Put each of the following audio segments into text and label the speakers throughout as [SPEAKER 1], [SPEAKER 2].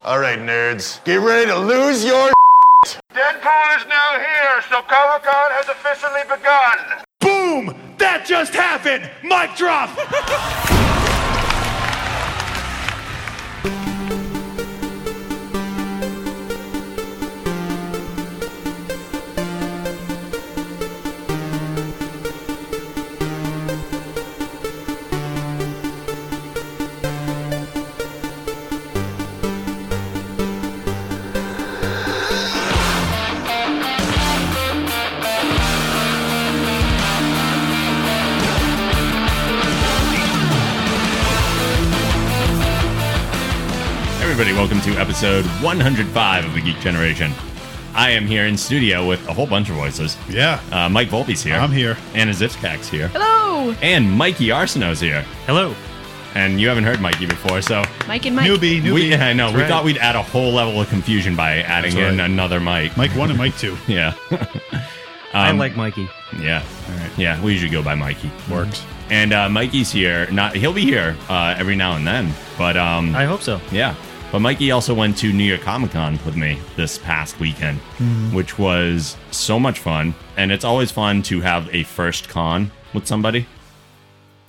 [SPEAKER 1] All right, nerds, get ready to lose your
[SPEAKER 2] Deadpool is now here, so Comic Con has officially begun.
[SPEAKER 1] boom. That just happened. Mic drop.
[SPEAKER 3] Everybody, welcome to episode 105 of the Geek Generation. I am here in studio with a whole bunch of voices.
[SPEAKER 4] Yeah.
[SPEAKER 3] Uh, Mike Volpe's here.
[SPEAKER 4] I'm here.
[SPEAKER 3] Anna Zipskak's here.
[SPEAKER 5] Hello,
[SPEAKER 3] And Mikey Arsenault's here.
[SPEAKER 6] Hello.
[SPEAKER 3] And you haven't heard Mikey before, so
[SPEAKER 5] Mike and Mike.
[SPEAKER 4] Newbie, newbie.
[SPEAKER 3] we I know we
[SPEAKER 6] right.
[SPEAKER 3] thought we'd add a whole level of confusion by adding
[SPEAKER 4] That's
[SPEAKER 3] in
[SPEAKER 4] right.
[SPEAKER 3] another Mike.
[SPEAKER 4] Mike one and Mike two.
[SPEAKER 3] Yeah. Um,
[SPEAKER 6] I like Mikey.
[SPEAKER 3] yeah. Yeah, we usually go by Mikey.
[SPEAKER 4] Works.
[SPEAKER 3] And uh, Mikey's here. Not he'll be here uh, every now and then, but um
[SPEAKER 6] I hope so.
[SPEAKER 3] Yeah. But Mikey also went to New York Comic Con with me this past weekend,
[SPEAKER 5] Mm-hmm.
[SPEAKER 3] which was so much fun. And it's always fun to have a first con with somebody.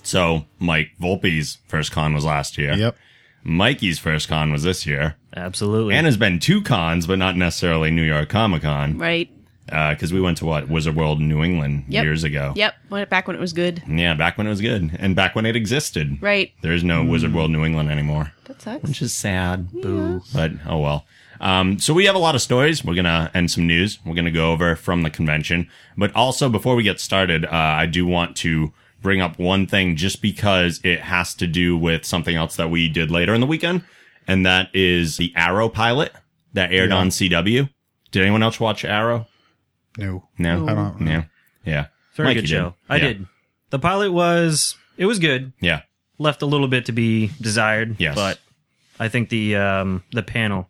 [SPEAKER 3] So Mike Volpe's first con was last year.
[SPEAKER 4] Yep.
[SPEAKER 3] Mikey's first con was this year.
[SPEAKER 6] Absolutely.
[SPEAKER 3] Anna's been two cons, but not necessarily New York Comic Con.
[SPEAKER 5] Right.
[SPEAKER 3] Because we went to what? Wizard World in New England
[SPEAKER 5] Yep.
[SPEAKER 3] years ago.
[SPEAKER 5] Yep. When- Back when it was good.
[SPEAKER 3] Yeah, back when it was good and back when it existed.
[SPEAKER 5] Right. Mm.
[SPEAKER 3] There's no Wizard World New England anymore.
[SPEAKER 5] That sucks.
[SPEAKER 3] which is sad. Boo. But oh well. Um, so we have a lot of stories. We're gonna and some news. We're gonna go over from the convention. But also before we get started, uh, I do want to bring up one thing just because it has to do with something else that we did later in the weekend, and that is the Arrow pilot that aired on CW. Did anyone else watch Arrow?
[SPEAKER 4] No.
[SPEAKER 3] No,
[SPEAKER 4] I don't-
[SPEAKER 3] No. Yeah,
[SPEAKER 6] Very
[SPEAKER 3] Mikey
[SPEAKER 6] good show.
[SPEAKER 3] Yeah.
[SPEAKER 6] I did. The pilot was it was good.
[SPEAKER 3] Yeah,
[SPEAKER 6] Left a little bit to be desired.
[SPEAKER 3] Yes.
[SPEAKER 6] But I think the um the panel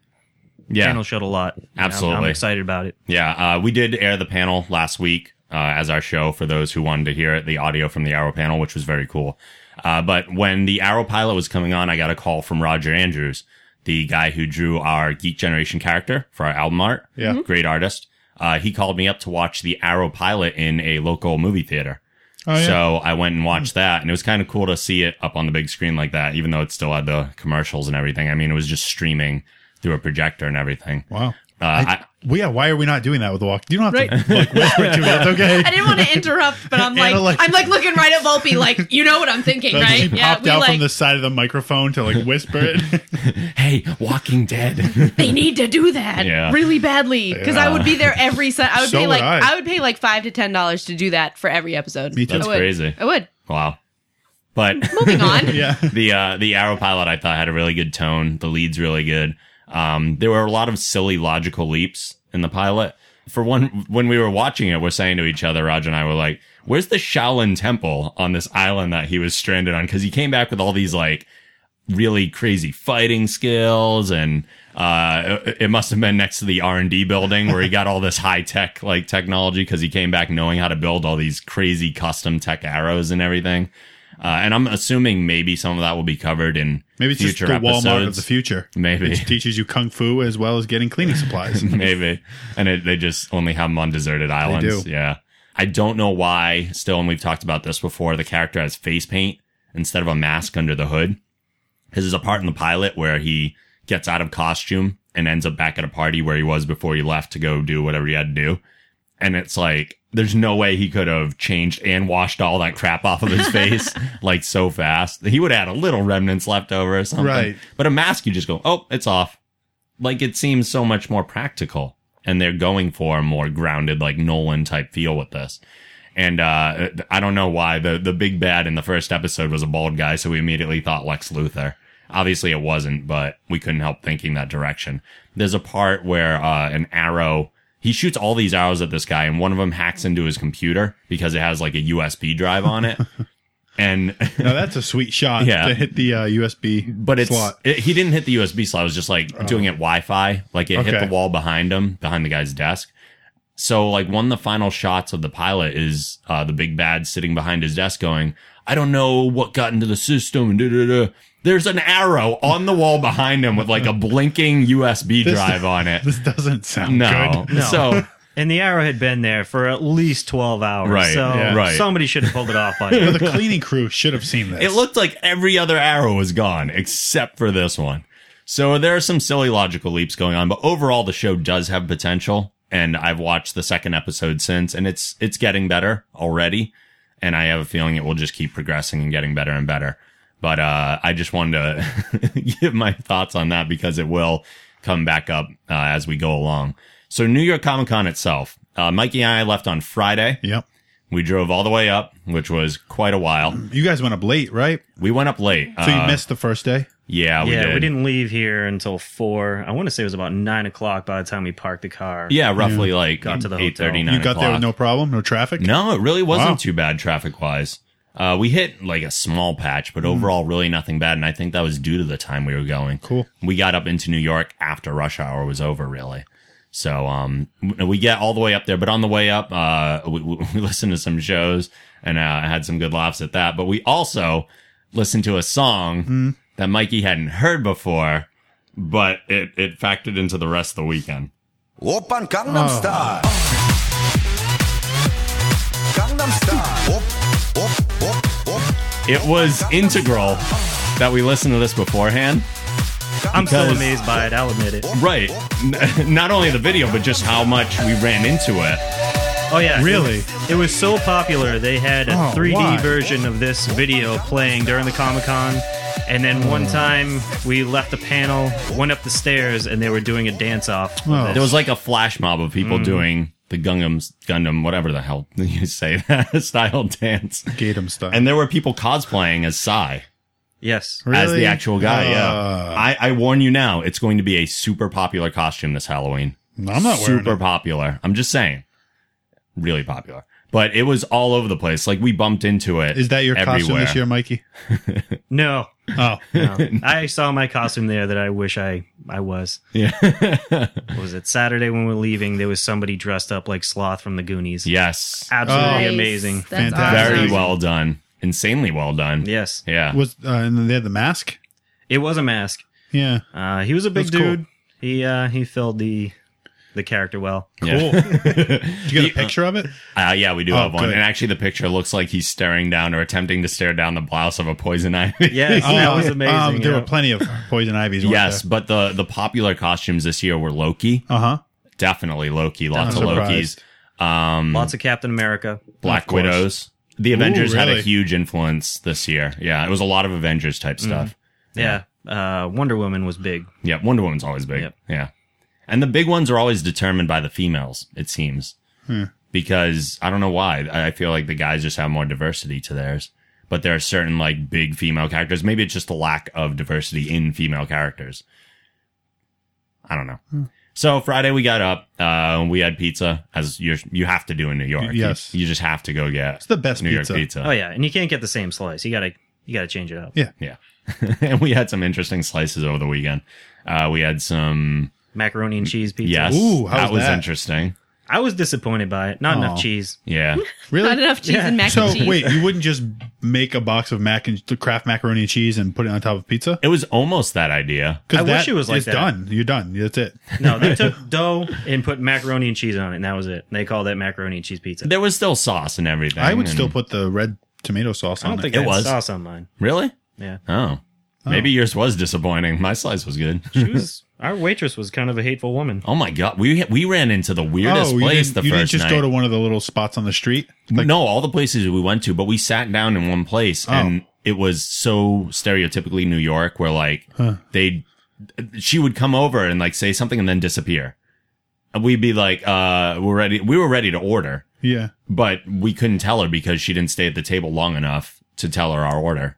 [SPEAKER 3] yeah.
[SPEAKER 6] panel showed a lot. And I'm- I'm,
[SPEAKER 3] Absolutely.
[SPEAKER 6] excited about it.
[SPEAKER 3] Yeah, uh, we did air the panel last week uh, as our show for those who wanted to hear it, the audio from the Arrow panel, which was very cool. Uh, but when the Arrow pilot was coming on, I got a call from Roger Andrews, the guy who drew our Geek Generation character for our album art.
[SPEAKER 4] Yeah. Mhm.
[SPEAKER 3] Great artist. Uh, he called me up to watch the Arrow pilot in a local movie theater.
[SPEAKER 4] Oh yeah.
[SPEAKER 3] So I went and watched that, and it was kind of cool to see it up on the big screen like that, even though it still had the commercials and everything. I mean, it was just streaming through a projector and everything.
[SPEAKER 4] wow.
[SPEAKER 3] Uh, I,
[SPEAKER 4] Well, yeah. Why are we not doing that with the walk? You don't have
[SPEAKER 5] Right.
[SPEAKER 4] to like, whisper to me. That's okay.
[SPEAKER 5] I didn't want to interrupt, but I'm like,
[SPEAKER 4] Anna, like-
[SPEAKER 5] I'm like looking right at Volpe, like you know what I'm thinking,
[SPEAKER 4] Like,
[SPEAKER 5] right?
[SPEAKER 4] She popped
[SPEAKER 5] we
[SPEAKER 4] out
[SPEAKER 5] like
[SPEAKER 4] from the side of the microphone to like whisper it.
[SPEAKER 3] hey, Walking Dead.
[SPEAKER 5] they need to do that
[SPEAKER 3] Yeah.
[SPEAKER 5] really badly because I would be there every Sunday. I would
[SPEAKER 4] So
[SPEAKER 5] pay
[SPEAKER 4] would
[SPEAKER 5] like
[SPEAKER 4] I.
[SPEAKER 5] I. would pay like five to ten dollars to do that for every episode.
[SPEAKER 4] Me too.
[SPEAKER 5] I
[SPEAKER 3] That's
[SPEAKER 5] would.
[SPEAKER 3] crazy.
[SPEAKER 5] I would.
[SPEAKER 3] Wow. But
[SPEAKER 5] Moving on.
[SPEAKER 4] yeah.
[SPEAKER 3] the uh, the Arrow pilot I thought had a really good tone. The lead's really good. Um, there were a lot of silly logical leaps in the pilot. For one, when we were watching it, we're saying to each other, Roger and I were like, "Where's the Shaolin Temple on this island that he was stranded on?" Because he came back with all these like really crazy fighting skills and uh it- it must have been next to the r&d building where he got all this high-tech like technology because he came back knowing how to build all these crazy custom tech arrows and everything uh, and i'm assuming maybe some of that will be covered in
[SPEAKER 4] Maybe it's
[SPEAKER 3] future
[SPEAKER 4] just the Walmart of
[SPEAKER 3] episodes.
[SPEAKER 4] the future.
[SPEAKER 3] Maybe.
[SPEAKER 4] It just teaches you kung fu as well as getting cleaning supplies.
[SPEAKER 3] maybe. And it, they just only have them on deserted islands.
[SPEAKER 4] do.
[SPEAKER 3] Yeah. I don't know why. Still, and we've talked about this before. The character has face paint instead of a mask under the hood. Because there's a part in the pilot where he gets out of costume and ends up back at a party where he was before he left to go do whatever he had to do. And it's like, there's no way he could have changed and washed all that crap off of his face like so fast. He would have had a little remnants left over or something.
[SPEAKER 4] Right.
[SPEAKER 3] But a mask, you just go, oh, it's off like it seems so much more practical and they're going for a more grounded like nolan type feel with this and uh i don't know why the the big bad in the first episode was a bald guy so we immediately thought lex luthor obviously it wasn't but we couldn't help thinking that direction there's a part where uh an arrow he shoots all these arrows at this guy and one of them hacks into his computer because it has like a usb drive on it and
[SPEAKER 4] now that's a sweet shot
[SPEAKER 3] Yeah.
[SPEAKER 4] to hit the uh, USB
[SPEAKER 3] but it's
[SPEAKER 4] slot. Oh.
[SPEAKER 3] it- he didn't hit the USB slot. It was just like doing it Wi-Fi. Like it hit
[SPEAKER 4] Okay.
[SPEAKER 3] the wall behind him, behind the guy's desk. So like one of the final shots of the pilot is uh, the big bad sitting behind his desk going, "I don't know what got into the system." And, da-da-da." There's an arrow on the wall behind him with like a blinking USB
[SPEAKER 4] This-
[SPEAKER 3] drive on it.
[SPEAKER 4] This doesn't sound
[SPEAKER 3] No.
[SPEAKER 4] good.
[SPEAKER 3] So
[SPEAKER 6] And the arrow had been there for at least 12 hours.
[SPEAKER 3] Right,
[SPEAKER 6] So
[SPEAKER 3] yeah. right.
[SPEAKER 6] somebody should have pulled it off by now.
[SPEAKER 4] But the cleaning crew should have seen this.
[SPEAKER 3] it looked like every other arrow was gone except for this one. So there are some silly logical leaps going on, but overall the show does have potential. And I've watched the second episode since, and it's it's getting better already. And I have a feeling it will just keep progressing and getting better and better. But uh, I just wanted to give my thoughts on that because it will come back up uh, as we go along. So New York Comic Con itself, uh, Mikey and I left on Friday.
[SPEAKER 4] Yep.
[SPEAKER 3] We drove all the way up, which was quite a while.
[SPEAKER 4] You guys went up late, right?
[SPEAKER 3] We went up late.
[SPEAKER 4] So
[SPEAKER 3] Uh,
[SPEAKER 4] you missed the first day.
[SPEAKER 3] Yeah, we
[SPEAKER 6] yeah,
[SPEAKER 3] did.
[SPEAKER 6] we didn't leave here until 4. I want to say it was about 9 o'clock by the time we parked the car.
[SPEAKER 3] Yeah, roughly like
[SPEAKER 6] Got to the
[SPEAKER 3] eight thirty
[SPEAKER 6] hotel.
[SPEAKER 3] nine.
[SPEAKER 4] You got there with no problem, no traffic.
[SPEAKER 3] No, it really wasn't
[SPEAKER 4] Wow.
[SPEAKER 3] too bad traffic wise. Uh, we hit like a small patch,
[SPEAKER 4] Mm.
[SPEAKER 3] but overall, really nothing bad. And I think that was due to the time we were going.
[SPEAKER 4] Cool.
[SPEAKER 3] We got up into New York after rush hour was over, really. So um, w- we get all the way up there, but on the way up, uh, we, we we listened to some shows and uh, had some good laughs at that. But we also listened to a song
[SPEAKER 4] Hmm.
[SPEAKER 3] that Mikey hadn't heard before, but it, it factored into the rest of the weekend.
[SPEAKER 7] 오빤 강남스타일 강남스타일 옵옵옵옵
[SPEAKER 3] It was integral that we listened to this beforehand.
[SPEAKER 6] I'm still
[SPEAKER 3] Because-
[SPEAKER 6] amazed by it. I'll admit it.
[SPEAKER 3] Right. N- Not only the video, but just how much we ran into it.
[SPEAKER 6] Oh, yeah.
[SPEAKER 4] Really?
[SPEAKER 6] It, it was so popular. They had a
[SPEAKER 4] Oh,
[SPEAKER 6] 3D
[SPEAKER 4] why?
[SPEAKER 6] version of this video playing during the Comic Con. And then one time we left the panel, went up the stairs, and they were doing a dance off.
[SPEAKER 4] Oh.
[SPEAKER 3] There was like a flash mob of
[SPEAKER 4] Hmm.
[SPEAKER 3] people doing the Gungams, Gundam, whatever the hell you say that style dance.
[SPEAKER 4] Gatum stuff.
[SPEAKER 3] And there were people cosplaying as Psy,
[SPEAKER 6] Yes.
[SPEAKER 3] as
[SPEAKER 4] Really?
[SPEAKER 3] the actual guy.
[SPEAKER 4] Uh.
[SPEAKER 3] yeah. I, I warn you now, it's going to be a super popular costume this Halloween.
[SPEAKER 4] I'm not wearing
[SPEAKER 3] super
[SPEAKER 4] it.
[SPEAKER 3] popular. I'm just saying, really popular. But it was all over the place. Like we bumped into it.
[SPEAKER 4] Is that your costume
[SPEAKER 3] everywhere.
[SPEAKER 4] this year, Mikey?
[SPEAKER 6] No.
[SPEAKER 4] Oh,
[SPEAKER 6] no. I saw my costume there that I wish I, I was.
[SPEAKER 3] Yeah.
[SPEAKER 6] What was it Saturday when we were leaving? There was somebody dressed up like Sloth from the Goonies.
[SPEAKER 3] yes.
[SPEAKER 6] absolutely
[SPEAKER 4] Oh.
[SPEAKER 6] amazing.
[SPEAKER 5] That's
[SPEAKER 4] Fantastic.
[SPEAKER 3] Very
[SPEAKER 5] awesome.
[SPEAKER 3] well done. Insanely well done.
[SPEAKER 6] Yes,
[SPEAKER 3] Yeah.
[SPEAKER 4] was uh, and then they had the mask.
[SPEAKER 6] it was a mask.
[SPEAKER 4] Yeah,
[SPEAKER 6] Uh, he was a big
[SPEAKER 4] That's cool.
[SPEAKER 6] dude. He uh, he filled the the character well.
[SPEAKER 4] cool. Did you get a picture of it?
[SPEAKER 3] Uh, yeah, we do
[SPEAKER 4] Oh,
[SPEAKER 3] have one.
[SPEAKER 4] good.
[SPEAKER 3] And actually, the picture looks like he's staring down or attempting to stare down the blouse of a poison ivy.
[SPEAKER 6] Yes, oh, that was amazing.
[SPEAKER 4] Um, there
[SPEAKER 6] yeah.
[SPEAKER 4] were plenty of poison ivies.
[SPEAKER 3] yes, but the the popular costumes this year were Loki.
[SPEAKER 4] Uh huh.
[SPEAKER 3] Definitely Loki. Lots
[SPEAKER 4] I'm
[SPEAKER 3] of
[SPEAKER 4] surprised.
[SPEAKER 3] Lokis. Um,
[SPEAKER 6] Lots of Captain America.
[SPEAKER 3] Black
[SPEAKER 4] course.
[SPEAKER 3] Widows. The Avengers had a
[SPEAKER 4] really?
[SPEAKER 3] huge influence this year. Yeah, it was a lot of Avengers type stuff.
[SPEAKER 6] Yeah, uh, Wonder Woman was big.
[SPEAKER 3] Yeah, Wonder Woman's always big.
[SPEAKER 6] Yep.
[SPEAKER 3] Yeah. And the big ones are always determined by the females, it seems.
[SPEAKER 4] Hmm.
[SPEAKER 3] Because I don't know why. I I feel like the guys just have more diversity to theirs. But there are certain like big female characters. Maybe it's just the lack of diversity in female characters. I don't know.
[SPEAKER 4] Hmm.
[SPEAKER 3] So Friday we got up. Uh, we had pizza as you you have to do in New York.
[SPEAKER 4] Yes.
[SPEAKER 3] You, you just have to go get
[SPEAKER 4] It's the best
[SPEAKER 3] New
[SPEAKER 4] pizza.
[SPEAKER 3] York pizza.
[SPEAKER 6] Oh yeah, and you can't get the same slice. You gotta you gotta change it up.
[SPEAKER 4] Yeah.
[SPEAKER 3] yeah. and we had some interesting slices over the weekend. Uh, we had some
[SPEAKER 6] Macaroni and cheese pizza.
[SPEAKER 3] Yes.
[SPEAKER 4] Ooh, how's
[SPEAKER 3] that was
[SPEAKER 4] that?
[SPEAKER 3] interesting.
[SPEAKER 6] I was disappointed by it. Not
[SPEAKER 4] Aw.
[SPEAKER 6] enough cheese.
[SPEAKER 3] Yeah.
[SPEAKER 4] Really?
[SPEAKER 5] Not enough cheese
[SPEAKER 6] Yeah.
[SPEAKER 5] and mac
[SPEAKER 4] so
[SPEAKER 5] and cheese.
[SPEAKER 4] wait, you wouldn't just make a box of mac and craft macaroni and cheese and put it on top of pizza?
[SPEAKER 3] it was almost that idea.
[SPEAKER 6] I wish
[SPEAKER 4] that
[SPEAKER 6] it was like
[SPEAKER 4] is
[SPEAKER 6] that.
[SPEAKER 4] done. You're done. That's it.
[SPEAKER 6] No, they took dough and put macaroni and cheese on it, and that was it. They called that macaroni and cheese pizza.
[SPEAKER 3] There was still sauce and everything.
[SPEAKER 4] I would
[SPEAKER 3] and-
[SPEAKER 4] still put the red tomato sauce
[SPEAKER 6] I
[SPEAKER 4] on
[SPEAKER 6] don't think
[SPEAKER 4] it.
[SPEAKER 6] Um, it
[SPEAKER 3] was.
[SPEAKER 6] was sauce on mine.
[SPEAKER 3] Really?
[SPEAKER 6] Yeah.
[SPEAKER 3] Oh. Maybe yours was disappointing. My slice was good.
[SPEAKER 6] She was our waitress was kind of a hateful woman.
[SPEAKER 3] Oh my god, we we ran into the weirdest
[SPEAKER 4] Oh, you
[SPEAKER 3] place
[SPEAKER 4] didn't,
[SPEAKER 3] the
[SPEAKER 4] you didn't
[SPEAKER 3] first
[SPEAKER 4] just
[SPEAKER 3] night.
[SPEAKER 4] go to one of the little spots on the street.
[SPEAKER 3] no, all the places we went to, but we sat down in one place
[SPEAKER 4] Oh.
[SPEAKER 3] and it was so stereotypically New York where like they she would come over and like say something and then disappear. And we'd be like, uh, we're ready we were ready to order.
[SPEAKER 4] Yeah.
[SPEAKER 3] but we couldn't tell her because she didn't stay at the table long enough to tell her our order.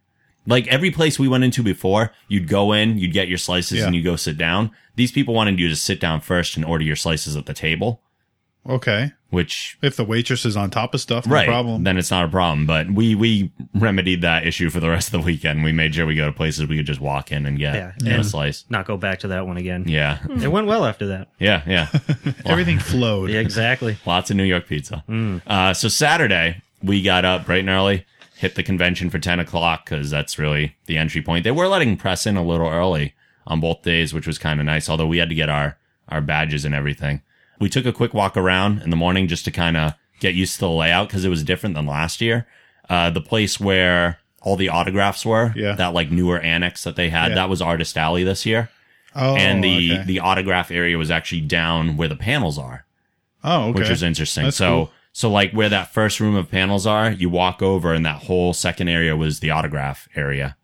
[SPEAKER 3] Like every place we went into before, you'd go in, you'd get your slices,
[SPEAKER 4] Yeah.
[SPEAKER 3] and you go sit down. These people wanted you to sit down first and order your slices at the table,
[SPEAKER 4] Okay.
[SPEAKER 3] which
[SPEAKER 4] If the waitress is on top of stuff, no
[SPEAKER 3] right
[SPEAKER 4] problem.
[SPEAKER 3] then it's not a problem. But we we remedied that issue for the rest of the weekend. We made sure we go to places we could just walk in and get
[SPEAKER 6] Yeah.
[SPEAKER 3] a
[SPEAKER 6] And-
[SPEAKER 3] slice.
[SPEAKER 6] Not go back to that one again.
[SPEAKER 3] Yeah,
[SPEAKER 6] It went well after that.
[SPEAKER 3] yeah, yeah.
[SPEAKER 4] Everything flowed.
[SPEAKER 6] Yeah, exactly.
[SPEAKER 3] Lots of New York pizza. Uh, so Saturday, we got up bright and early, hit the convention for 10 o'clock because that's really the entry point. They were letting press in a little early on both days, which was kind of nice, although we had to get our, our badges and everything. We took a quick walk around in the morning just to kind of get used to the layout because it was different than last year. Uh, the place where all the autographs were,
[SPEAKER 4] Yeah.
[SPEAKER 3] that like newer annex that they had,
[SPEAKER 4] Yeah.
[SPEAKER 3] that was Artist Alley this year.
[SPEAKER 4] Oh,
[SPEAKER 3] and the,
[SPEAKER 4] okay.
[SPEAKER 3] the autograph area was actually down where the panels are
[SPEAKER 4] oh, okay.
[SPEAKER 3] which was interesting.
[SPEAKER 4] That's
[SPEAKER 3] so
[SPEAKER 4] cool.
[SPEAKER 3] so like where that first room of panels are, you walk over and that whole second area was the autograph area,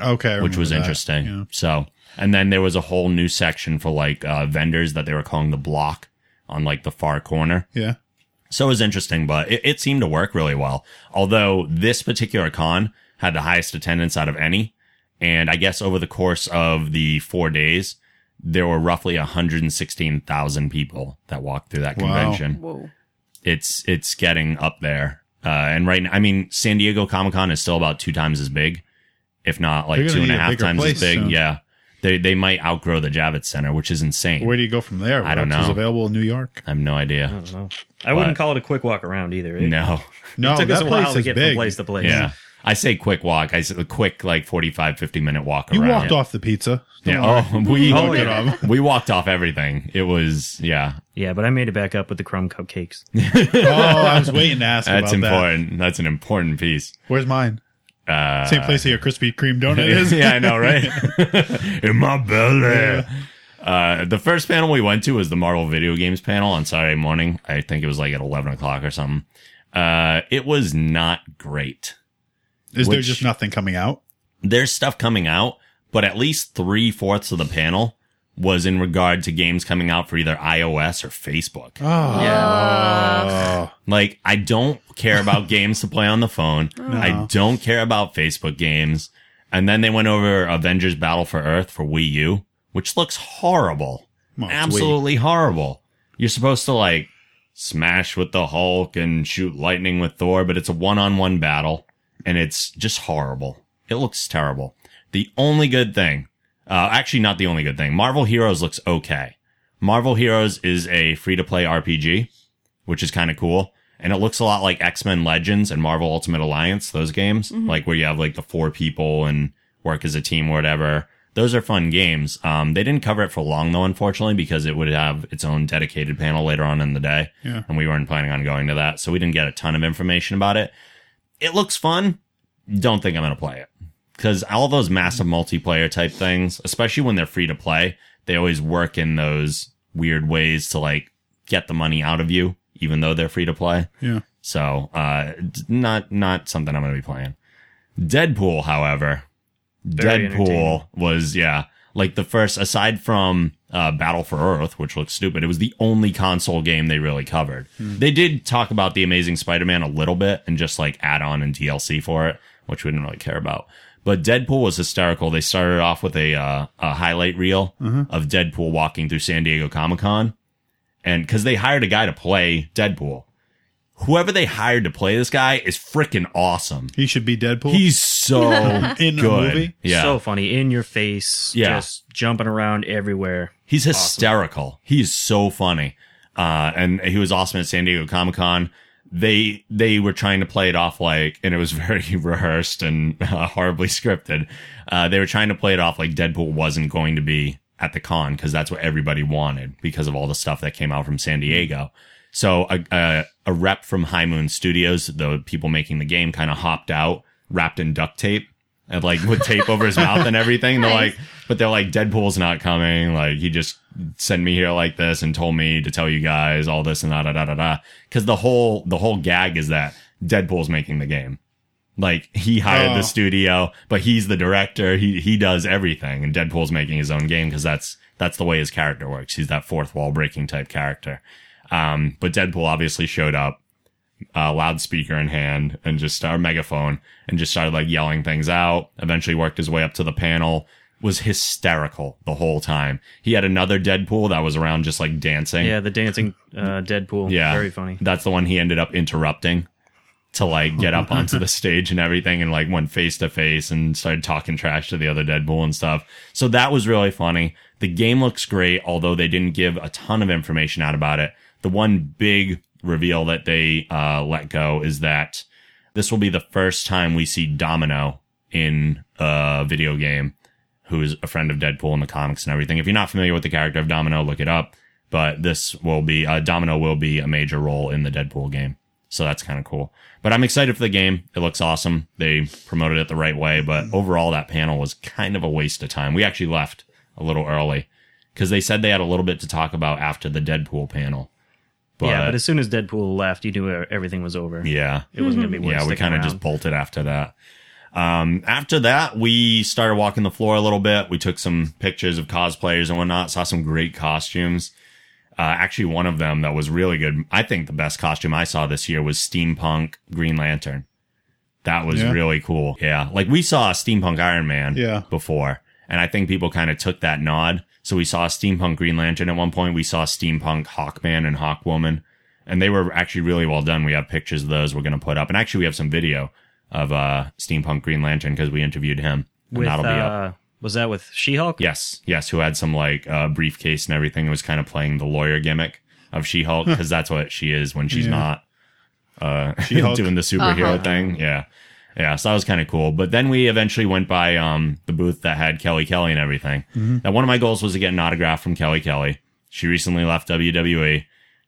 [SPEAKER 4] okay, I
[SPEAKER 3] which was
[SPEAKER 4] remember that.
[SPEAKER 3] interesting.
[SPEAKER 4] Yeah.
[SPEAKER 3] So and then there was a whole new section for like uh, vendors that they were calling the block on like the far corner.
[SPEAKER 4] Yeah.
[SPEAKER 3] So it was interesting, but it, it seemed to work really well. Although this particular con had the highest attendance out of any. And I guess over the course of the four days, there were roughly 116,000 people that walked through that
[SPEAKER 4] Wow.
[SPEAKER 3] convention
[SPEAKER 5] Whoa.
[SPEAKER 3] it's it's getting up there. Uh, and right now, I mean, San Diego Comic Con is still about two times as big, if not like
[SPEAKER 4] They're gonna
[SPEAKER 3] two and
[SPEAKER 4] need
[SPEAKER 3] a
[SPEAKER 4] a
[SPEAKER 3] half
[SPEAKER 4] bigger
[SPEAKER 3] times as
[SPEAKER 4] place
[SPEAKER 3] big.
[SPEAKER 4] soon.
[SPEAKER 3] Yeah, they they might outgrow the Javits Center, which is insane.
[SPEAKER 4] Where do you go from there?
[SPEAKER 3] I don't
[SPEAKER 4] What else is
[SPEAKER 3] know.
[SPEAKER 4] available in New York?
[SPEAKER 3] I have no
[SPEAKER 6] Oh,
[SPEAKER 3] idea.
[SPEAKER 6] I wouldn't call it a quick walk around either. It
[SPEAKER 3] No,
[SPEAKER 4] No,
[SPEAKER 6] took us
[SPEAKER 4] that
[SPEAKER 6] a while
[SPEAKER 4] place
[SPEAKER 6] to
[SPEAKER 4] is
[SPEAKER 6] get
[SPEAKER 4] big.
[SPEAKER 6] from place to place.
[SPEAKER 3] yeah, I say quick walk. I said a quick like 45, 50 minute walk
[SPEAKER 4] you
[SPEAKER 3] around.
[SPEAKER 4] walked off the pizza.
[SPEAKER 3] Yeah. Oh, we
[SPEAKER 6] Oh,
[SPEAKER 4] Get
[SPEAKER 6] yeah.
[SPEAKER 4] off.
[SPEAKER 3] we walked off everything. It was yeah.
[SPEAKER 6] Yeah, but I made it back up with the crumb cupcakes.
[SPEAKER 4] oh, I was waiting to ask
[SPEAKER 3] That's
[SPEAKER 4] about that.
[SPEAKER 3] important. That's an important piece.
[SPEAKER 4] Where's mine?
[SPEAKER 3] Uh,
[SPEAKER 4] Same place that your Krispy Kreme donut is.
[SPEAKER 3] yeah, I know, right? In my belly. Uh, the first panel we went to was the Marvel video games panel on Saturday morning. I think it was like at 11 o'clock or something. Uh, it was not great.
[SPEAKER 4] Is there
[SPEAKER 3] Which-
[SPEAKER 4] just nothing coming out?
[SPEAKER 3] There's stuff coming out, but at least three fourths of the panel was in regard to games coming out for either iOS or Facebook.
[SPEAKER 4] Oh,
[SPEAKER 3] Uh, Like, I don't care about games to play on the phone. I don't care about Facebook games. And then they went over Avengers Battle for Earth for Wii U, which looks horrible.
[SPEAKER 4] Well, it's Wii.
[SPEAKER 3] Absolutely horrible. You're supposed to like smash with the Hulk and shoot lightning with Thor, but it's a one on one battle and it's just horrible. It looks terrible. The only good thing, uh, actually not the only good thing, Marvel Heroes looks okay. Marvel Heroes is a free to play RPG which is kind of cool. And it looks a lot like X Men Legends and Marvel Ultimate Alliance, those games, like where you have like the four people and work as a team or whatever. Those are fun games. Um, they didn't cover it for long though, unfortunately, because it would have its own dedicated panel later on in the day.
[SPEAKER 4] Yeah.
[SPEAKER 3] And we weren't planning on going to that. So we didn't get a ton of information about it. It looks fun. Don't think I'm going to play it because all those massive multiplayer type things, especially when they're free to play, they always work in those weird ways to like get the money out of you, even though they're free to play.
[SPEAKER 4] Yeah.
[SPEAKER 3] So, uh, d- not not something I'm going to be playing. Deadpool, however,
[SPEAKER 6] Very entertaining.
[SPEAKER 3] Deadpool was yeah, like the first aside from uh, Battle for Earth, which looks stupid. It was the only console game they really covered.
[SPEAKER 6] Hmm.
[SPEAKER 3] They did talk about the Amazing Spider-Man a little bit and just like add on and DLC for it, which we didn't really care about. But Deadpool was hysterical. They started off with a uh, a highlight reel
[SPEAKER 6] Mm-hmm.
[SPEAKER 3] of Deadpool walking through San Diego Comic Con, and because they hired a guy to play Deadpool. Whoever they hired to play this guy is freaking awesome.
[SPEAKER 4] He should be Deadpool.
[SPEAKER 3] He's so
[SPEAKER 4] In the
[SPEAKER 3] good.
[SPEAKER 4] movie?
[SPEAKER 3] Yeah.
[SPEAKER 6] So funny. In your face.
[SPEAKER 3] Yeah.
[SPEAKER 6] Just jumping around everywhere.
[SPEAKER 3] He's hysterical. He's so funny. Uh, and he was awesome at San Diego Comic Con. They, they were trying to play it off like, and it was very rehearsed and uh, horribly scripted. Uh, they were trying to play it off like Deadpool wasn't going to be at the con because that's what everybody wanted because of all the stuff that came out from San Diego. So a, a, a rep from High Moon Studios, the people making the game kind of hopped out wrapped in duct tape and like with tape over his mouth and everything. And They're
[SPEAKER 5] Nice.
[SPEAKER 3] like, but they're like, Deadpool's not coming. Like he just sent me here like this and told me to tell you guys all this and da da da da da. Cause the whole, the whole gag is that Deadpool's making the game. Like he hired
[SPEAKER 4] Oh.
[SPEAKER 3] the studio, but he's the director. He, he does everything and Deadpool's making his own game. Cause that's, that's the way his character works. He's that fourth wall breaking type character. Um, but Deadpool obviously showed up uh, loudspeaker in hand and just our megaphone and just started like yelling things out. Eventually worked his way up to the panel, was hysterical the whole time. He had another Deadpool that was around just like dancing.
[SPEAKER 6] Yeah, the dancing uh, Deadpool.
[SPEAKER 3] Yeah.
[SPEAKER 6] Very funny.
[SPEAKER 3] That's the one he ended up interrupting to like get up onto the stage and everything and like went face to face and started talking trash to the other Deadpool and stuff. So that was really funny. The game looks great, although they didn't give a ton of information out about it. The one big reveal that they uh, let go is that This will be the first time we see Domino in a video game, who is a friend of Deadpool in the comics and everything. If you're not familiar with the character of Domino, look it up. But this will be uh, Domino will be a major role in the Deadpool game, so that's kind of cool. But I'm excited for the game. It looks awesome. They promoted it the right way, but overall, that panel was kind of a waste of time. We actually left a little early because they said they had a little bit to talk about after the Deadpool panel.
[SPEAKER 6] yeah, but as soon as Deadpool left, you knew e, everything was over.
[SPEAKER 3] yeah,
[SPEAKER 6] It wasn't going to be worth
[SPEAKER 3] Mhm. yeah, we kind of just bolted after that. Um, after that, we started walking the floor a little bit. We took some pictures of cosplayers and whatnot. Saw some great costumes. Uh, actually, one of them that was really good. I think the best costume I saw this year was steampunk Green Lantern. That was
[SPEAKER 4] Yeah.
[SPEAKER 3] really cool. Yeah, like we saw steampunk Iron Man.
[SPEAKER 4] Yeah.
[SPEAKER 3] before, and I think people kind of took that nod. So we saw steampunk Green Lantern at one point. We saw steampunk Hawkman and Hawkwoman and they were actually really well done. We have pictures of those we're going to put up, and actually we have some video of uh, Steampunk Green Lantern because we interviewed him. And
[SPEAKER 6] with,
[SPEAKER 3] that'll be up.
[SPEAKER 6] uh, Was that with She Hulk?
[SPEAKER 3] Yes, yes, who had some like uh, briefcase and everything. It was kind of playing the lawyer gimmick of She Hulk because that's what she is when she's not uh,
[SPEAKER 4] She-Hulk.
[SPEAKER 3] doing the superhero thing. Yeah. Yeah, so that was kind of cool. But then we eventually went by um, the booth that had Kelly Kelly and everything. Now, one of my goals was to get an autograph from Kelly Kelly. She recently left E. WWE.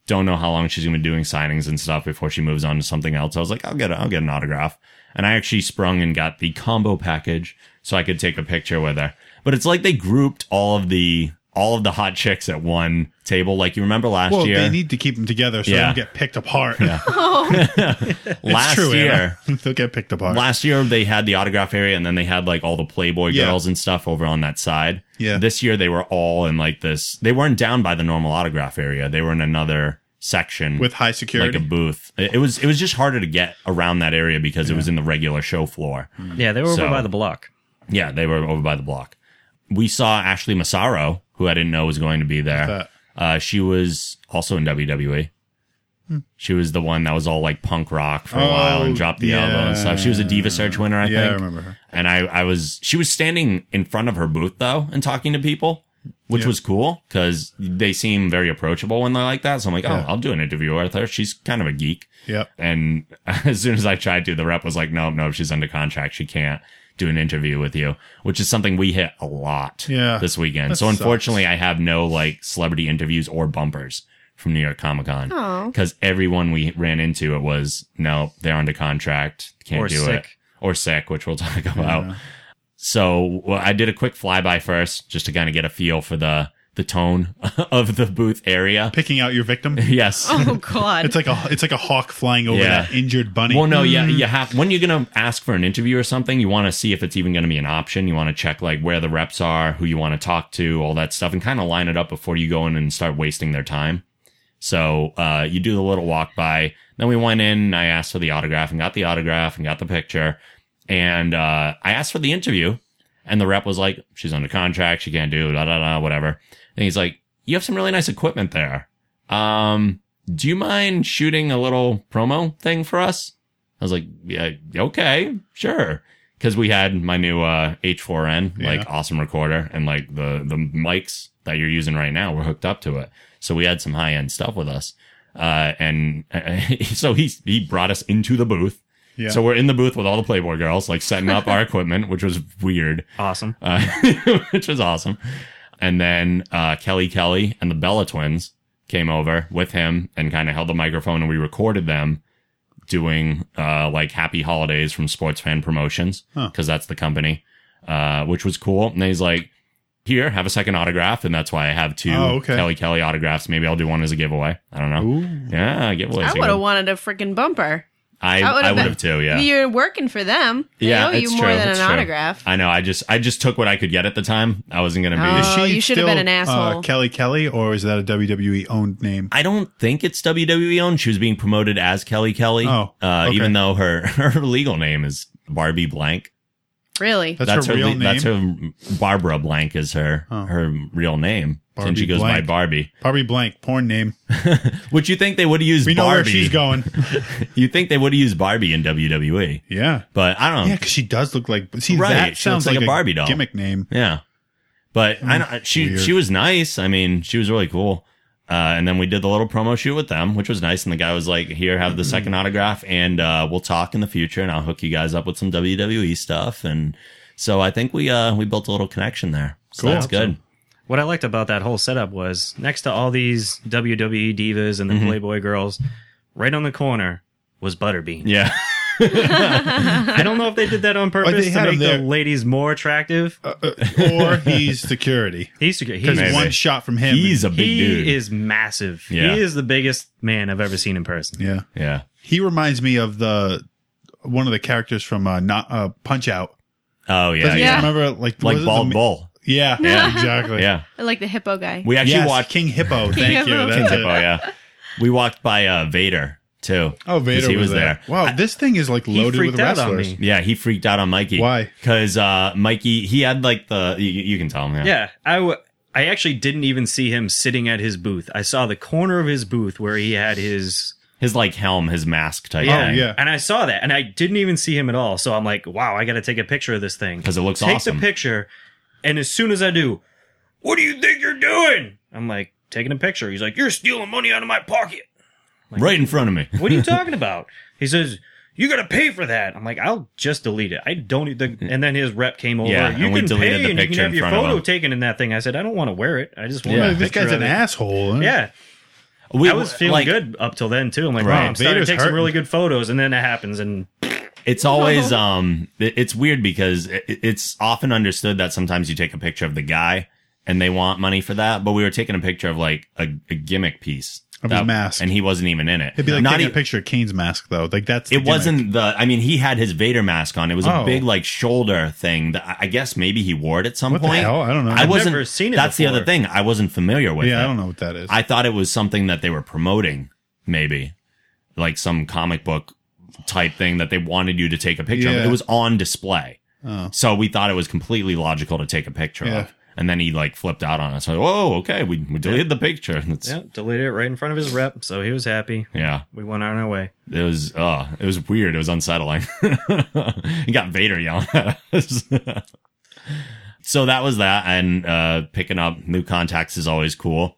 [SPEAKER 3] Don't know how long she's going to be doing signings and stuff before she moves on to something else. I was like, I'll get, a, I'll get an autograph. And I actually sprung and got the combo package so I could take a picture with her. But it's like they grouped all of the all of the hot chicks at one table. Like you remember last
[SPEAKER 4] Well,
[SPEAKER 3] year,
[SPEAKER 4] they need to keep them together so
[SPEAKER 3] Yeah.
[SPEAKER 4] they don't get picked apart.
[SPEAKER 3] last
[SPEAKER 4] True,
[SPEAKER 3] year.
[SPEAKER 4] Anna. they'll get picked apart.
[SPEAKER 3] Last year they had the autograph area, and then they had like all the Playboy
[SPEAKER 4] Yeah.
[SPEAKER 3] girls and stuff over on that side.
[SPEAKER 4] Yeah.
[SPEAKER 3] This year they were all in like this. They weren't down by the normal autograph area. They were in another section
[SPEAKER 4] with high security.
[SPEAKER 3] like a booth. It, it was it was just harder to get around that area because it was in the regular show floor.
[SPEAKER 4] Mm.
[SPEAKER 6] Yeah, they were
[SPEAKER 3] So-
[SPEAKER 6] over by the block.
[SPEAKER 3] Yeah, they were over by the block. We saw Ashley Massaro, who I didn't know was going to be there.
[SPEAKER 4] that? Hmm.
[SPEAKER 3] Uh, she was also in WWE. She was the one that was all like punk rock for a while
[SPEAKER 4] Oh,
[SPEAKER 3] and dropped the elbow and stuff. She was a Diva Search winner, I
[SPEAKER 4] yeah,
[SPEAKER 3] think.
[SPEAKER 4] I remember her.
[SPEAKER 3] And I, I was, she was standing in front of her booth though and talking to people, which
[SPEAKER 4] Yeah.
[SPEAKER 3] was cool because they seem very approachable when they're like that. So I'm like, oh,
[SPEAKER 4] Yeah.
[SPEAKER 3] I'll do an interview with her. She's kind of a geek.
[SPEAKER 4] Yep.
[SPEAKER 3] And as soon as I tried to, the rep was like, no, no, she's under contract. She can't do an interview with you, which is something we hit a lot
[SPEAKER 4] Yeah.
[SPEAKER 3] this weekend.
[SPEAKER 4] That
[SPEAKER 3] So
[SPEAKER 4] sucks.
[SPEAKER 3] unfortunately, I have no like celebrity interviews or bumpers from New York Comic Con
[SPEAKER 5] Aw.
[SPEAKER 3] because everyone we ran into, it was no, they're under contract, can't
[SPEAKER 6] Or
[SPEAKER 3] do it,
[SPEAKER 6] sick.
[SPEAKER 3] or sick, which we'll talk about. So well, I did a quick flyby first just to kind of get a feel for the the tone of the booth area.
[SPEAKER 4] Picking out your victim.
[SPEAKER 3] Yes.
[SPEAKER 5] Oh God.
[SPEAKER 4] It's like a it's like a hawk flying over
[SPEAKER 3] Yeah.
[SPEAKER 4] that injured bunny.
[SPEAKER 3] Well, no,
[SPEAKER 5] Hmm.
[SPEAKER 4] Hmm.
[SPEAKER 3] yeah, you have when you're gonna ask for an interview or something, you want to see if it's even gonna be an option. You want to check like where the reps are, who you want to talk to, all that stuff, and kind of line it up before you go in and start wasting their time. So uh, you do the little walk by. Then we went in. And I asked for the autograph and got the autograph and got the picture. And uh, I asked for the interview, and the rep was like, "She's under contract. She can't do da da da whatever." And he's like, "You have some really nice equipment there. Um, do you mind shooting a little promo thing for us?" I was like, yeah, okay, sure. Cause we had my new, uh, H4N, like awesome recorder and like the, the mics that you're using right now were hooked up to it. So we had some high end stuff with us. Uh, and so he, he brought us into the booth.
[SPEAKER 4] Yeah.
[SPEAKER 3] So we're in the booth with all the Playboy girls, like setting up our equipment, which was weird,
[SPEAKER 6] Awesome.
[SPEAKER 3] uh, which was awesome. And then, uh, Kelly Kelly and the Bella twins came over with him and kind of held the microphone and we recorded them doing uh, like happy holidays from sports fan promotions because that's the company uh, which was cool and he's like here have a second autograph and that's why i have two
[SPEAKER 4] Oh, okay.
[SPEAKER 3] kelly kelly autographs maybe i'll do one as a giveaway i don't know yeah giveaways
[SPEAKER 5] I
[SPEAKER 3] are
[SPEAKER 5] would have
[SPEAKER 3] good.
[SPEAKER 5] wanted a freaking bumper.
[SPEAKER 3] i,
[SPEAKER 5] I would've
[SPEAKER 3] I would have too
[SPEAKER 5] been-
[SPEAKER 3] yeah
[SPEAKER 5] You're working for them. They
[SPEAKER 3] yeah,
[SPEAKER 5] owe you
[SPEAKER 3] it's
[SPEAKER 5] more
[SPEAKER 3] true.
[SPEAKER 5] than
[SPEAKER 3] it's
[SPEAKER 5] an
[SPEAKER 3] true.
[SPEAKER 5] autograph.
[SPEAKER 3] I know. I just I just took what I could get at the time. I wasn't gonna be.
[SPEAKER 5] Oh.
[SPEAKER 4] Is she
[SPEAKER 5] you should have
[SPEAKER 4] still,
[SPEAKER 5] been an asshole.
[SPEAKER 4] Uh, Kelly Kelly, or is that a WWE owned name?
[SPEAKER 3] I don't think it's WWE owned. She was being promoted as Kelly Kelly.
[SPEAKER 4] Oh,
[SPEAKER 3] uh,
[SPEAKER 4] okay.
[SPEAKER 3] even though her her legal name is Barbie Blank.
[SPEAKER 5] Really?
[SPEAKER 4] That's,
[SPEAKER 3] that's,
[SPEAKER 4] her,
[SPEAKER 3] her,
[SPEAKER 4] real
[SPEAKER 3] le-
[SPEAKER 4] name. Oh.
[SPEAKER 3] That's her Barbara Blank is her her real name. and
[SPEAKER 4] Barbie
[SPEAKER 3] she goes by
[SPEAKER 4] Blank.
[SPEAKER 3] Barbie.
[SPEAKER 4] Probably blank porn name.
[SPEAKER 3] Which you think they would have used
[SPEAKER 4] We know
[SPEAKER 3] Barbie?
[SPEAKER 4] where she's going.
[SPEAKER 3] You think they would have used Barbie in WWE?
[SPEAKER 4] yeah.
[SPEAKER 3] But I don't.
[SPEAKER 4] Yeah,
[SPEAKER 3] know.
[SPEAKER 4] because she does look like. See,
[SPEAKER 3] Right, she
[SPEAKER 4] that
[SPEAKER 3] looks
[SPEAKER 4] sounds
[SPEAKER 3] like
[SPEAKER 4] like,
[SPEAKER 3] a Barbie doll.
[SPEAKER 4] gimmick name.
[SPEAKER 3] Yeah. But I don't, she
[SPEAKER 4] Mm, weird.
[SPEAKER 3] she was nice. I mean, she was really cool. Uh, and then we did the little promo shoot with them, which was nice. And the guy was like, "Here, have the second
[SPEAKER 4] Mm-hmm.
[SPEAKER 3] autograph, and uh, we'll talk in the future, and I'll hook you guys up with some WWE stuff." And so I think we uh, we built a little connection there. So
[SPEAKER 6] Cool.
[SPEAKER 3] that's good.
[SPEAKER 6] What I liked about that whole setup was next to all these WWE divas
[SPEAKER 3] Mm-hmm.
[SPEAKER 6] and the Playboy girls, right on the corner was Butterbean.
[SPEAKER 3] Yeah,
[SPEAKER 6] I don't know if they did that on
[SPEAKER 4] they
[SPEAKER 6] purpose to
[SPEAKER 4] had him
[SPEAKER 6] make the
[SPEAKER 4] there. Uh,
[SPEAKER 6] ladies more attractive.
[SPEAKER 4] or he's security.
[SPEAKER 6] he's he's,
[SPEAKER 4] Because
[SPEAKER 3] Maybe.
[SPEAKER 4] one shot from him.
[SPEAKER 3] he's a big
[SPEAKER 6] he
[SPEAKER 3] dude.
[SPEAKER 6] is massive.
[SPEAKER 3] Yeah.
[SPEAKER 6] He is the biggest man I've ever seen in person.
[SPEAKER 4] yeah.
[SPEAKER 3] yeah.
[SPEAKER 4] He reminds me of the one of the characters from uh, not uh, Punch Out.
[SPEAKER 3] Oh yeah,
[SPEAKER 4] Doesn't
[SPEAKER 3] yeah.
[SPEAKER 4] he
[SPEAKER 5] Yeah.
[SPEAKER 4] remember like was
[SPEAKER 3] Like
[SPEAKER 4] it
[SPEAKER 3] bald
[SPEAKER 4] the,
[SPEAKER 3] bull.
[SPEAKER 4] Yeah, yeah, exactly.
[SPEAKER 3] Yeah,
[SPEAKER 5] I like the hippo guy.
[SPEAKER 3] we actually
[SPEAKER 4] Yes,
[SPEAKER 3] watched
[SPEAKER 4] King Hippo. Thank you.
[SPEAKER 5] Hippo.
[SPEAKER 4] That's
[SPEAKER 5] King
[SPEAKER 4] it.
[SPEAKER 3] Hippo. Yeah, we walked by uh, Vader too.
[SPEAKER 4] Oh,
[SPEAKER 3] 'cause
[SPEAKER 4] Vader
[SPEAKER 3] He was there.
[SPEAKER 4] Wow, this thing is like
[SPEAKER 6] He
[SPEAKER 4] loaded
[SPEAKER 6] freaked
[SPEAKER 4] with
[SPEAKER 6] out on
[SPEAKER 4] wrestlers.
[SPEAKER 6] me.
[SPEAKER 3] Yeah, he freaked out on Mikey.
[SPEAKER 4] Why?
[SPEAKER 3] Because uh, Mikey, he had like the you, you can tell him. Yeah.
[SPEAKER 6] Yeah, I, w- I actually didn't even see him sitting at his booth. I saw the corner of his booth where he had his
[SPEAKER 3] his like helm, his mask type.
[SPEAKER 4] Yeah.
[SPEAKER 3] thing.
[SPEAKER 4] Oh, yeah.
[SPEAKER 6] And I saw that, and I didn't even see him at all. So I'm like, wow, I got to take a picture of this thing
[SPEAKER 3] 'Cause it looks
[SPEAKER 6] take
[SPEAKER 3] awesome.
[SPEAKER 6] the picture, and as soon as I do, what do you think you're doing? I'm like taking a picture. He's like, you're stealing money out of my pocket.
[SPEAKER 3] right in front of me.
[SPEAKER 6] What are you talking about? He says. You gotta pay for that. I'm like, I'll just delete it. I don't need the. And then his rep came over.
[SPEAKER 3] Yeah,
[SPEAKER 6] you
[SPEAKER 3] and we
[SPEAKER 6] can
[SPEAKER 3] deleted
[SPEAKER 6] pay
[SPEAKER 3] the
[SPEAKER 6] and you
[SPEAKER 3] picture
[SPEAKER 6] can have
[SPEAKER 3] in
[SPEAKER 6] your
[SPEAKER 3] front of
[SPEAKER 6] photo
[SPEAKER 3] him."
[SPEAKER 6] taken in that thing. I said, I don't want to wear it. I just want.
[SPEAKER 4] Yeah,
[SPEAKER 6] a
[SPEAKER 4] this
[SPEAKER 6] picture
[SPEAKER 4] guy's
[SPEAKER 6] of
[SPEAKER 4] an
[SPEAKER 6] it."
[SPEAKER 4] asshole. huh?
[SPEAKER 6] Yeah,
[SPEAKER 3] We,
[SPEAKER 6] I was feeling
[SPEAKER 3] like,
[SPEAKER 6] good up till then too. I'm like,
[SPEAKER 3] Right.
[SPEAKER 6] wow, I'm starting to
[SPEAKER 4] Vader's
[SPEAKER 6] take some
[SPEAKER 4] hurting.
[SPEAKER 6] really good photos, and then it happens, and
[SPEAKER 3] It's always um, it- it's weird because it, it's often understood that sometimes you take a picture of the guy and they want money for that, but we were taking a picture of like a, a gimmick piece
[SPEAKER 4] Of his
[SPEAKER 3] that-
[SPEAKER 4] mask.
[SPEAKER 3] and he wasn't even in it.
[SPEAKER 4] It'd be like
[SPEAKER 3] Not
[SPEAKER 4] taking
[SPEAKER 3] e-
[SPEAKER 4] a picture of Kane's mask though. Like that's the
[SPEAKER 3] It
[SPEAKER 4] gimmick.
[SPEAKER 3] wasn't the. I mean, he had his Vader mask on. It was a
[SPEAKER 4] Oh.
[SPEAKER 3] big like shoulder thing. That I- I guess maybe he wore it at some
[SPEAKER 4] What the
[SPEAKER 3] point.
[SPEAKER 4] hell? I don't know.
[SPEAKER 3] I
[SPEAKER 4] I've
[SPEAKER 3] wasn't.
[SPEAKER 6] never seen it
[SPEAKER 3] that's the other
[SPEAKER 6] before.
[SPEAKER 3] thing. I wasn't familiar with.
[SPEAKER 4] Yeah,
[SPEAKER 3] it.
[SPEAKER 4] I don't know what that is.
[SPEAKER 3] I thought it was something that they were promoting, maybe like some comic book type thing that they wanted you to take a picture
[SPEAKER 4] Yeah.
[SPEAKER 3] of. It was on display,
[SPEAKER 4] Oh.
[SPEAKER 3] so we thought it was completely logical to take a picture
[SPEAKER 4] Yeah.
[SPEAKER 3] of. And then he like flipped out on us. Like, whoa, okay, we, we deleted the picture. That's,
[SPEAKER 6] yeah, deleted it right in front of his rep. So he was happy.
[SPEAKER 3] yeah,
[SPEAKER 6] We went on our way.
[SPEAKER 3] it was uh, it was weird. It was unsettling. he got Vader yelling at us. so that was that, and uh, picking up new contacts is always cool.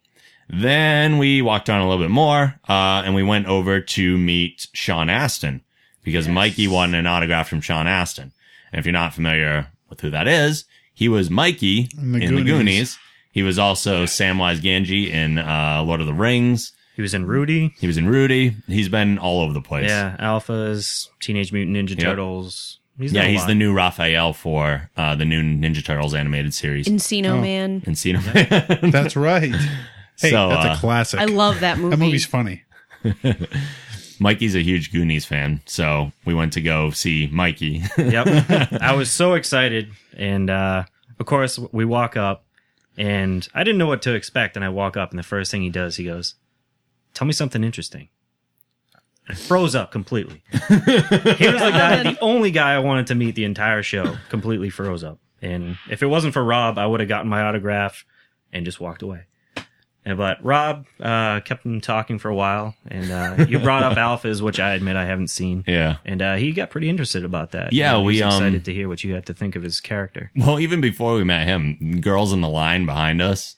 [SPEAKER 3] Then we walked on a little bit more, uh, and we went over to meet Sean Aston because Mikey won an autograph from Sean Aston. And if you're not familiar with who that is, he was Mikey in
[SPEAKER 4] the
[SPEAKER 3] the Goonies.
[SPEAKER 4] Goonies.
[SPEAKER 3] He was also Samwise Ganji in uh, Lord of the Rings.
[SPEAKER 6] He was in Rudy.
[SPEAKER 3] He was in Rudy. He's been all over the place.
[SPEAKER 6] Yeah, Alphas, Teenage Mutant Ninja Turtles. He's
[SPEAKER 3] Yeah,
[SPEAKER 6] done a
[SPEAKER 3] he's
[SPEAKER 6] lot.
[SPEAKER 3] the new Raphael for uh, the new Ninja Turtles animated series.
[SPEAKER 5] Encino Man.
[SPEAKER 3] Encino Man.
[SPEAKER 4] That's right. Hey,
[SPEAKER 3] So,
[SPEAKER 4] that's
[SPEAKER 3] uh,
[SPEAKER 4] a classic.
[SPEAKER 5] I love that movie.
[SPEAKER 4] that movie's funny.
[SPEAKER 3] Mikey's a huge Goonies fan, so we went to go see Mikey.
[SPEAKER 6] yep. I was so excited, and uh, of course we walk up, and I didn't know what to expect. And I walk up, and the first thing he does, he goes, "Tell me something interesting." I froze up completely. he was like that, the only guy I wanted to meet the entire show. Completely froze up, and if it wasn't for Rob, I would have gotten my autograph and just walked away. And but Rob uh, kept him talking for a while, and uh, you brought up Alphas, which I admit I haven't seen
[SPEAKER 3] yeah.
[SPEAKER 6] and uh, he got pretty interested about that.
[SPEAKER 3] Yeah,
[SPEAKER 6] You know, he was
[SPEAKER 3] we, um,
[SPEAKER 6] excited to hear what you had to think of his character.
[SPEAKER 3] Well, even before we met him, girls in the line behind us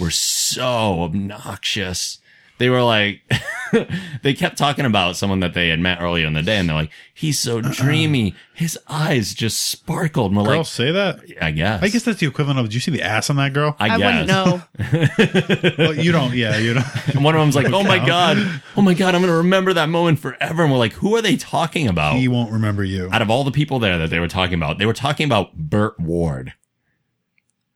[SPEAKER 3] were so obnoxious. They were like, they kept talking about someone that they had met earlier in the day, and they're like, he's so dreamy. His eyes just sparkled. And we're like,
[SPEAKER 4] Girls say that.
[SPEAKER 3] I guess.
[SPEAKER 4] I guess that's the equivalent of. Did you see the ass on that girl?
[SPEAKER 3] I,
[SPEAKER 5] I
[SPEAKER 3] guess.
[SPEAKER 5] wouldn't know.
[SPEAKER 4] well, you don't. Yeah, you don't.
[SPEAKER 3] And one of them's like, "Oh my god, oh my god, I'm gonna remember that moment forever." And we're like, "Who are they talking about?"
[SPEAKER 4] He won't remember you.
[SPEAKER 3] Out of all the people there that they were talking about, they were talking about Burt Ward,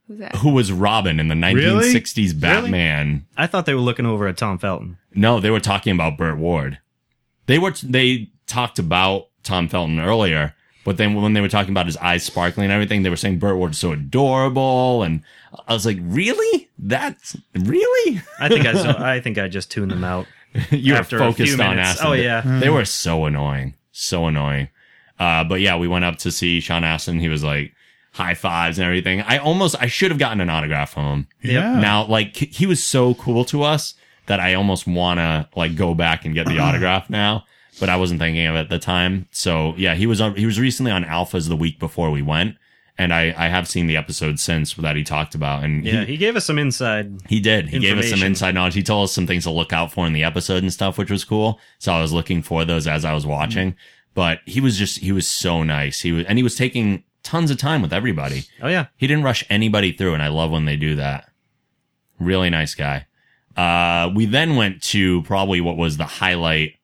[SPEAKER 5] Who's that?
[SPEAKER 3] who was Robin in the 1960s Batman.
[SPEAKER 6] I thought they were looking over at Tom Felton.
[SPEAKER 3] No, they were talking about Burt Ward. They were they talked about Tom Felton earlier, but then when they were talking about his eyes sparkling and everything, they were saying Burt Ward's so adorable, and I was like, "Really? That's really?"
[SPEAKER 6] I think I, zo- I think I just tuned them out.
[SPEAKER 3] you were
[SPEAKER 6] after a
[SPEAKER 3] focused
[SPEAKER 6] few
[SPEAKER 3] on
[SPEAKER 6] minutes.
[SPEAKER 3] Aston.
[SPEAKER 6] Oh, yeah.
[SPEAKER 3] they were so annoying, so annoying. Uh, but yeah, we went up to see Sean Aston. He was like high fives and everything. I almost I should have gotten an autograph from him.
[SPEAKER 4] Yeah.
[SPEAKER 3] Now, like he was so cool to us that I almost wanna like go back and get the autograph now. But I wasn't thinking of it at the time. So yeah, he was on. He was recently on Alphas the week before we went, and I, I have seen the episode since that he talked about, and
[SPEAKER 6] Yeah,
[SPEAKER 3] he,
[SPEAKER 6] he gave us some inside.
[SPEAKER 3] he did. He gave us some
[SPEAKER 6] Information.
[SPEAKER 3] inside knowledge. He told us some things to look out for in the episode and stuff, which was cool. So I was looking for those as I was watching. But he was just he was so nice. He was and he was taking tons of time with everybody.
[SPEAKER 6] Oh yeah,
[SPEAKER 3] He didn't rush anybody through, and I love when they do that. Really nice guy. Uh, we then went to probably what was the highlight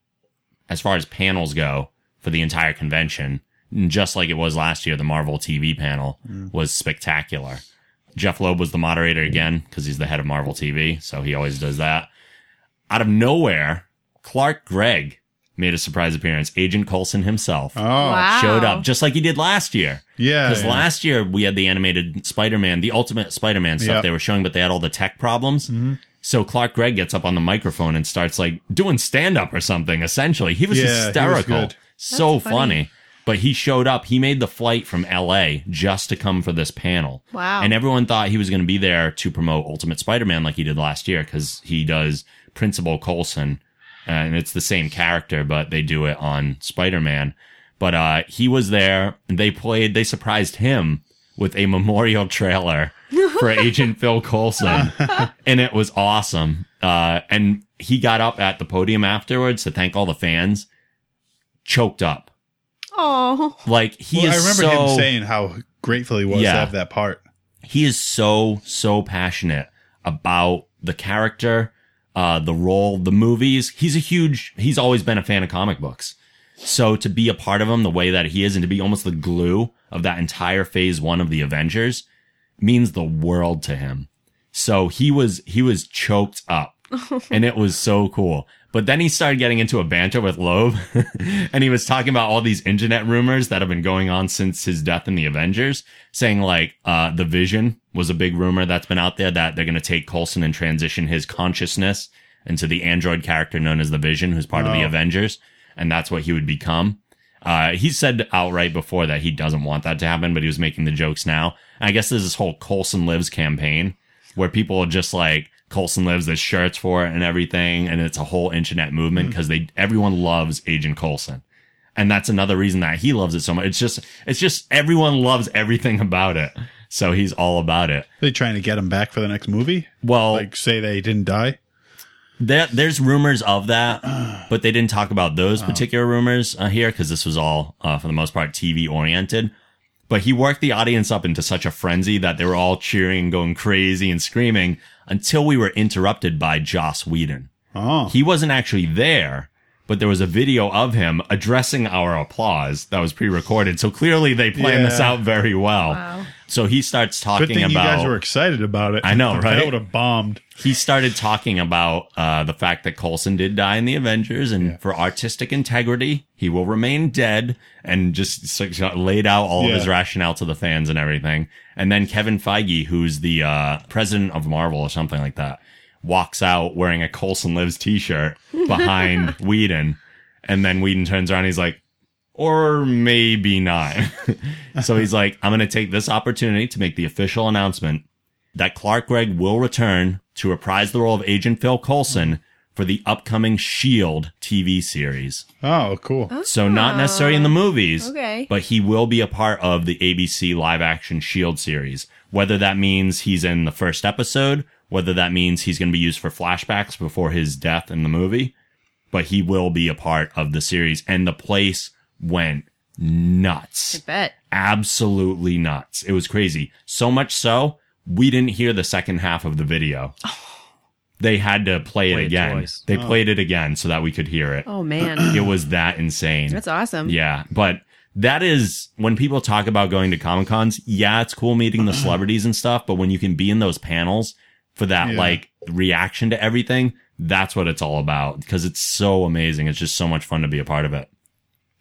[SPEAKER 3] as far as panels go for the entire convention. And Just like it was last year, the Marvel TV panel was spectacular. Jeff Loeb was the moderator again because he's the head of Marvel TV, so he always does that. Out of nowhere, Clark Gregg made a surprise appearance. Agent Coulson himself
[SPEAKER 4] Oh.
[SPEAKER 5] wow.
[SPEAKER 3] showed up just like he did last year.
[SPEAKER 4] Yeah,
[SPEAKER 3] Because
[SPEAKER 4] yeah.
[SPEAKER 3] last year we had the animated Spider Man, the ultimate Spider Man stuff
[SPEAKER 4] Yep. Mm-hmm.
[SPEAKER 3] they were showing, but they had all the tech problems. So Clark Gregg gets up on the microphone and starts like doing stand up or something, essentially. He was
[SPEAKER 4] Yeah, he was
[SPEAKER 3] hysterical.
[SPEAKER 4] good.
[SPEAKER 3] so
[SPEAKER 5] That's
[SPEAKER 3] funny.
[SPEAKER 5] funny.
[SPEAKER 3] But he showed up. He made the flight from LA just to come for this panel.
[SPEAKER 5] Wow.
[SPEAKER 3] And everyone thought he was going to be there to promote Ultimate Spider Man like he did last year because he does Principal Coulson and it's the same character, but they do it on Spider Man. But uh, he was there. And they played. They surprised him with a memorial trailer for Agent Phil Coulson, and it was awesome. Uh, and he got up at the podium afterwards to thank all the fans. Choked up,
[SPEAKER 5] Oh,
[SPEAKER 3] like he
[SPEAKER 4] Well, I
[SPEAKER 3] is
[SPEAKER 4] remember
[SPEAKER 3] so.
[SPEAKER 4] him saying how grateful he was
[SPEAKER 3] Yeah.
[SPEAKER 4] to have that part.
[SPEAKER 3] he is so so passionate about the character uh the role the movies he's a huge he's always been a fan of comic books so to be a part of him the way that he is and to be almost the glue of that entire phase one of the avengers means the world to him so he was he was choked up and it was so cool but then he started getting into a banter with Loeb and he was talking about all these internet rumors that have been going on since his death in the Avengers, saying like uh the vision was a big rumor that's been out there that they're gonna take Coulson and transition his consciousness into the android character known as the Vision, who's part of the Avengers, and that's what he would become. Uh, he said outright before that he doesn't want that to happen, but he was making the jokes now. And I guess there's this whole Colson Lives campaign where people are just like Colson Lives, there's shirts for it and everything, and it's a whole internet movement because they everyone loves Agent Colson. And that's another reason that he loves it so much. It's just it's just everyone loves everything about it. So he's all about it.
[SPEAKER 4] Are they trying to get him back for the next movie?
[SPEAKER 3] Well,
[SPEAKER 4] Like say they didn't die.
[SPEAKER 3] There, there's rumors of that, but they didn't talk about those particular rumors uh, here because this was all, uh, for the most part, TV oriented. But he worked the audience up into such a frenzy that they were all cheering, going crazy, and screaming until we were interrupted by Joss Whedon.
[SPEAKER 4] Oh,
[SPEAKER 3] He wasn't actually there, but there was a video of him addressing our applause that was pre-recorded. So clearly they planned this
[SPEAKER 4] Yeah.
[SPEAKER 3] out very well.
[SPEAKER 5] Wow.
[SPEAKER 3] So he starts talking
[SPEAKER 4] good thing
[SPEAKER 3] about
[SPEAKER 4] you guys were excited about it.
[SPEAKER 3] I know, right?
[SPEAKER 4] That would have bombed.
[SPEAKER 3] he started talking about uh, the fact that Coulson did die in the Avengers, and for artistic integrity, he will remain dead, and just so- so laid out all of his
[SPEAKER 4] Yeah.
[SPEAKER 3] rationale to the fans and everything. And then Kevin Feige, who's the uh, president of Marvel or something like that, walks out wearing a Coulson Lives T-shirt behind Whedon, and then Whedon turns around, he's like, or maybe not. so he's like, I'm going to take this opportunity to make the official announcement that Clark Gregg will return to reprise the role of Agent Phil Coulson for the upcoming S.H.I.E.L.D. TV series.
[SPEAKER 4] Oh, cool.
[SPEAKER 3] So, not necessarily in the movies,
[SPEAKER 5] Okay.
[SPEAKER 3] but he will be a part of the ABC live action S.H.I.E.L.D. E series. Whether that means he's in the first episode, whether that means he's going to be used for flashbacks before his death in the movie, but he will be a part of the series. And the place went nuts
[SPEAKER 5] I bet.
[SPEAKER 3] absolutely nuts. It was crazy. So much so, we didn't hear the second half of the video. They had to play it
[SPEAKER 6] Play it
[SPEAKER 3] again.
[SPEAKER 6] twice.
[SPEAKER 3] They played it again so that we could hear it.
[SPEAKER 5] Oh man,
[SPEAKER 3] It was that insane.
[SPEAKER 5] that's awesome.
[SPEAKER 3] Yeah, but that is when people talk about going to Comic Cons. Yeah, it's cool meeting the celebrities and stuff, but when you can be in those panels for that
[SPEAKER 4] Yeah.
[SPEAKER 3] like reaction to everything, that's what it's all about because it's so amazing. It's just so much fun to be a part of it.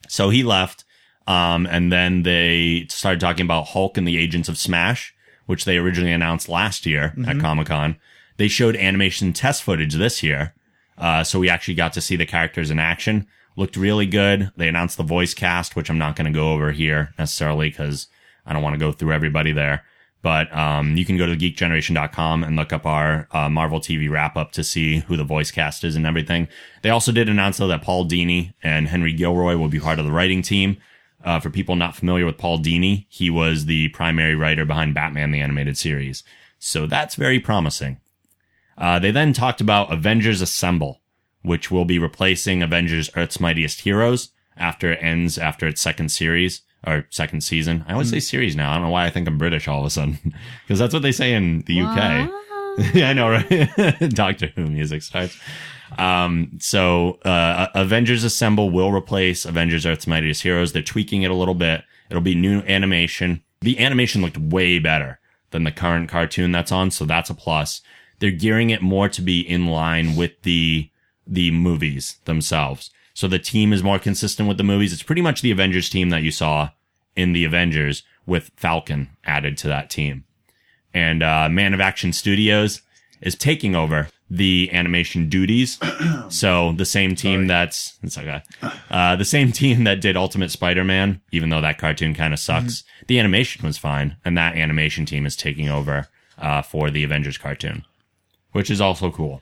[SPEAKER 3] So he left, um, and then they started talking about Hulk and the Agents of Smash, which they originally announced last year at Comic Con. They showed animation test footage this year. Uh, so we actually got to see the characters in action. Looked really good. They announced the voice cast, which I'm not going to go over here necessarily because I don't want to go through everybody there. But um, you can go to geekgeneration.com and look up our uh, Marvel TV wrap up to see who the voice cast is and everything. They also did announce though that Paul Dini and Henry Gilroy will be part of the writing team. Uh, for people not familiar with Paul Dini, he was the primary writer behind Batman the Animated Series. So that's very promising. Uh, they then talked about Avengers Assemble, which will be replacing Avengers Earth's Mightiest Heroes after it ends after its second series or second season. I always say series now. I don't know why I think I'm British all of a sudden because that's what they say in the UK. yeah, I know, right? Doctor Who music starts. Um, so uh, Avengers Assemble will replace Avengers Earth's Mightiest Heroes. They're tweaking it a little bit. It'll be new animation. The animation looked way better than the current cartoon that's on, so that's a plus. They're gearing it more to be in line with the the movies themselves. So the team is more consistent with the movies. It's pretty much the Avengers team that you saw in the Avengers with Falcon added to that team and uh, Man of Action Studios is taking over the animation duties. so the same team that's it's okay, uh, the same team that did Ultimate Spider-Man, even though that cartoon kind of sucks, the animation was fine, and that animation team is taking over uh, for the Avengers cartoon, which is also cool.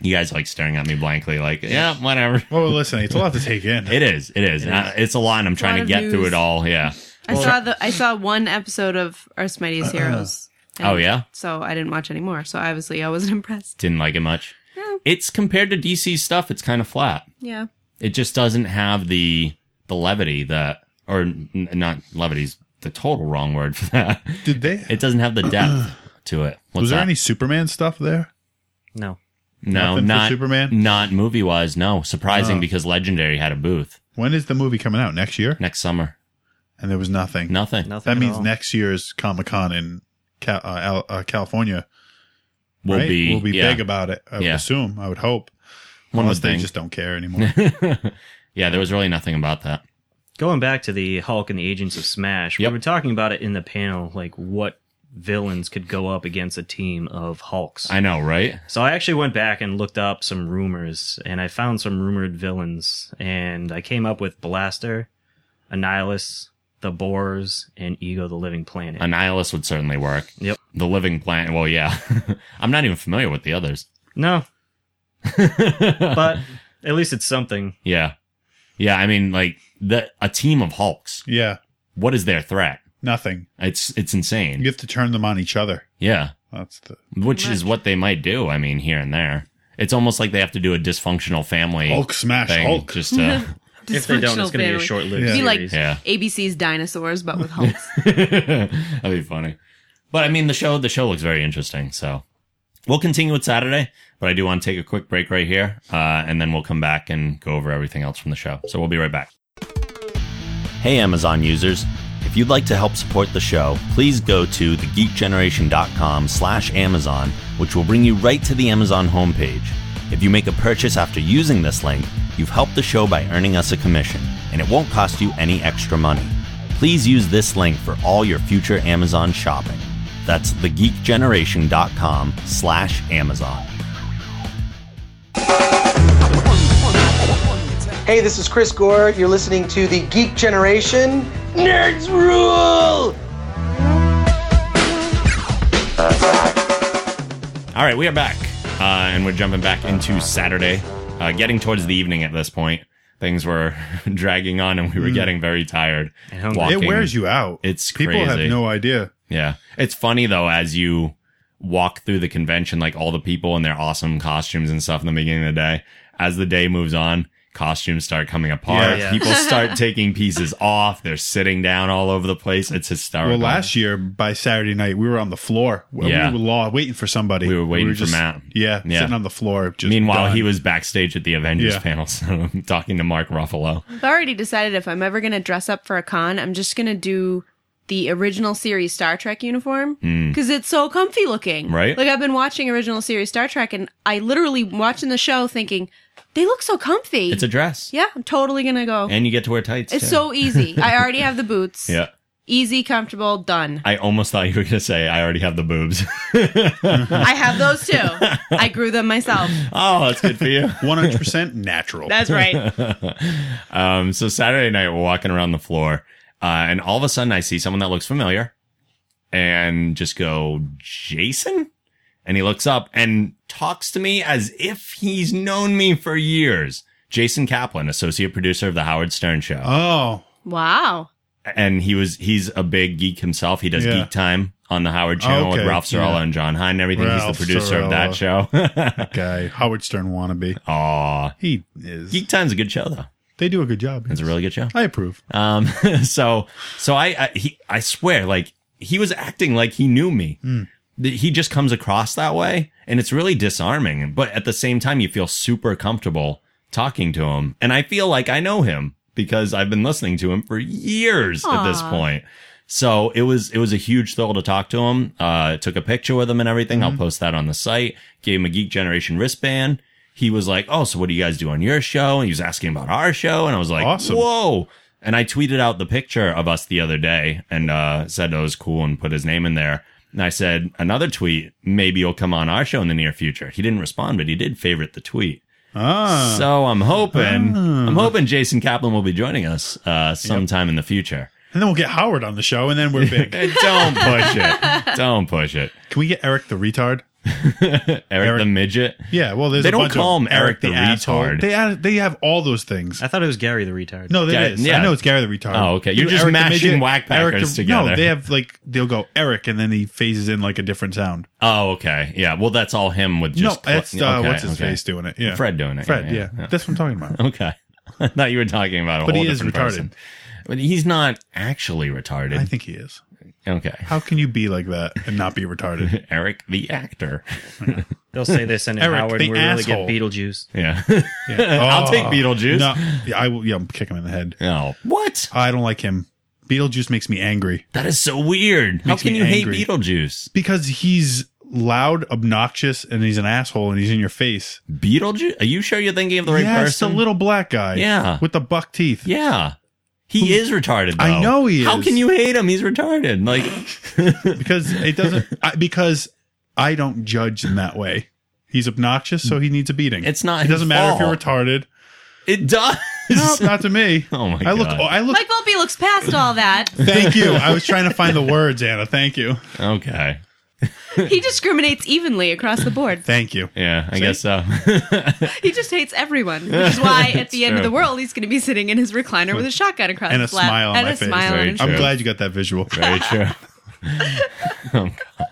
[SPEAKER 3] You guys like staring at me blankly, like yeah, whatever.
[SPEAKER 4] Well, listen, it's a lot to take in.
[SPEAKER 3] It is, it is. Uh, it's a lot. and I'm trying to
[SPEAKER 5] of
[SPEAKER 3] get through
[SPEAKER 5] news.
[SPEAKER 3] it all. Yeah.
[SPEAKER 5] I saw the I saw one episode of Earth's Mightiest Heroes. and
[SPEAKER 3] Uh-uh. Oh, yeah?
[SPEAKER 5] So I didn't watch anymore. So obviously I wasn't impressed.
[SPEAKER 3] Didn't like it much.
[SPEAKER 5] Yeah.
[SPEAKER 3] It's compared to DC stuff. It's kind of flat.
[SPEAKER 5] Yeah.
[SPEAKER 3] it just doesn't have the the levity that or n- not levity's the total wrong word for that.
[SPEAKER 4] Did they?
[SPEAKER 3] It doesn't have the depth to it. What's
[SPEAKER 4] was there
[SPEAKER 3] that?
[SPEAKER 4] any Superman stuff there?
[SPEAKER 6] No.
[SPEAKER 3] no,
[SPEAKER 4] nothing for
[SPEAKER 3] not
[SPEAKER 4] Superman?
[SPEAKER 3] Not movie wise. No, surprising because Legendary had a booth
[SPEAKER 4] When is the movie coming out next year?
[SPEAKER 3] next summer.
[SPEAKER 4] And there was nothing.
[SPEAKER 3] Nothing.
[SPEAKER 6] Nothing.
[SPEAKER 4] That
[SPEAKER 6] at
[SPEAKER 4] means
[SPEAKER 6] all.
[SPEAKER 4] next year's Comic Con in Cal- uh, Al- uh, California
[SPEAKER 3] will
[SPEAKER 4] right?
[SPEAKER 3] be
[SPEAKER 4] will be
[SPEAKER 3] yeah.
[SPEAKER 4] big about it.
[SPEAKER 3] Yeah.
[SPEAKER 4] I would assume. I would hope.
[SPEAKER 3] One
[SPEAKER 4] Unless
[SPEAKER 3] would
[SPEAKER 4] they
[SPEAKER 3] think.
[SPEAKER 4] just don't care anymore.
[SPEAKER 3] yeah, there was really nothing about that.
[SPEAKER 6] Going back to the Hulk and the Agents of Smash,
[SPEAKER 3] Yep.
[SPEAKER 6] we were talking about it in the panel, like what villains could go up against a team of Hulks.
[SPEAKER 3] I know, right?
[SPEAKER 6] So I actually went back and looked up some rumors, and I found some rumored villains, and I came up with Blaster, Annihilus, the Boars, and Ego the Living Planet.
[SPEAKER 3] Annihilus would certainly work.
[SPEAKER 6] Yep.
[SPEAKER 3] The Living Planet. Well, yeah. I'm not even familiar with the others.
[SPEAKER 6] no. but at least it's something.
[SPEAKER 3] Yeah, yeah. I mean, like the a team of Hulks.
[SPEAKER 4] yeah,
[SPEAKER 3] What is their threat?
[SPEAKER 4] nothing.
[SPEAKER 3] It's it's insane.
[SPEAKER 4] You have to turn them on each other.
[SPEAKER 3] Yeah,
[SPEAKER 4] That's the
[SPEAKER 3] which is what they might do. I mean, here and there, it's almost like they have to do a dysfunctional family
[SPEAKER 4] Hulk smash
[SPEAKER 3] thing.
[SPEAKER 4] Hulk.
[SPEAKER 3] Just to,
[SPEAKER 6] If they don't, it's going to be a
[SPEAKER 5] Dysfunctional
[SPEAKER 6] short lived
[SPEAKER 4] Yeah.
[SPEAKER 5] family. Be like
[SPEAKER 6] series.
[SPEAKER 3] Yeah.
[SPEAKER 5] ABC's dinosaurs, but with hulks.
[SPEAKER 3] that'd be funny. But I mean, the show the show looks very interesting. So we'll continue with Saturday, but I do want to take a quick break right here, uh, and then we'll come back and go over everything else from the show. So we'll be right back. Hey, Amazon users. If you'd like to help support the show, please go to thegeekgeneration.com slash Amazon, which will bring you right to the Amazon homepage. If you make a purchase after using this link, you've helped the show by earning us a commission, and it won't cost you any extra money. Please use this link for all your future Amazon shopping. That's thegeekgeneration.com slash Amazon.
[SPEAKER 8] Hey, this is Chris Gore. You're listening to the Geek Generation. Nerds rule!
[SPEAKER 3] All right, we are back, uh, and we're jumping back into Saturday, uh, getting towards the evening at this point. Things were dragging on, and we were getting very tired.
[SPEAKER 6] And hungry.
[SPEAKER 4] Mm. It wears you out.
[SPEAKER 3] It's
[SPEAKER 4] people
[SPEAKER 3] crazy.
[SPEAKER 4] have no idea.
[SPEAKER 3] Yeah, it's funny though as you walk through the convention, like all the people in their awesome costumes and stuff in the beginning of the day. As the day moves on, costumes start coming apart.
[SPEAKER 6] Yeah.
[SPEAKER 3] People start taking pieces off. They're sitting down all over the place. It's hysterical.
[SPEAKER 4] Well, last year by Saturday night we were on the floor. We-
[SPEAKER 3] Yeah.
[SPEAKER 4] We were law, waiting for somebody.
[SPEAKER 3] We were waiting for
[SPEAKER 4] just-
[SPEAKER 3] Matt.
[SPEAKER 4] Yeah,
[SPEAKER 3] Yeah.
[SPEAKER 4] sitting on the floor. Just
[SPEAKER 3] Meanwhile,
[SPEAKER 4] done.
[SPEAKER 3] he was backstage at the Avengers
[SPEAKER 4] Yeah.
[SPEAKER 3] panel, so talking to Mark Ruffalo.
[SPEAKER 5] I've already decided if I'm ever going to dress up for a con, I'm just going to do the original series Star Trek uniform because it's so comfy looking.
[SPEAKER 3] Hmm. Right.
[SPEAKER 5] Like I've been watching original series Star Trek and I literally watching the show thinking, they look so comfy.
[SPEAKER 3] It's a dress,
[SPEAKER 5] yeah, I'm totally going to go.
[SPEAKER 3] and you get to wear tights.
[SPEAKER 5] it's
[SPEAKER 3] too.
[SPEAKER 5] so easy. I already have the boots.
[SPEAKER 3] yeah.
[SPEAKER 5] Easy, comfortable, done.
[SPEAKER 3] I almost thought you were gonna say I already have the boobs.
[SPEAKER 5] I have those too. I grew them myself.
[SPEAKER 3] oh, that's good for you.
[SPEAKER 4] one hundred percent natural.
[SPEAKER 5] That's right.
[SPEAKER 3] Um, so Saturday night, we're walking around the floor, uh, and all of a sudden, I see someone that looks familiar, and just go, Jason. And he looks up and talks to me as if he's known me for years. Jason Kaplan, associate producer of the Howard Stern Show.
[SPEAKER 4] oh,
[SPEAKER 5] Wow.
[SPEAKER 3] and he was he's a big geek himself. He does
[SPEAKER 4] Yeah.
[SPEAKER 3] Geek Time on the Howard Channel
[SPEAKER 4] Okay,
[SPEAKER 3] with Ralph Sorella
[SPEAKER 4] yeah.
[SPEAKER 3] and John Hine and everything.
[SPEAKER 4] Ralph
[SPEAKER 3] he's the producer of that show.
[SPEAKER 4] guy, Howard Stern wannabe.
[SPEAKER 3] Aw.
[SPEAKER 4] He is.
[SPEAKER 3] Geek Time's a good show though.
[SPEAKER 4] they do a good job.
[SPEAKER 3] It's a really good show.
[SPEAKER 4] I approve.
[SPEAKER 3] Um, so so I I, he, I swear, like he was acting like he knew me. Th- He just comes across that way, and it's really disarming. But at the same time, you feel super comfortable talking to him, and I feel like I know him because I've been listening to him for years at this
[SPEAKER 5] Aw.
[SPEAKER 3] point. So it was it was a huge thrill to talk to him. Uh, took a picture with him and everything. I'll post that on the site. Gave him a Geek Generation wristband. He was like, "Oh, so what do you guys do on your show?" And he was asking about our show, and I was like,
[SPEAKER 4] Awesome.
[SPEAKER 3] "Whoa!" And I tweeted out the picture of us the other day and uh, said it was cool and put his name in there. And I said another tweet, maybe you'll come on our show in the near future. He didn't respond, but he did favorite the tweet.
[SPEAKER 4] Ah,
[SPEAKER 3] So I'm hoping,
[SPEAKER 4] Uh.
[SPEAKER 3] I'm hoping Jason Kaplan will be joining us uh, sometime in the future.
[SPEAKER 4] and then we'll get Howard on the show, and then we're big.
[SPEAKER 3] Eh, Don't push it. Don't push it.
[SPEAKER 4] Can we get Eric the retard?
[SPEAKER 3] Eric, the midget.
[SPEAKER 4] Yeah. Well, there's
[SPEAKER 3] They
[SPEAKER 4] a
[SPEAKER 3] don't
[SPEAKER 4] bunch
[SPEAKER 3] call
[SPEAKER 4] of
[SPEAKER 3] him Eric the
[SPEAKER 4] asshole.
[SPEAKER 3] retard.
[SPEAKER 4] They add, they have all those things.
[SPEAKER 6] I thought it was Gary the retard.
[SPEAKER 4] No, that
[SPEAKER 3] Yeah,
[SPEAKER 4] is.
[SPEAKER 3] yeah.
[SPEAKER 4] I know it's Gary the retard.
[SPEAKER 3] Oh, okay. You're
[SPEAKER 4] They do
[SPEAKER 3] just
[SPEAKER 4] Eric the
[SPEAKER 3] mashing
[SPEAKER 4] Midget,
[SPEAKER 3] whack
[SPEAKER 4] Eric
[SPEAKER 3] packers
[SPEAKER 4] the-
[SPEAKER 3] together.
[SPEAKER 4] No, they have like they'll go Eric, and then he phases in like a different sound.
[SPEAKER 3] Oh, okay. Yeah. Well, that's all him with just.
[SPEAKER 4] no, that's uh,
[SPEAKER 3] okay,
[SPEAKER 4] what's his
[SPEAKER 3] okay.
[SPEAKER 4] face doing it. Yeah,
[SPEAKER 3] Fred doing it.
[SPEAKER 4] Fred,
[SPEAKER 3] Yeah,
[SPEAKER 4] yeah,
[SPEAKER 3] yeah, yeah.
[SPEAKER 4] that's what I'm talking about.
[SPEAKER 3] Okay. I thought you were talking about a
[SPEAKER 4] But
[SPEAKER 3] whole
[SPEAKER 4] he is
[SPEAKER 3] different
[SPEAKER 4] retarded.
[SPEAKER 3] person. But he's not actually retarded.
[SPEAKER 4] I think he is.
[SPEAKER 3] okay.
[SPEAKER 4] How can you be like that and not be retarded?
[SPEAKER 3] Eric the actor.
[SPEAKER 6] They'll say this in
[SPEAKER 4] Eric,
[SPEAKER 6] Howard
[SPEAKER 4] the
[SPEAKER 6] and we really get
[SPEAKER 4] asshole.
[SPEAKER 6] Beetlejuice.
[SPEAKER 3] Yeah.
[SPEAKER 4] Oh.
[SPEAKER 3] I'll take Beetlejuice.
[SPEAKER 4] No, yeah, I will. Yeah, I'm kicking him in the head.
[SPEAKER 3] No. What?
[SPEAKER 4] I don't like him. Beetlejuice makes me angry
[SPEAKER 3] That is so weird. How
[SPEAKER 4] Makes
[SPEAKER 3] can
[SPEAKER 4] me
[SPEAKER 3] you
[SPEAKER 4] angry.
[SPEAKER 3] hate Beetlejuice?
[SPEAKER 4] because he's loud, obnoxious, and he's an asshole, and he's in your face.
[SPEAKER 3] Beetlejuice? Are you sure you're thinking of the right
[SPEAKER 4] yes,
[SPEAKER 3] person?
[SPEAKER 4] the little black guy.
[SPEAKER 3] Yeah.
[SPEAKER 4] with the buck teeth.
[SPEAKER 3] yeah. He is retarded though.
[SPEAKER 4] I know he
[SPEAKER 3] How
[SPEAKER 4] is.
[SPEAKER 3] can you hate him? He's retarded. Like
[SPEAKER 4] because it doesn't. I, because I don't judge in that way. He's obnoxious, so he needs a beating.
[SPEAKER 3] It's not
[SPEAKER 4] It doesn't
[SPEAKER 3] his
[SPEAKER 4] matter
[SPEAKER 3] fault.
[SPEAKER 4] if you're retarded.
[SPEAKER 3] it does.
[SPEAKER 4] No, not to me.
[SPEAKER 3] Oh my
[SPEAKER 4] I look.
[SPEAKER 3] God.
[SPEAKER 4] I look.
[SPEAKER 5] Mike Volpe looks past all that.
[SPEAKER 4] Thank you. I was trying to find the words, Anna. Thank you.
[SPEAKER 3] Okay.
[SPEAKER 5] He discriminates evenly across the board.
[SPEAKER 4] Thank you.
[SPEAKER 3] Yeah, I guess so.
[SPEAKER 5] He just hates everyone, which is why at the end of
[SPEAKER 3] true.
[SPEAKER 5] the world he's going to be sitting in his recliner with a shotgun across
[SPEAKER 4] And a
[SPEAKER 5] his lap
[SPEAKER 4] smile on
[SPEAKER 5] and
[SPEAKER 4] my
[SPEAKER 5] a
[SPEAKER 4] face.
[SPEAKER 5] smile
[SPEAKER 3] Very
[SPEAKER 5] on his
[SPEAKER 3] true.
[SPEAKER 4] I'm glad you got that visual.
[SPEAKER 3] Very true. oh, God.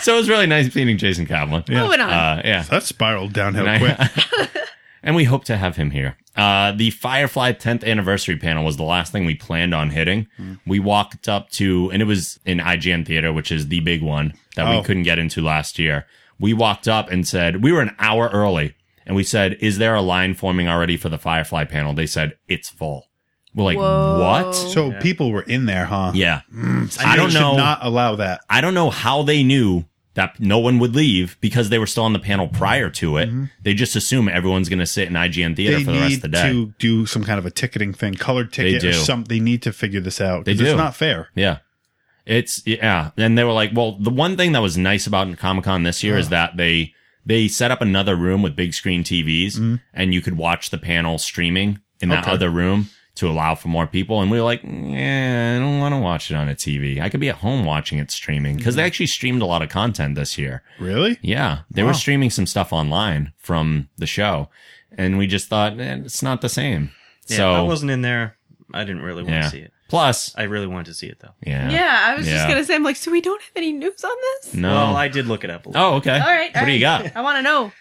[SPEAKER 3] So it was really nice meeting Jason Kaplan.
[SPEAKER 4] Yeah.
[SPEAKER 5] Moving on.
[SPEAKER 3] Uh, yeah.
[SPEAKER 4] That spiraled downhill
[SPEAKER 3] And I-
[SPEAKER 4] quick.
[SPEAKER 3] and we hope to have him here. Uh, the Firefly 10th anniversary panel was the last thing we planned on hitting.
[SPEAKER 4] Mm.
[SPEAKER 3] We walked up to, and it was in IGN Theater, which is the big one that
[SPEAKER 4] Oh.
[SPEAKER 3] we couldn't get into last year. We walked up and said, we were an hour early, and we said, Is there a line forming already for the Firefly panel? They said, It's full. We're like,
[SPEAKER 5] Whoa.
[SPEAKER 3] What?
[SPEAKER 4] So people were in there, huh?
[SPEAKER 3] Yeah.
[SPEAKER 4] They
[SPEAKER 3] I don't
[SPEAKER 4] should
[SPEAKER 3] know.
[SPEAKER 4] Not allow that.
[SPEAKER 3] I don't know how they knew that no one would leave because they were still on the panel prior to it. They just assume everyone's going to sit in IGN theater
[SPEAKER 4] Mm-hmm. They
[SPEAKER 3] for the rest of
[SPEAKER 4] need
[SPEAKER 3] the day.
[SPEAKER 4] to do some kind of a ticketing thing, colored ticket or
[SPEAKER 3] do.
[SPEAKER 4] something. They need to figure this out.
[SPEAKER 3] They
[SPEAKER 4] 'cause It's
[SPEAKER 3] do.
[SPEAKER 4] not fair.
[SPEAKER 3] Yeah. It's yeah. And they were like, well, the one thing that was nice about Comic Con this year is that they they set up another room with big screen TVs and you could watch the panel streaming in that
[SPEAKER 4] Mm-hmm. Okay.
[SPEAKER 3] other room to allow for more people. And we were like, yeah, I don't want to watch it on a TV. I could be at home watching it streaming because
[SPEAKER 4] Mm-hmm.
[SPEAKER 3] they actually streamed a lot of content this year.
[SPEAKER 4] Really?
[SPEAKER 3] Yeah, they were streaming some stuff online from the show, and we just thought eh, it's not the same.
[SPEAKER 6] Yeah,
[SPEAKER 3] so
[SPEAKER 6] I wasn't in there. I didn't really want
[SPEAKER 3] yeah.
[SPEAKER 6] to see it.
[SPEAKER 3] Plus,
[SPEAKER 6] I really wanted to see it though.
[SPEAKER 3] yeah,
[SPEAKER 5] Yeah, I was just
[SPEAKER 3] Yeah.
[SPEAKER 5] going to say, I'm like, so we don't have any news on this?
[SPEAKER 3] No.
[SPEAKER 6] Well, I did look it up. A little.
[SPEAKER 3] oh, okay.
[SPEAKER 5] All right.
[SPEAKER 3] What do you got?
[SPEAKER 5] I want to know.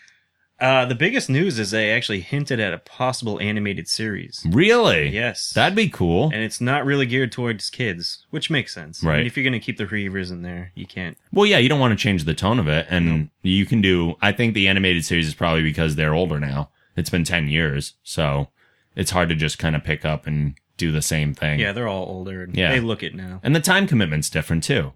[SPEAKER 3] Oh.
[SPEAKER 6] Uh, the biggest news is they actually hinted at a possible animated series.
[SPEAKER 3] Really?
[SPEAKER 6] Yes.
[SPEAKER 3] That'd be cool.
[SPEAKER 6] and it's not really geared towards kids, which makes sense. I mean,
[SPEAKER 3] Right.
[SPEAKER 6] if you're going to keep the Reavers in there, you can't.
[SPEAKER 3] Well, yeah, you don't want to change the tone of it, and you can do. I think the animated series is probably because they're older now. It's been ten years, so it's hard to just kind of pick up and do the same thing.
[SPEAKER 6] Yeah, they're all older and
[SPEAKER 3] Yeah.
[SPEAKER 6] they look it now.
[SPEAKER 3] and the time commitment's different too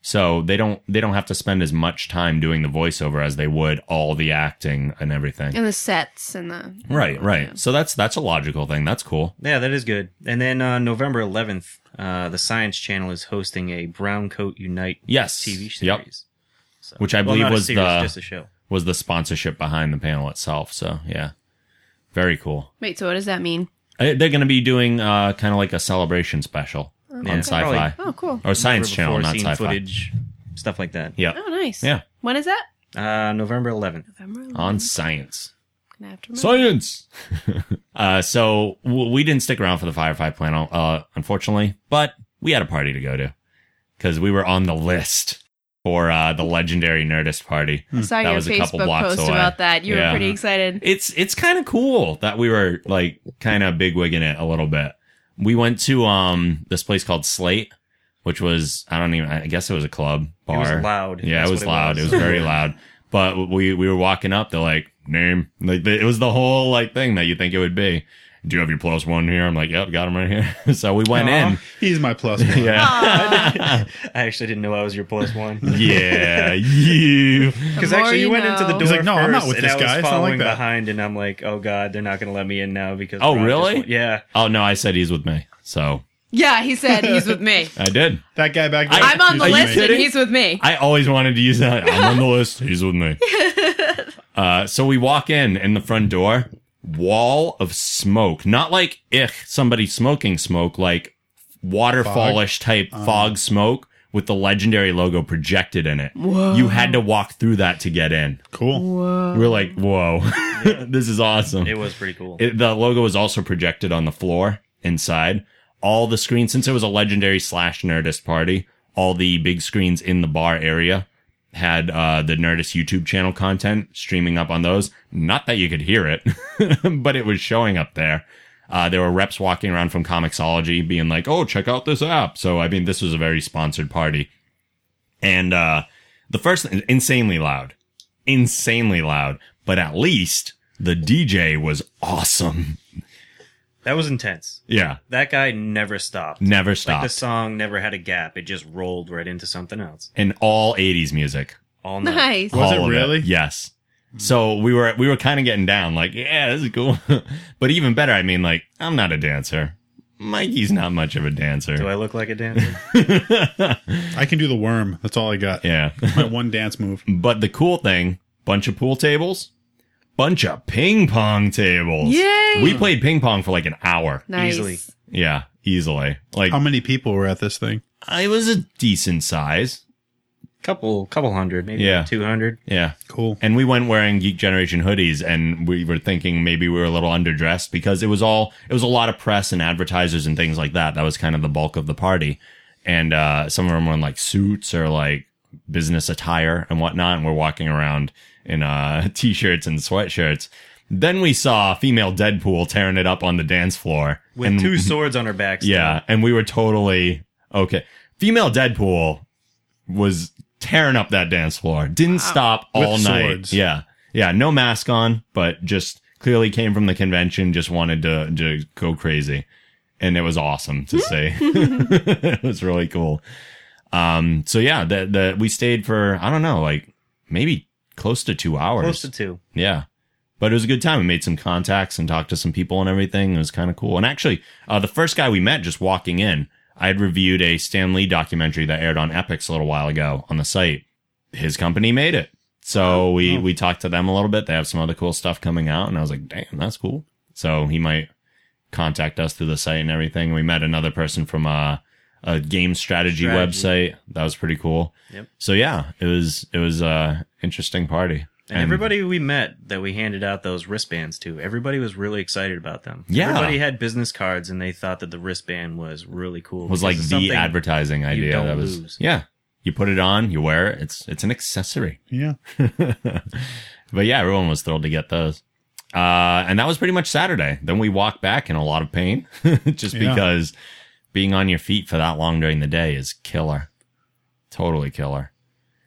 [SPEAKER 3] so they don't they don't have to spend as much time doing the voiceover as they would all the acting and everything
[SPEAKER 5] And the sets and the.
[SPEAKER 3] right right so that's that's a logical thing that's cool
[SPEAKER 6] Yeah, that is good. And then uh, November 11th, uh, the Science Channel is hosting a Brown Coat Unite
[SPEAKER 3] Yes.
[SPEAKER 6] TV series.
[SPEAKER 3] Yep.
[SPEAKER 6] So-
[SPEAKER 3] Which I
[SPEAKER 6] well,
[SPEAKER 3] believe
[SPEAKER 6] not a
[SPEAKER 3] was
[SPEAKER 6] series,
[SPEAKER 3] the-
[SPEAKER 6] just a show.
[SPEAKER 3] was the sponsorship behind the panel itself so yeah very cool
[SPEAKER 5] Wait, so what does that mean?
[SPEAKER 3] Uh, they're going to be doing uh, kind of like a celebration special on
[SPEAKER 6] Yeah,
[SPEAKER 3] sci-fi
[SPEAKER 6] probably
[SPEAKER 5] Oh, cool.
[SPEAKER 3] or science
[SPEAKER 6] Never
[SPEAKER 3] channel
[SPEAKER 6] before
[SPEAKER 3] not
[SPEAKER 6] seen
[SPEAKER 3] sci-fi
[SPEAKER 6] footage, stuff like that.
[SPEAKER 3] yeah
[SPEAKER 5] Oh, nice.
[SPEAKER 3] Yeah.
[SPEAKER 5] When is that?
[SPEAKER 6] Uh, November 11th.
[SPEAKER 5] November.
[SPEAKER 3] on science
[SPEAKER 5] Gonna have to remember.
[SPEAKER 3] Science. uh, so w- we didn't stick around for the Firefly panel, uh, unfortunately, but we had a party to go to because we were on the list for uh, the legendary Nerdist party.
[SPEAKER 5] I saw
[SPEAKER 3] That
[SPEAKER 5] your
[SPEAKER 3] was a couple
[SPEAKER 5] Facebook
[SPEAKER 3] blocks
[SPEAKER 5] post
[SPEAKER 3] away.
[SPEAKER 5] about that. You
[SPEAKER 3] Yeah.
[SPEAKER 5] were pretty excited.
[SPEAKER 3] It's it's kind of cool that we were like kind of bigwigging it a little bit. We went to um this place called Slate, which was I don't even I guess it was a club bar.
[SPEAKER 6] was loud.
[SPEAKER 3] Yeah,
[SPEAKER 6] That's
[SPEAKER 3] it was
[SPEAKER 6] what it
[SPEAKER 3] loud.
[SPEAKER 6] was.
[SPEAKER 3] It was very loud. But we we were walking up. They're like name. Like they, it was the whole like thing that you think it would be. Do you have your plus one here? I'm like, yep, got him right here. so we went in.
[SPEAKER 4] He's my plus one.
[SPEAKER 3] Yeah,
[SPEAKER 6] I actually didn't know I was your plus one.
[SPEAKER 3] yeah, you.
[SPEAKER 6] Because
[SPEAKER 5] The more
[SPEAKER 6] actually, you
[SPEAKER 5] you
[SPEAKER 6] went into the
[SPEAKER 5] know.
[SPEAKER 6] door
[SPEAKER 4] He's like, "No, I'm not
[SPEAKER 6] first,
[SPEAKER 4] with
[SPEAKER 6] and
[SPEAKER 4] this
[SPEAKER 6] I was
[SPEAKER 4] guy. It's not like
[SPEAKER 6] following
[SPEAKER 4] that."
[SPEAKER 6] behind, and I'm like, oh god, they're not going to let me in now because.
[SPEAKER 3] Oh,
[SPEAKER 6] Rob just
[SPEAKER 3] really?
[SPEAKER 6] went- Yeah.
[SPEAKER 3] Oh no, I said he's with me. So
[SPEAKER 5] Yeah, he said he's with me.
[SPEAKER 3] I did.
[SPEAKER 4] That guy back there.
[SPEAKER 5] I'm on the
[SPEAKER 3] Are you
[SPEAKER 5] list and
[SPEAKER 3] kidding?
[SPEAKER 5] he's with me.
[SPEAKER 3] I always wanted to use that. I'm on the list. He's with me. Uh, so we walk in, and the front door wall of smoke. Not like ich somebody smoking smoke, like waterfallish type fog smoke with the legendary logo projected in it. You had to walk through that to get in.
[SPEAKER 4] Cool.
[SPEAKER 3] We're like, whoa, this is awesome.
[SPEAKER 6] It was pretty cool.
[SPEAKER 3] It, the logo was also projected on the floor inside. All the screens, since it was a legendary slash Nerdist party, all the big screens in the bar area had uh, the Nerdist YouTube channel content streaming up on those. Not that you could hear it, but it was showing up there. Uh, there were reps walking around from Comixology being like, oh, check out this app. So, I mean, this was a very sponsored party. And uh, the first thing, insanely loud insanely loud, but at least the DJ was awesome.
[SPEAKER 6] that was intense.
[SPEAKER 3] Yeah,
[SPEAKER 6] That guy never stopped.
[SPEAKER 3] never
[SPEAKER 6] Like
[SPEAKER 3] stopped.
[SPEAKER 6] the song never had a gap. It just rolled right into something else
[SPEAKER 3] and all 80s music.
[SPEAKER 6] all night.
[SPEAKER 5] Nice.
[SPEAKER 4] Was it
[SPEAKER 3] All of
[SPEAKER 4] really?
[SPEAKER 3] Yes. So we were we were kind of getting down like, yeah, this is cool. but even better, I mean like I'm not a dancer. Mikey's not much of a
[SPEAKER 6] Do
[SPEAKER 3] dancer.
[SPEAKER 6] I look like a dancer?
[SPEAKER 4] I can do the worm. That's all I got.
[SPEAKER 3] yeah.
[SPEAKER 4] My one dance move.
[SPEAKER 3] but the cool thing, bunch of pool tables, bunch of ping pong tables.
[SPEAKER 5] Yay!
[SPEAKER 3] We played ping pong for like an hour.
[SPEAKER 5] Nice.
[SPEAKER 6] Easily.
[SPEAKER 3] Yeah, easily. Like
[SPEAKER 4] How many people were at this thing?
[SPEAKER 3] I was a decent size.
[SPEAKER 6] couple, couple hundred, maybe
[SPEAKER 3] Yeah.
[SPEAKER 6] two hundred.
[SPEAKER 3] Yeah.
[SPEAKER 4] Cool.
[SPEAKER 3] And we went wearing Geek Generation hoodies, and we were thinking maybe we were a little underdressed because it was all it was a lot of press and advertisers and things like that. That was kind of the bulk of the party, and uh, some of them were in like suits or like business attire and whatnot, and we're walking around in uh, t-shirts and sweatshirts. Then we saw female Deadpool tearing it up on the dance floor
[SPEAKER 6] with
[SPEAKER 3] and
[SPEAKER 6] two swords on her back. still.
[SPEAKER 3] yeah, and we were totally okay. Female Deadpool was tearing up that dance floor. Didn't stop all
[SPEAKER 4] With
[SPEAKER 3] night.
[SPEAKER 4] swords.
[SPEAKER 3] Yeah. Yeah, no mask on, but just clearly came from the convention, just wanted to, to go crazy. And it was awesome
[SPEAKER 6] Hmm.
[SPEAKER 3] to see. it was really cool. Um so yeah, the the we stayed for I don't know, like maybe close to 2 hours.
[SPEAKER 6] close to two.
[SPEAKER 3] Yeah. But it was a good time. We made some contacts and talked to some people and everything. It was kind of cool. And actually, uh, the first guy we met just walking in, I had reviewed a Stan Lee documentary that aired on Epics a little while ago on the site. His company made it.
[SPEAKER 6] Oh,
[SPEAKER 3] So we, we talked to them a little bit. They have some other cool stuff coming out. And I was like, damn, that's cool. So he might contact us through the site and everything. We met another person from a, a game strategy,
[SPEAKER 6] Strategy.
[SPEAKER 3] website. That was pretty cool.
[SPEAKER 6] Yep.
[SPEAKER 3] So yeah, it was, it was a interesting party.
[SPEAKER 6] And everybody we met that we handed out those wristbands to, everybody was really excited about them.
[SPEAKER 3] Yeah.
[SPEAKER 6] Everybody had business cards and they thought that the wristband was really cool.
[SPEAKER 3] was
[SPEAKER 6] because
[SPEAKER 3] like
[SPEAKER 6] it's
[SPEAKER 3] the
[SPEAKER 6] something-
[SPEAKER 3] advertising idea
[SPEAKER 6] don't
[SPEAKER 3] that was
[SPEAKER 6] lose.
[SPEAKER 3] yeah you put it on you wear it it's it's an accessory
[SPEAKER 4] Yeah.
[SPEAKER 3] but yeah everyone was thrilled to get those uh and that was pretty much saturday then we walked back in a lot of pain just
[SPEAKER 4] Yeah.
[SPEAKER 3] because being on your feet for that long during the day is killer totally killer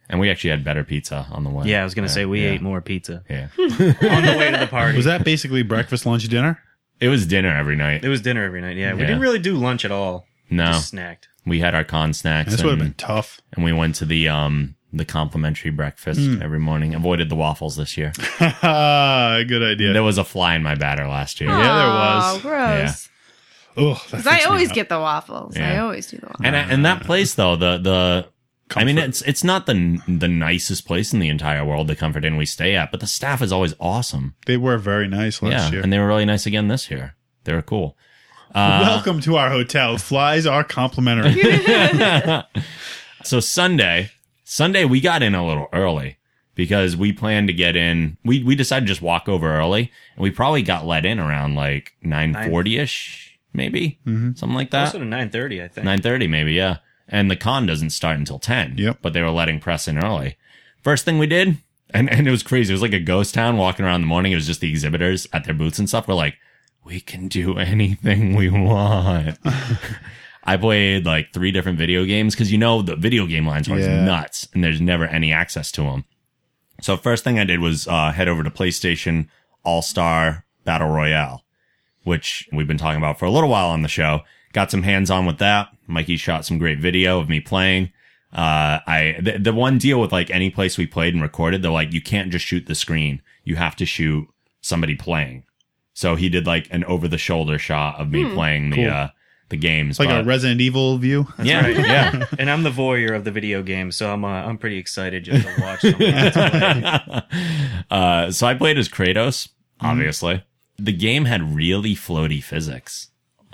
[SPEAKER 3] and we actually had better pizza on the way
[SPEAKER 6] Yeah, I was going to say we
[SPEAKER 3] yeah.
[SPEAKER 6] ate more pizza
[SPEAKER 3] yeah
[SPEAKER 6] on the way to the party.
[SPEAKER 4] Was that basically breakfast, lunch, dinner?
[SPEAKER 3] it was dinner every night
[SPEAKER 6] it was dinner every night. Yeah, we
[SPEAKER 3] Yeah.
[SPEAKER 6] didn't really do lunch at all.
[SPEAKER 3] no
[SPEAKER 6] Just snacked.
[SPEAKER 3] we had our con snacks
[SPEAKER 4] This would have
[SPEAKER 3] and,
[SPEAKER 4] been tough.
[SPEAKER 3] and we went to the um the complimentary breakfast
[SPEAKER 6] Hmm.
[SPEAKER 3] every morning avoided the waffles this year
[SPEAKER 4] Good idea.
[SPEAKER 3] There was a fly in my batter last year.
[SPEAKER 4] Yeah, there was.
[SPEAKER 5] Oh, gross.
[SPEAKER 4] Oh,
[SPEAKER 5] Because I always get the waffles. I
[SPEAKER 3] Yeah.
[SPEAKER 5] always do the waffles.
[SPEAKER 3] And I, and that place though, the the I mean it's it's not the the nicest place in the entire world, the Comfort Inn we stay at, but the staff is always awesome.
[SPEAKER 4] They were very nice last
[SPEAKER 3] yeah,
[SPEAKER 4] year.
[SPEAKER 3] and they were really nice again this year. They were cool. Uh,
[SPEAKER 4] Welcome to our hotel. Flies are complimentary.
[SPEAKER 3] so Sunday, Sunday we got in a little early because we planned to get in. We we decided to just walk over early, and we probably got let in around like nine Mm-hmm. forty ish, maybe something like that.
[SPEAKER 6] Closer to nine thirty, I think.
[SPEAKER 3] Nine thirty, maybe, yeah. And the con doesn't start until ten.
[SPEAKER 4] Yep.
[SPEAKER 3] But they were letting press in early. First thing we did, and, and it was crazy. It was like a ghost town walking around in the morning. It was just the exhibitors at their booths and stuff. We're like, we can do anything we want. I played like three different video games because you know the video game lines are
[SPEAKER 4] Yeah.
[SPEAKER 3] nuts and there's never any access to them. So first thing I did was uh, head over to PlayStation All Star Battle Royale, which we've been talking about for a little while on the show. Got some hands on with that. Mikey shot some great video of me playing. Uh, I the, the one deal with like any place we played and recorded, they're like you can't just shoot the screen. You have to shoot somebody playing. So he did like an over the shoulder shot of me playing the uh, the games.
[SPEAKER 4] It's Hmm. like a
[SPEAKER 3] but-
[SPEAKER 4] Resident Evil view.
[SPEAKER 3] yeah, yeah.
[SPEAKER 6] And I'm the voyeur of the video game, so I'm uh, I'm pretty excited just to watch. Someone else play.
[SPEAKER 3] uh, so I played as Kratos, obviously. The game had really floaty physics.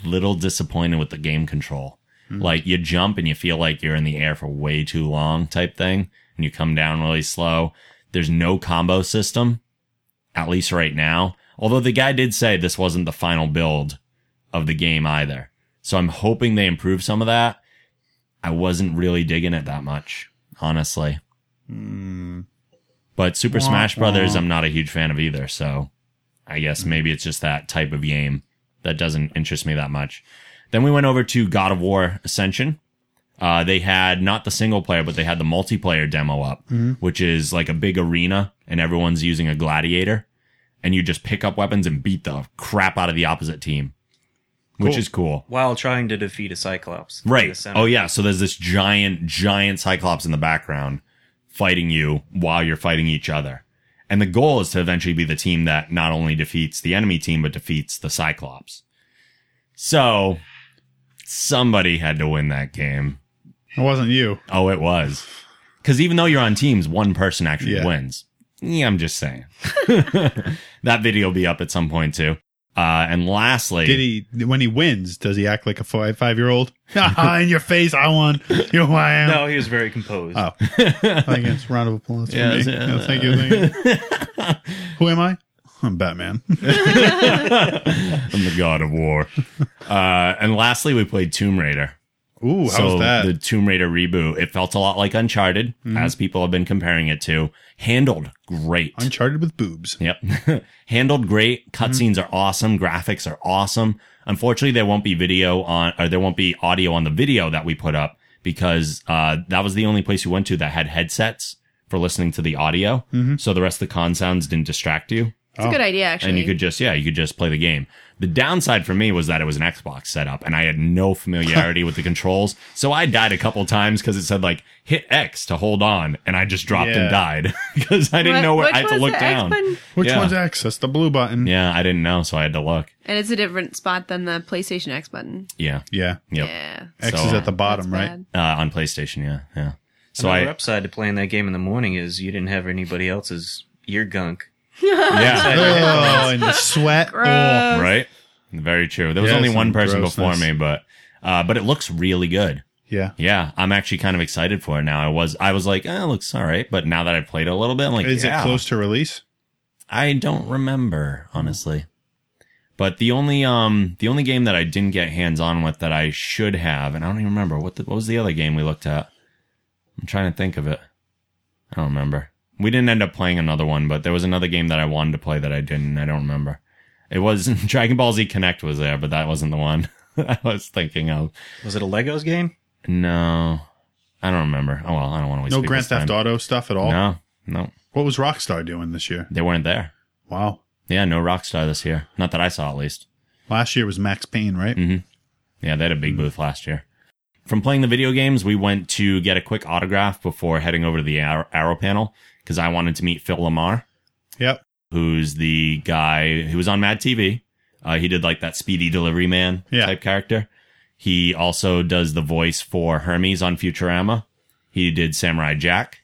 [SPEAKER 3] Little disappointed with the game control. Like you jump and you feel like you're in the air for way too long type thing. And you come down really slow. There's no combo system, at least right now. Although the guy did say this wasn't the final build of the game either. So I'm hoping they improve some of that. I wasn't really digging it that much, honestly. But Super Smash Brothers, I'm not a huge fan of either. So I guess maybe it's just that type of game that doesn't interest me that much. Then we went over to God of War Ascension. Uh, they had not the single player, but they had the multiplayer demo up, which is like a big arena and everyone's using a gladiator and you just pick up weapons and beat the crap out of the opposite team, which
[SPEAKER 4] Cool.
[SPEAKER 3] is cool.
[SPEAKER 6] While trying to defeat a Cyclops. in the
[SPEAKER 3] Right.
[SPEAKER 6] center.
[SPEAKER 3] Oh yeah. So there's this giant, giant Cyclops in the background fighting you while you're fighting each other. And the goal is to eventually be the team that not only defeats the enemy team, but defeats the Cyclops. So somebody had to win that game.
[SPEAKER 4] It wasn't you.
[SPEAKER 3] Oh, it was. Cause even though you're on teams, one person actually
[SPEAKER 4] Yeah.
[SPEAKER 3] wins. Yeah, I'm just saying. that video will be up at some point too. Uh, and lastly,
[SPEAKER 4] Did he when he wins? Does he act like a five five year old? In your face, I won. You know who I am.
[SPEAKER 6] No, he was very composed.
[SPEAKER 4] Oh. I think it's a round of applause for
[SPEAKER 3] Yeah,
[SPEAKER 4] me.
[SPEAKER 3] it's- uh,
[SPEAKER 4] Yeah, thank you. Thank you. who am I? I'm Batman.
[SPEAKER 3] I'm the god of war. Uh, and lastly, we played Tomb Raider.
[SPEAKER 4] Ooh, how
[SPEAKER 3] so
[SPEAKER 4] was that? Mm-hmm.
[SPEAKER 3] the Tomb Raider reboot, it felt a lot like Uncharted, as people have been comparing it to. Handled great.
[SPEAKER 4] Uncharted Mm-hmm. with boobs.
[SPEAKER 3] Yep. Handled great. Cutscenes are awesome. Graphics are awesome. Unfortunately, there won't be video on, or there won't be audio on the video that we put up because, uh, that was the only place we went to that had headsets for listening to the audio.
[SPEAKER 4] Mm-hmm.
[SPEAKER 3] So the rest of the con sounds didn't distract you.
[SPEAKER 5] It's a good idea, actually.
[SPEAKER 3] Oh, And you could just, yeah, you could just play the game. The downside for me was that it was an Xbox setup and I had no familiarity with the controls. So I died a couple times because it said like hit X to hold on. And I just dropped
[SPEAKER 4] Yeah.
[SPEAKER 3] and died because I didn't
[SPEAKER 5] What-
[SPEAKER 3] know where
[SPEAKER 5] which
[SPEAKER 3] I had to
[SPEAKER 5] was
[SPEAKER 3] look
[SPEAKER 5] the X
[SPEAKER 3] down.
[SPEAKER 5] button?
[SPEAKER 4] Which
[SPEAKER 3] Yeah.
[SPEAKER 4] one's X? That's the blue button.
[SPEAKER 3] Yeah, I didn't know. So I had to look.
[SPEAKER 5] And it's a different spot than the PlayStation X button.
[SPEAKER 3] Yeah.
[SPEAKER 4] Yeah.
[SPEAKER 3] Yep.
[SPEAKER 5] Yeah.
[SPEAKER 4] X
[SPEAKER 3] So,
[SPEAKER 4] is at the
[SPEAKER 3] uh,
[SPEAKER 4] bottom,
[SPEAKER 5] That's
[SPEAKER 4] right?
[SPEAKER 5] bad.
[SPEAKER 3] Uh, on PlayStation. Yeah. Yeah. So
[SPEAKER 6] Another
[SPEAKER 3] I,
[SPEAKER 6] upside to playing that game in the morning is you didn't have anybody else's ear gunk.
[SPEAKER 3] yeah.
[SPEAKER 4] Oh, and the sweat. Oh.
[SPEAKER 3] right. Very true. There was
[SPEAKER 4] Yeah,
[SPEAKER 3] only
[SPEAKER 4] some
[SPEAKER 3] one person
[SPEAKER 4] grossness.
[SPEAKER 3] before me, but, uh, but it looks really good.
[SPEAKER 4] Yeah.
[SPEAKER 3] Yeah, I'm actually kind of excited for it now. I was I was like, eh, it looks all right, but now that I've played it a little bit, I'm like,
[SPEAKER 4] Is
[SPEAKER 3] yeah.
[SPEAKER 4] it close to release?
[SPEAKER 3] I don't remember honestly. But the only um the only game that I didn't get hands on with that I should have, and I don't even remember what the, what was the other game we looked at. I'm trying to think of it. I don't remember. We didn't end up playing another one, but there was another game that I wanted to play that I didn't. I don't remember. It was Dragon Ball Z Connect was there, but that wasn't the one I was thinking of.
[SPEAKER 6] Was it a Legos game?
[SPEAKER 3] No, I don't remember. Oh well, I don't want to waste
[SPEAKER 4] No
[SPEAKER 3] people's
[SPEAKER 4] Grand Theft
[SPEAKER 3] time.
[SPEAKER 4] Auto stuff at all.
[SPEAKER 3] No, no,
[SPEAKER 4] What was Rockstar doing this year?
[SPEAKER 3] they weren't there.
[SPEAKER 4] Wow.
[SPEAKER 3] Yeah, no Rockstar this year. Not that I saw, at least.
[SPEAKER 4] Last year was Max Payne,
[SPEAKER 3] Mm.
[SPEAKER 4] right?
[SPEAKER 3] Yeah, they had a big booth last year. From playing the video games, we went to get a quick autograph before heading over to the Arrow, Arrow panel because I wanted to meet Phil Lamar,
[SPEAKER 4] Yep.
[SPEAKER 3] who's the guy who was on Mad TV. Uh, he did like that speedy delivery man
[SPEAKER 4] Yeah.
[SPEAKER 3] type character. He also does the voice for Hermes on Futurama. He did Samurai Jack.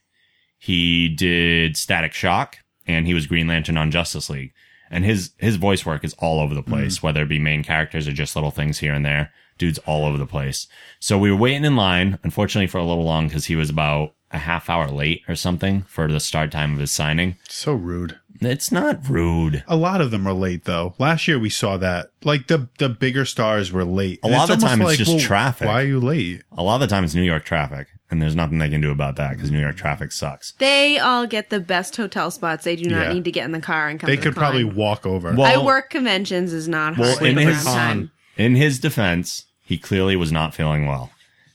[SPEAKER 3] He did Static Shock, and he was Green Lantern on Justice League. And his his voice work is all over the place, whether it be main characters or just little things here and there. Dude's all over the place. So we were waiting in line, unfortunately for a little long because he was about a half hour late or something for the start time of his signing.
[SPEAKER 4] So rude.
[SPEAKER 3] It's not rude.
[SPEAKER 4] A lot of them are late though. Last year we saw that. Like the the bigger stars were late.
[SPEAKER 3] A lot of the time
[SPEAKER 4] almost
[SPEAKER 3] it's just traffic.
[SPEAKER 4] Why are you late?
[SPEAKER 3] A lot of the time it's New York traffic, and there's nothing they can do about that because New York traffic sucks.
[SPEAKER 5] They all get the best hotel spots. They do not
[SPEAKER 4] Yeah.
[SPEAKER 5] need to get in the car and come.
[SPEAKER 4] They
[SPEAKER 5] to
[SPEAKER 4] could
[SPEAKER 5] the
[SPEAKER 4] probably
[SPEAKER 5] con.
[SPEAKER 4] walk over.
[SPEAKER 3] Well-
[SPEAKER 5] I work conventions is not
[SPEAKER 3] Well,
[SPEAKER 5] hard.
[SPEAKER 3] in
[SPEAKER 5] around
[SPEAKER 3] his-
[SPEAKER 5] time.
[SPEAKER 3] In his defense, he clearly was not feeling well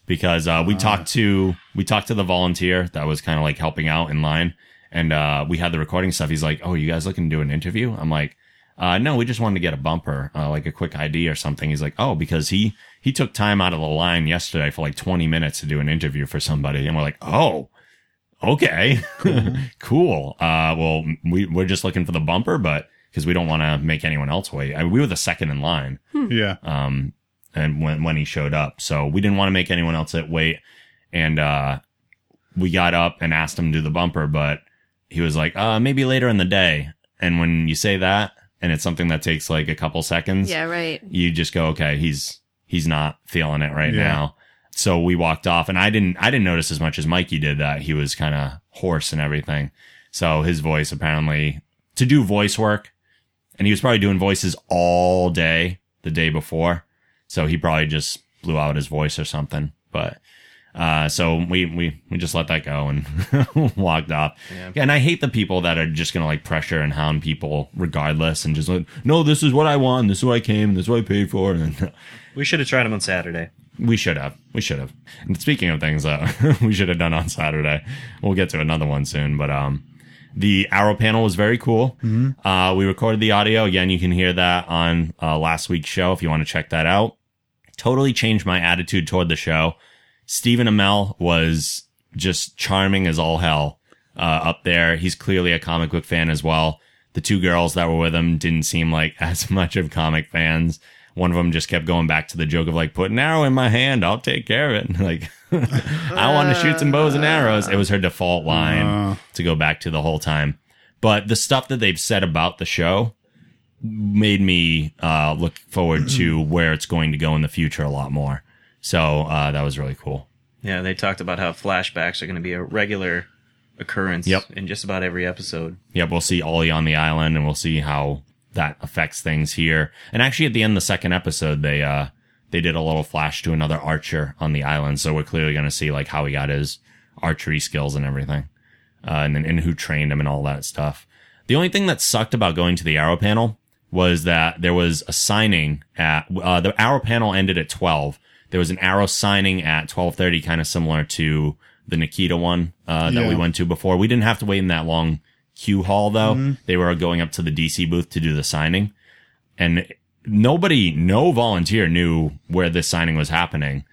[SPEAKER 3] because uh, we talked to we talked to the volunteer that was kind of like helping out in line, and uh, we had the recording stuff. He's like, "Oh, you guys looking to do an interview?" I'm like, uh, "No, we just wanted to get a bumper, uh, like a quick ID or something." He's like, "Oh, because he he took time out of the line yesterday for like 20 minutes to do an interview for somebody," and we're like, "Oh." Okay, cool. Uh, well, we, we're just looking for the bumper, but because we don't want to make anyone else wait. I, we were the second in line
[SPEAKER 4] yeah.
[SPEAKER 3] um, and when when he showed up. So we didn't want to make anyone else that wait, and uh, we got up and asked him to do the bumper, but he was like, uh, maybe later in the day. And when you say that, and it's something that takes like a couple seconds,
[SPEAKER 5] Yeah, right.
[SPEAKER 3] you just go, okay, he's he's not feeling it right
[SPEAKER 4] Yeah.
[SPEAKER 3] now. So we walked off, and I didn't I didn't notice as much as Mikey did that he was kind of hoarse and everything. So his voice apparently to do voice work, and he was probably doing voices all day the day before. So he probably just blew out his voice or something. But uh, so we, we we just let that go and walked off. Yeah, and I hate the people that are just gonna like pressure and hound people regardless, and just like, no, this is what I want, this is what I came, this is what I paid for, and
[SPEAKER 6] We should have tried him on Saturday.
[SPEAKER 3] we should have, we should have. And speaking of things that we should have done on Saturday, we'll get to another one soon. But um, the arrow panel was very cool. Uh, we recorded the audio again. You can hear that on uh, last week's show if you want to check that out. Totally changed my attitude toward the show. Stephen Amell was just charming as all hell uh, up there. He's clearly a comic book fan as well. The two girls that were with him didn't seem like as much of comic fans. One of them just kept going back to the joke of like, put an arrow in my hand, I'll take care of it. like, I want to shoot some bows and arrows. It was her default line to go back to the whole time. But the stuff that they've said about the show made me uh, look forward to where it's going to go in the future a lot more. So uh, that was really cool.
[SPEAKER 6] Yeah, they talked about how flashbacks are going to be a regular occurrence
[SPEAKER 3] Yep.
[SPEAKER 6] in just about every episode.
[SPEAKER 3] Yeah, we'll see Ollie on the island, and we'll see how that affects things here. And actually, at the end of the second episode, they uh, they did a little flash to another archer on the island, so we're clearly going to see like how he got his archery skills and everything, uh, and then and who trained him and all that stuff. The only thing that sucked about going to the arrow panel was that there was a signing at uh, the arrow panel ended at 12 there was an arrow signing at 12.30 kind of similar to the nikita one uh, that we
[SPEAKER 4] Yeah.
[SPEAKER 3] went to before we didn't have to wait in that long queue hall though they were going up to the dc booth to do the signing and nobody no volunteer knew where this signing was happening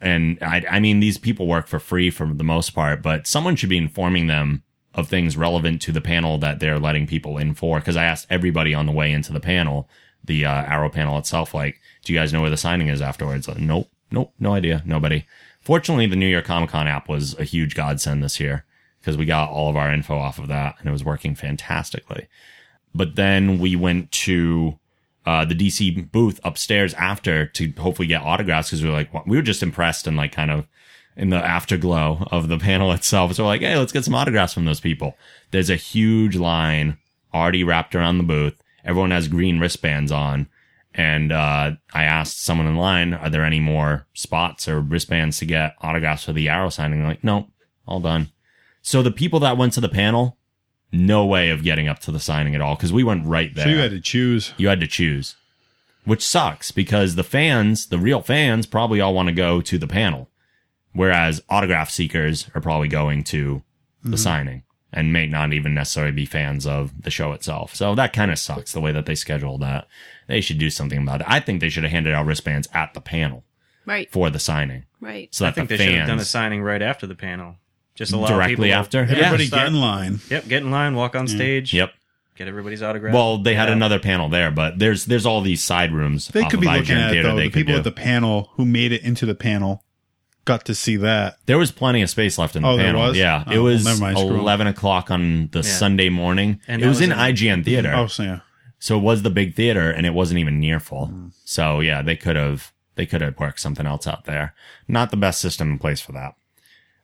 [SPEAKER 3] and I, I mean these people work for free for the most part but someone should be informing them of things relevant to the panel that they're letting people in for because i asked everybody on the way into the panel the uh, arrow panel itself like do you guys know where the signing is afterwards like, nope nope no idea nobody fortunately the new york comic-con app was a huge godsend this year because we got all of our info off of that and it was working fantastically but then we went to uh, the DC booth upstairs after to hopefully get autographs because we were like, we were just impressed and like kind of in the afterglow of the panel itself. So we're like, hey, let's get some autographs from those people. There's a huge line already wrapped around the booth. Everyone has green wristbands on. And uh, I asked someone in line, are there any more spots or wristbands to get autographs for the arrow signing? They're like, nope, all done. So the people that went to the panel, no way of getting up to the signing at all because we went right there
[SPEAKER 4] So you had to choose.
[SPEAKER 3] you had to choose, which sucks because the fans, the real fans, probably all want to go to the panel, whereas autograph seekers are probably going to
[SPEAKER 4] Mm-hmm.
[SPEAKER 3] the signing and may not even necessarily be fans of the show itself. So that kind of sucks the way that they scheduled that. They should do something about it. I think they should have handed out wristbands at the panel
[SPEAKER 5] Right.
[SPEAKER 3] for the signing,
[SPEAKER 5] Right.
[SPEAKER 3] so that
[SPEAKER 6] I think
[SPEAKER 3] the
[SPEAKER 6] they
[SPEAKER 3] fans
[SPEAKER 6] should have done a signing right after the panel. Just allow people
[SPEAKER 3] directly
[SPEAKER 6] to-
[SPEAKER 3] after.
[SPEAKER 4] Everybody
[SPEAKER 3] Yeah.
[SPEAKER 4] get in line.
[SPEAKER 6] Yep, get in line, walk on stage.
[SPEAKER 3] Yep.
[SPEAKER 6] Get everybody's autograph.
[SPEAKER 3] Well, they had
[SPEAKER 6] Yeah.
[SPEAKER 3] another panel there, but there's there's all these side rooms.
[SPEAKER 4] They
[SPEAKER 3] off
[SPEAKER 4] could be
[SPEAKER 3] of IGN
[SPEAKER 4] looking at it
[SPEAKER 3] Theater
[SPEAKER 4] though.
[SPEAKER 3] they
[SPEAKER 4] The
[SPEAKER 3] could
[SPEAKER 4] people
[SPEAKER 3] do.
[SPEAKER 4] at the panel who made it into the panel got to see that.
[SPEAKER 3] There was plenty of space left in the
[SPEAKER 4] Oh, there
[SPEAKER 3] panel.
[SPEAKER 4] was?
[SPEAKER 3] Yeah,
[SPEAKER 4] Oh,
[SPEAKER 3] it
[SPEAKER 4] well,
[SPEAKER 3] was
[SPEAKER 4] never mind, screw 'em.
[SPEAKER 3] eleven o'clock on the Sunday morning.
[SPEAKER 6] And
[SPEAKER 3] it
[SPEAKER 6] that
[SPEAKER 3] was,
[SPEAKER 6] was
[SPEAKER 3] in
[SPEAKER 6] in-
[SPEAKER 3] IGN Theater,
[SPEAKER 4] Oh, so yeah.
[SPEAKER 3] so it was the big theater, and it wasn't even near full.
[SPEAKER 4] Mm.
[SPEAKER 3] So yeah, they could have they could have worked something else out there. Not the best system in place for that.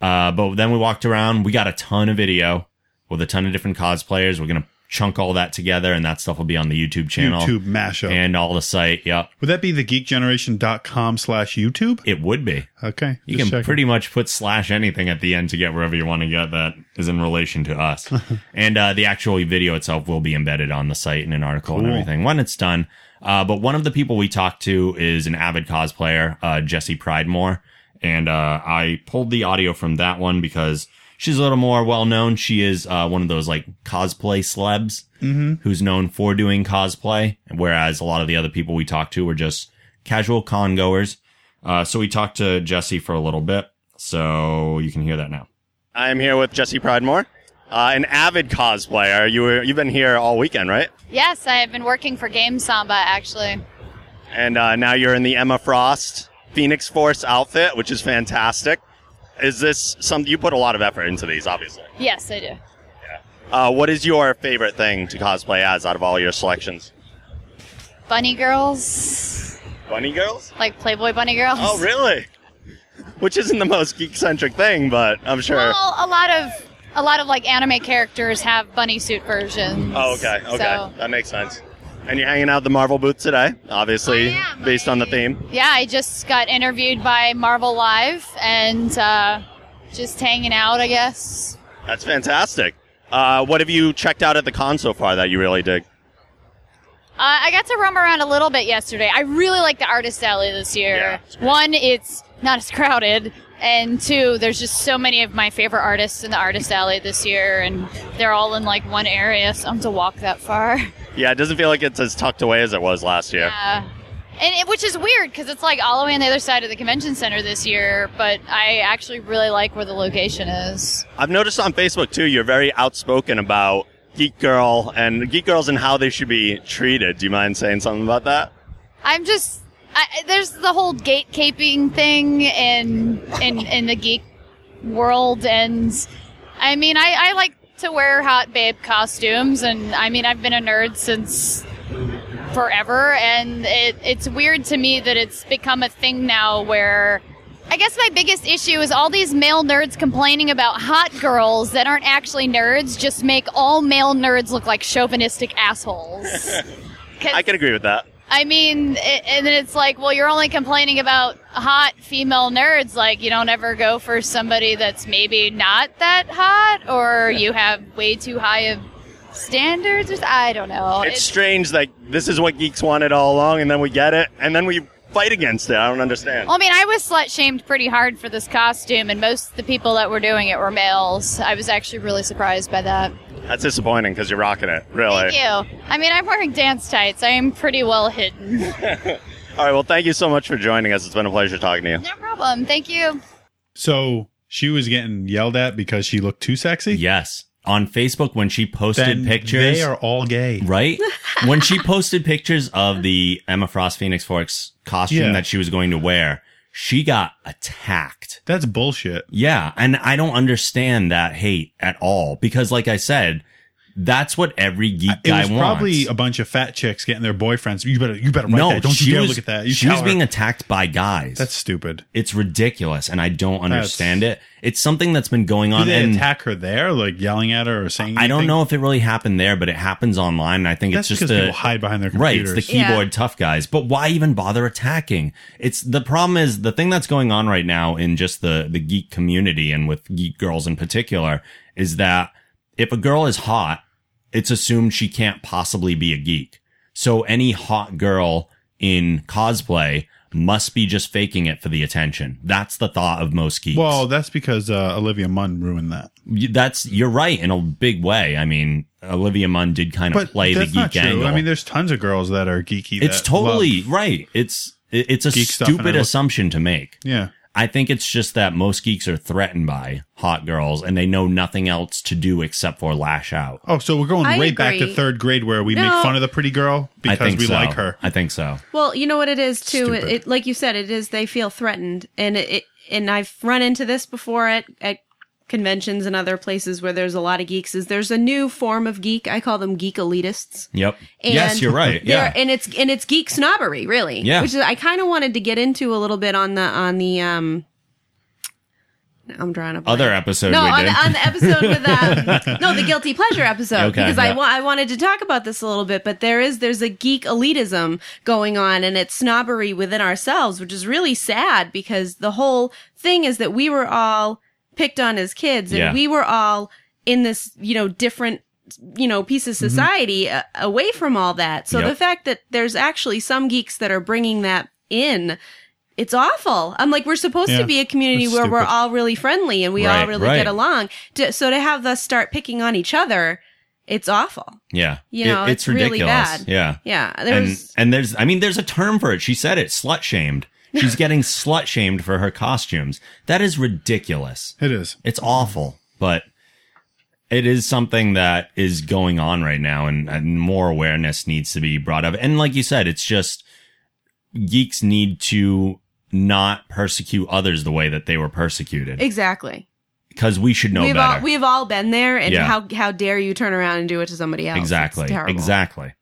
[SPEAKER 3] Uh, but then we walked around. We got a ton of video with a ton of different cosplayers. We're gonna chunk all that together, and that stuff will be on the YouTube channel
[SPEAKER 4] YouTube mashup.
[SPEAKER 3] and all the site. Yep,
[SPEAKER 4] Would that be the geekgeneration.com slash YouTube?
[SPEAKER 3] it would be.
[SPEAKER 4] Okay.
[SPEAKER 3] You can
[SPEAKER 4] just checking.
[SPEAKER 3] pretty much put slash anything at the end to get wherever you want to get that is in relation to us. and uh, the actual video itself will be embedded on the site in an article and
[SPEAKER 4] Cool.
[SPEAKER 3] everything when it's done. Uh, but one of the people we talked to is an avid cosplayer, uh, Jesse Pridemore. And uh, I pulled the audio from that one because she's a little more well known. She is uh, one of those like cosplay celebs
[SPEAKER 4] Mm-hmm.
[SPEAKER 3] who's known for doing cosplay, whereas a lot of the other people we talked to were just casual con goers. Uh, so we talked to Jesse for a little bit, so you can hear that now.
[SPEAKER 9] I am here with Jesse Pridemore, uh, an avid cosplayer. You were, you've been here all weekend, right?
[SPEAKER 10] Yes, I have been working for Game Samba actually.
[SPEAKER 9] And uh, now you're in the Emma Frost Phoenix Force outfit, which is fantastic. Is this something you put a lot of effort into these? Obviously.
[SPEAKER 10] Yes, I do.
[SPEAKER 9] Uh, what is your favorite thing to cosplay as out of all your selections?
[SPEAKER 10] Bunny girls,
[SPEAKER 9] Bunny girls.
[SPEAKER 10] like Playboy bunny girls.
[SPEAKER 9] Oh, really? Which isn't the most geek-centric thing, but I'm sure.
[SPEAKER 10] Well, a lot of a lot of like anime characters have bunny suit versions.
[SPEAKER 9] Oh, okay, okay,
[SPEAKER 10] So,
[SPEAKER 9] that makes sense. And you're hanging out at the Marvel booth today, obviously,
[SPEAKER 10] I am.
[SPEAKER 9] based on the
[SPEAKER 10] I-
[SPEAKER 9] theme.
[SPEAKER 10] yeah, I just got interviewed by Marvel Live and uh, just hanging out, I guess.
[SPEAKER 9] That's fantastic. Uh, what have you checked out at the con so far that you really dig?
[SPEAKER 10] Uh, I got to roam around a little bit yesterday. I really like the artist alley this
[SPEAKER 9] Yeah,
[SPEAKER 10] year.
[SPEAKER 9] it's
[SPEAKER 10] One, it's not as crowded, and two, there's just so many of my favorite artists in the artist alley this year, and they're all in like one area, so I don't have to walk that far.
[SPEAKER 9] Yeah, it doesn't feel like it's as tucked away as it was last year.
[SPEAKER 10] Uh, and it, which is weird because it's like all the way on the other side of the convention center this year, but I actually really like where the location is.
[SPEAKER 9] I've noticed on Facebook too, you're very outspoken about Geek Girl and Geek Girls and how they should be treated. Do you mind saying something about that?
[SPEAKER 10] I'm just I, I- there's the whole gatekeeping thing in in in the geek world, and I mean I, I like to wear hot babe costumes, and I mean I've been a nerd since forever, and it, it's weird to me that it's become a thing now where. I guess my biggest issue is all these male nerds complaining about hot girls that aren't actually nerds just make all male nerds look like chauvinistic assholes. 'Cause-
[SPEAKER 9] I can agree with that.
[SPEAKER 10] I mean, it, and then it's like, well, you're only complaining about hot female nerds. Like, you don't ever go for somebody that's maybe not that hot, or you have way too high of standards. Or, I don't know.
[SPEAKER 9] It's strange that this is what geeks wanted all along, and then we get it, and then we fight against it. I don't understand.
[SPEAKER 10] well, I mean, I was slut shamed pretty hard for this costume, and most of the people that were doing it were males. I was actually really surprised by that.
[SPEAKER 9] That's disappointing because you're rocking it, really.
[SPEAKER 10] Thank you. I mean, I'm wearing dance tights. I am pretty well hidden.
[SPEAKER 9] All right, well, thank you so much for joining us. It's been a pleasure talking to you.
[SPEAKER 10] no problem. Thank you.
[SPEAKER 4] So she was getting yelled at because she looked too sexy?
[SPEAKER 3] Yes, on Facebook when she posted
[SPEAKER 4] Then
[SPEAKER 3] pictures,
[SPEAKER 4] They are all gay.
[SPEAKER 3] right? when she posted pictures of the Emma Frost Phoenix Forks costume
[SPEAKER 4] Yeah.
[SPEAKER 3] that she was going to wear, she got attacked.
[SPEAKER 4] That's bullshit.
[SPEAKER 3] Yeah, and I don't understand that hate at all because, like I said, that's what every geek
[SPEAKER 4] It
[SPEAKER 3] guy
[SPEAKER 4] was
[SPEAKER 3] wants.
[SPEAKER 4] probably a bunch of fat chicks getting their boyfriends. You better, you better write
[SPEAKER 3] no,
[SPEAKER 4] that. Don't
[SPEAKER 3] she
[SPEAKER 4] you dare
[SPEAKER 3] was,
[SPEAKER 4] look at that. You
[SPEAKER 3] she
[SPEAKER 4] tell
[SPEAKER 3] was
[SPEAKER 4] her.
[SPEAKER 3] being attacked by guys.
[SPEAKER 4] That's stupid.
[SPEAKER 3] It's ridiculous, and I don't understand it. It's something that's been going
[SPEAKER 4] Did
[SPEAKER 3] on.
[SPEAKER 4] they
[SPEAKER 3] and
[SPEAKER 4] attack her there, like yelling at her or saying?
[SPEAKER 3] I don't
[SPEAKER 4] anything?
[SPEAKER 3] know if it really happened there, but it happens online. And I think
[SPEAKER 4] That's
[SPEAKER 3] it's just
[SPEAKER 4] because
[SPEAKER 3] a
[SPEAKER 4] people hide behind their
[SPEAKER 3] right. It's
[SPEAKER 4] computers.
[SPEAKER 3] the keyboard tough guys. But why even bother attacking? It's the problem is the thing that's going on right now in just the the geek community and with geek girls in particular is that if a girl is hot, it's assumed she can't possibly be a geek. So any hot girl in cosplay must be just faking it for the attention. That's the thought of most geeks.
[SPEAKER 4] well, that's because uh, Olivia Munn ruined that.
[SPEAKER 3] Y- that's you're right in a big way. I mean, Olivia Munn did kind of
[SPEAKER 4] But
[SPEAKER 3] play the
[SPEAKER 4] that's
[SPEAKER 3] geek
[SPEAKER 4] not true.
[SPEAKER 3] angle.
[SPEAKER 4] I mean, there's tons of girls that are geeky.
[SPEAKER 3] it's
[SPEAKER 4] that
[SPEAKER 3] totally
[SPEAKER 4] love-
[SPEAKER 3] right. It's it- it's a
[SPEAKER 4] Geek stuff and I
[SPEAKER 3] stupid
[SPEAKER 4] look-
[SPEAKER 3] assumption to make.
[SPEAKER 4] yeah.
[SPEAKER 3] I think it's just that most geeks are threatened by hot girls and they know nothing else to do except for lash out.
[SPEAKER 4] Oh, so we're going
[SPEAKER 5] I
[SPEAKER 4] right back to
[SPEAKER 5] agree.
[SPEAKER 4] third grade where we
[SPEAKER 5] No.
[SPEAKER 4] make fun of the pretty girl
[SPEAKER 3] I
[SPEAKER 4] because
[SPEAKER 3] think
[SPEAKER 4] we
[SPEAKER 3] so.
[SPEAKER 4] like her.
[SPEAKER 3] I think so.
[SPEAKER 5] Well, you know what it is too. It,
[SPEAKER 4] Stupid.
[SPEAKER 5] it, like you said, it is they feel threatened, and it, it and I've run into this before at at conventions and other places where there's a lot of geeks. Is there's a new form of geek? I call them geek elitists.
[SPEAKER 3] Yep.
[SPEAKER 5] And
[SPEAKER 3] yes, you're right.
[SPEAKER 5] they're-
[SPEAKER 3] Yeah.
[SPEAKER 5] and it's and it's geek snobbery, really.
[SPEAKER 3] Yeah.
[SPEAKER 5] which is I kind of wanted to get into a little bit on the on the um I'm drawing a blank.
[SPEAKER 3] Other episode
[SPEAKER 5] No,
[SPEAKER 3] we
[SPEAKER 5] on,
[SPEAKER 3] did.
[SPEAKER 5] on the episode with um, no the guilty pleasure episode
[SPEAKER 3] Okay,
[SPEAKER 5] because I
[SPEAKER 3] yeah.
[SPEAKER 5] wa- I wanted to talk about this a little bit, but there is there's a geek elitism going on and it's snobbery within ourselves, which is really sad because the whole thing is that we were all picked on as kids and
[SPEAKER 11] Yeah.
[SPEAKER 5] we were all in this you know different you know piece of society uh, away from all that. So
[SPEAKER 11] Yep.
[SPEAKER 5] the fact that there's actually some geeks that are bringing that in. It's awful. I'm like, we're supposed
[SPEAKER 11] Yeah.
[SPEAKER 5] to be a community
[SPEAKER 11] That's
[SPEAKER 5] where we're
[SPEAKER 11] stupid.
[SPEAKER 5] all really friendly and we all
[SPEAKER 3] Right,
[SPEAKER 5] really
[SPEAKER 3] right.
[SPEAKER 5] get along. To, so to have us start picking on each other, it's awful.
[SPEAKER 3] Yeah.
[SPEAKER 5] You know, it's really bad.
[SPEAKER 3] Yeah.
[SPEAKER 5] Yeah, there
[SPEAKER 3] And,
[SPEAKER 5] was-
[SPEAKER 3] and there's, I mean, there's a term for it. She said it, slut shamed. She's getting slut shamed for her costumes. That is ridiculous.
[SPEAKER 4] It is.
[SPEAKER 3] It's awful, but it is something that is going on right now and, and more awareness needs to be brought up. And like you said, it's just geeks need to not persecute others the way that they were persecuted
[SPEAKER 5] Exactly.
[SPEAKER 3] because we should know
[SPEAKER 5] we've
[SPEAKER 3] better.
[SPEAKER 5] all we've all been there, and
[SPEAKER 3] Yeah.
[SPEAKER 5] how how dare you turn around and do it to somebody else? It's
[SPEAKER 3] Exactly.
[SPEAKER 5] terrible.
[SPEAKER 3] Exactly.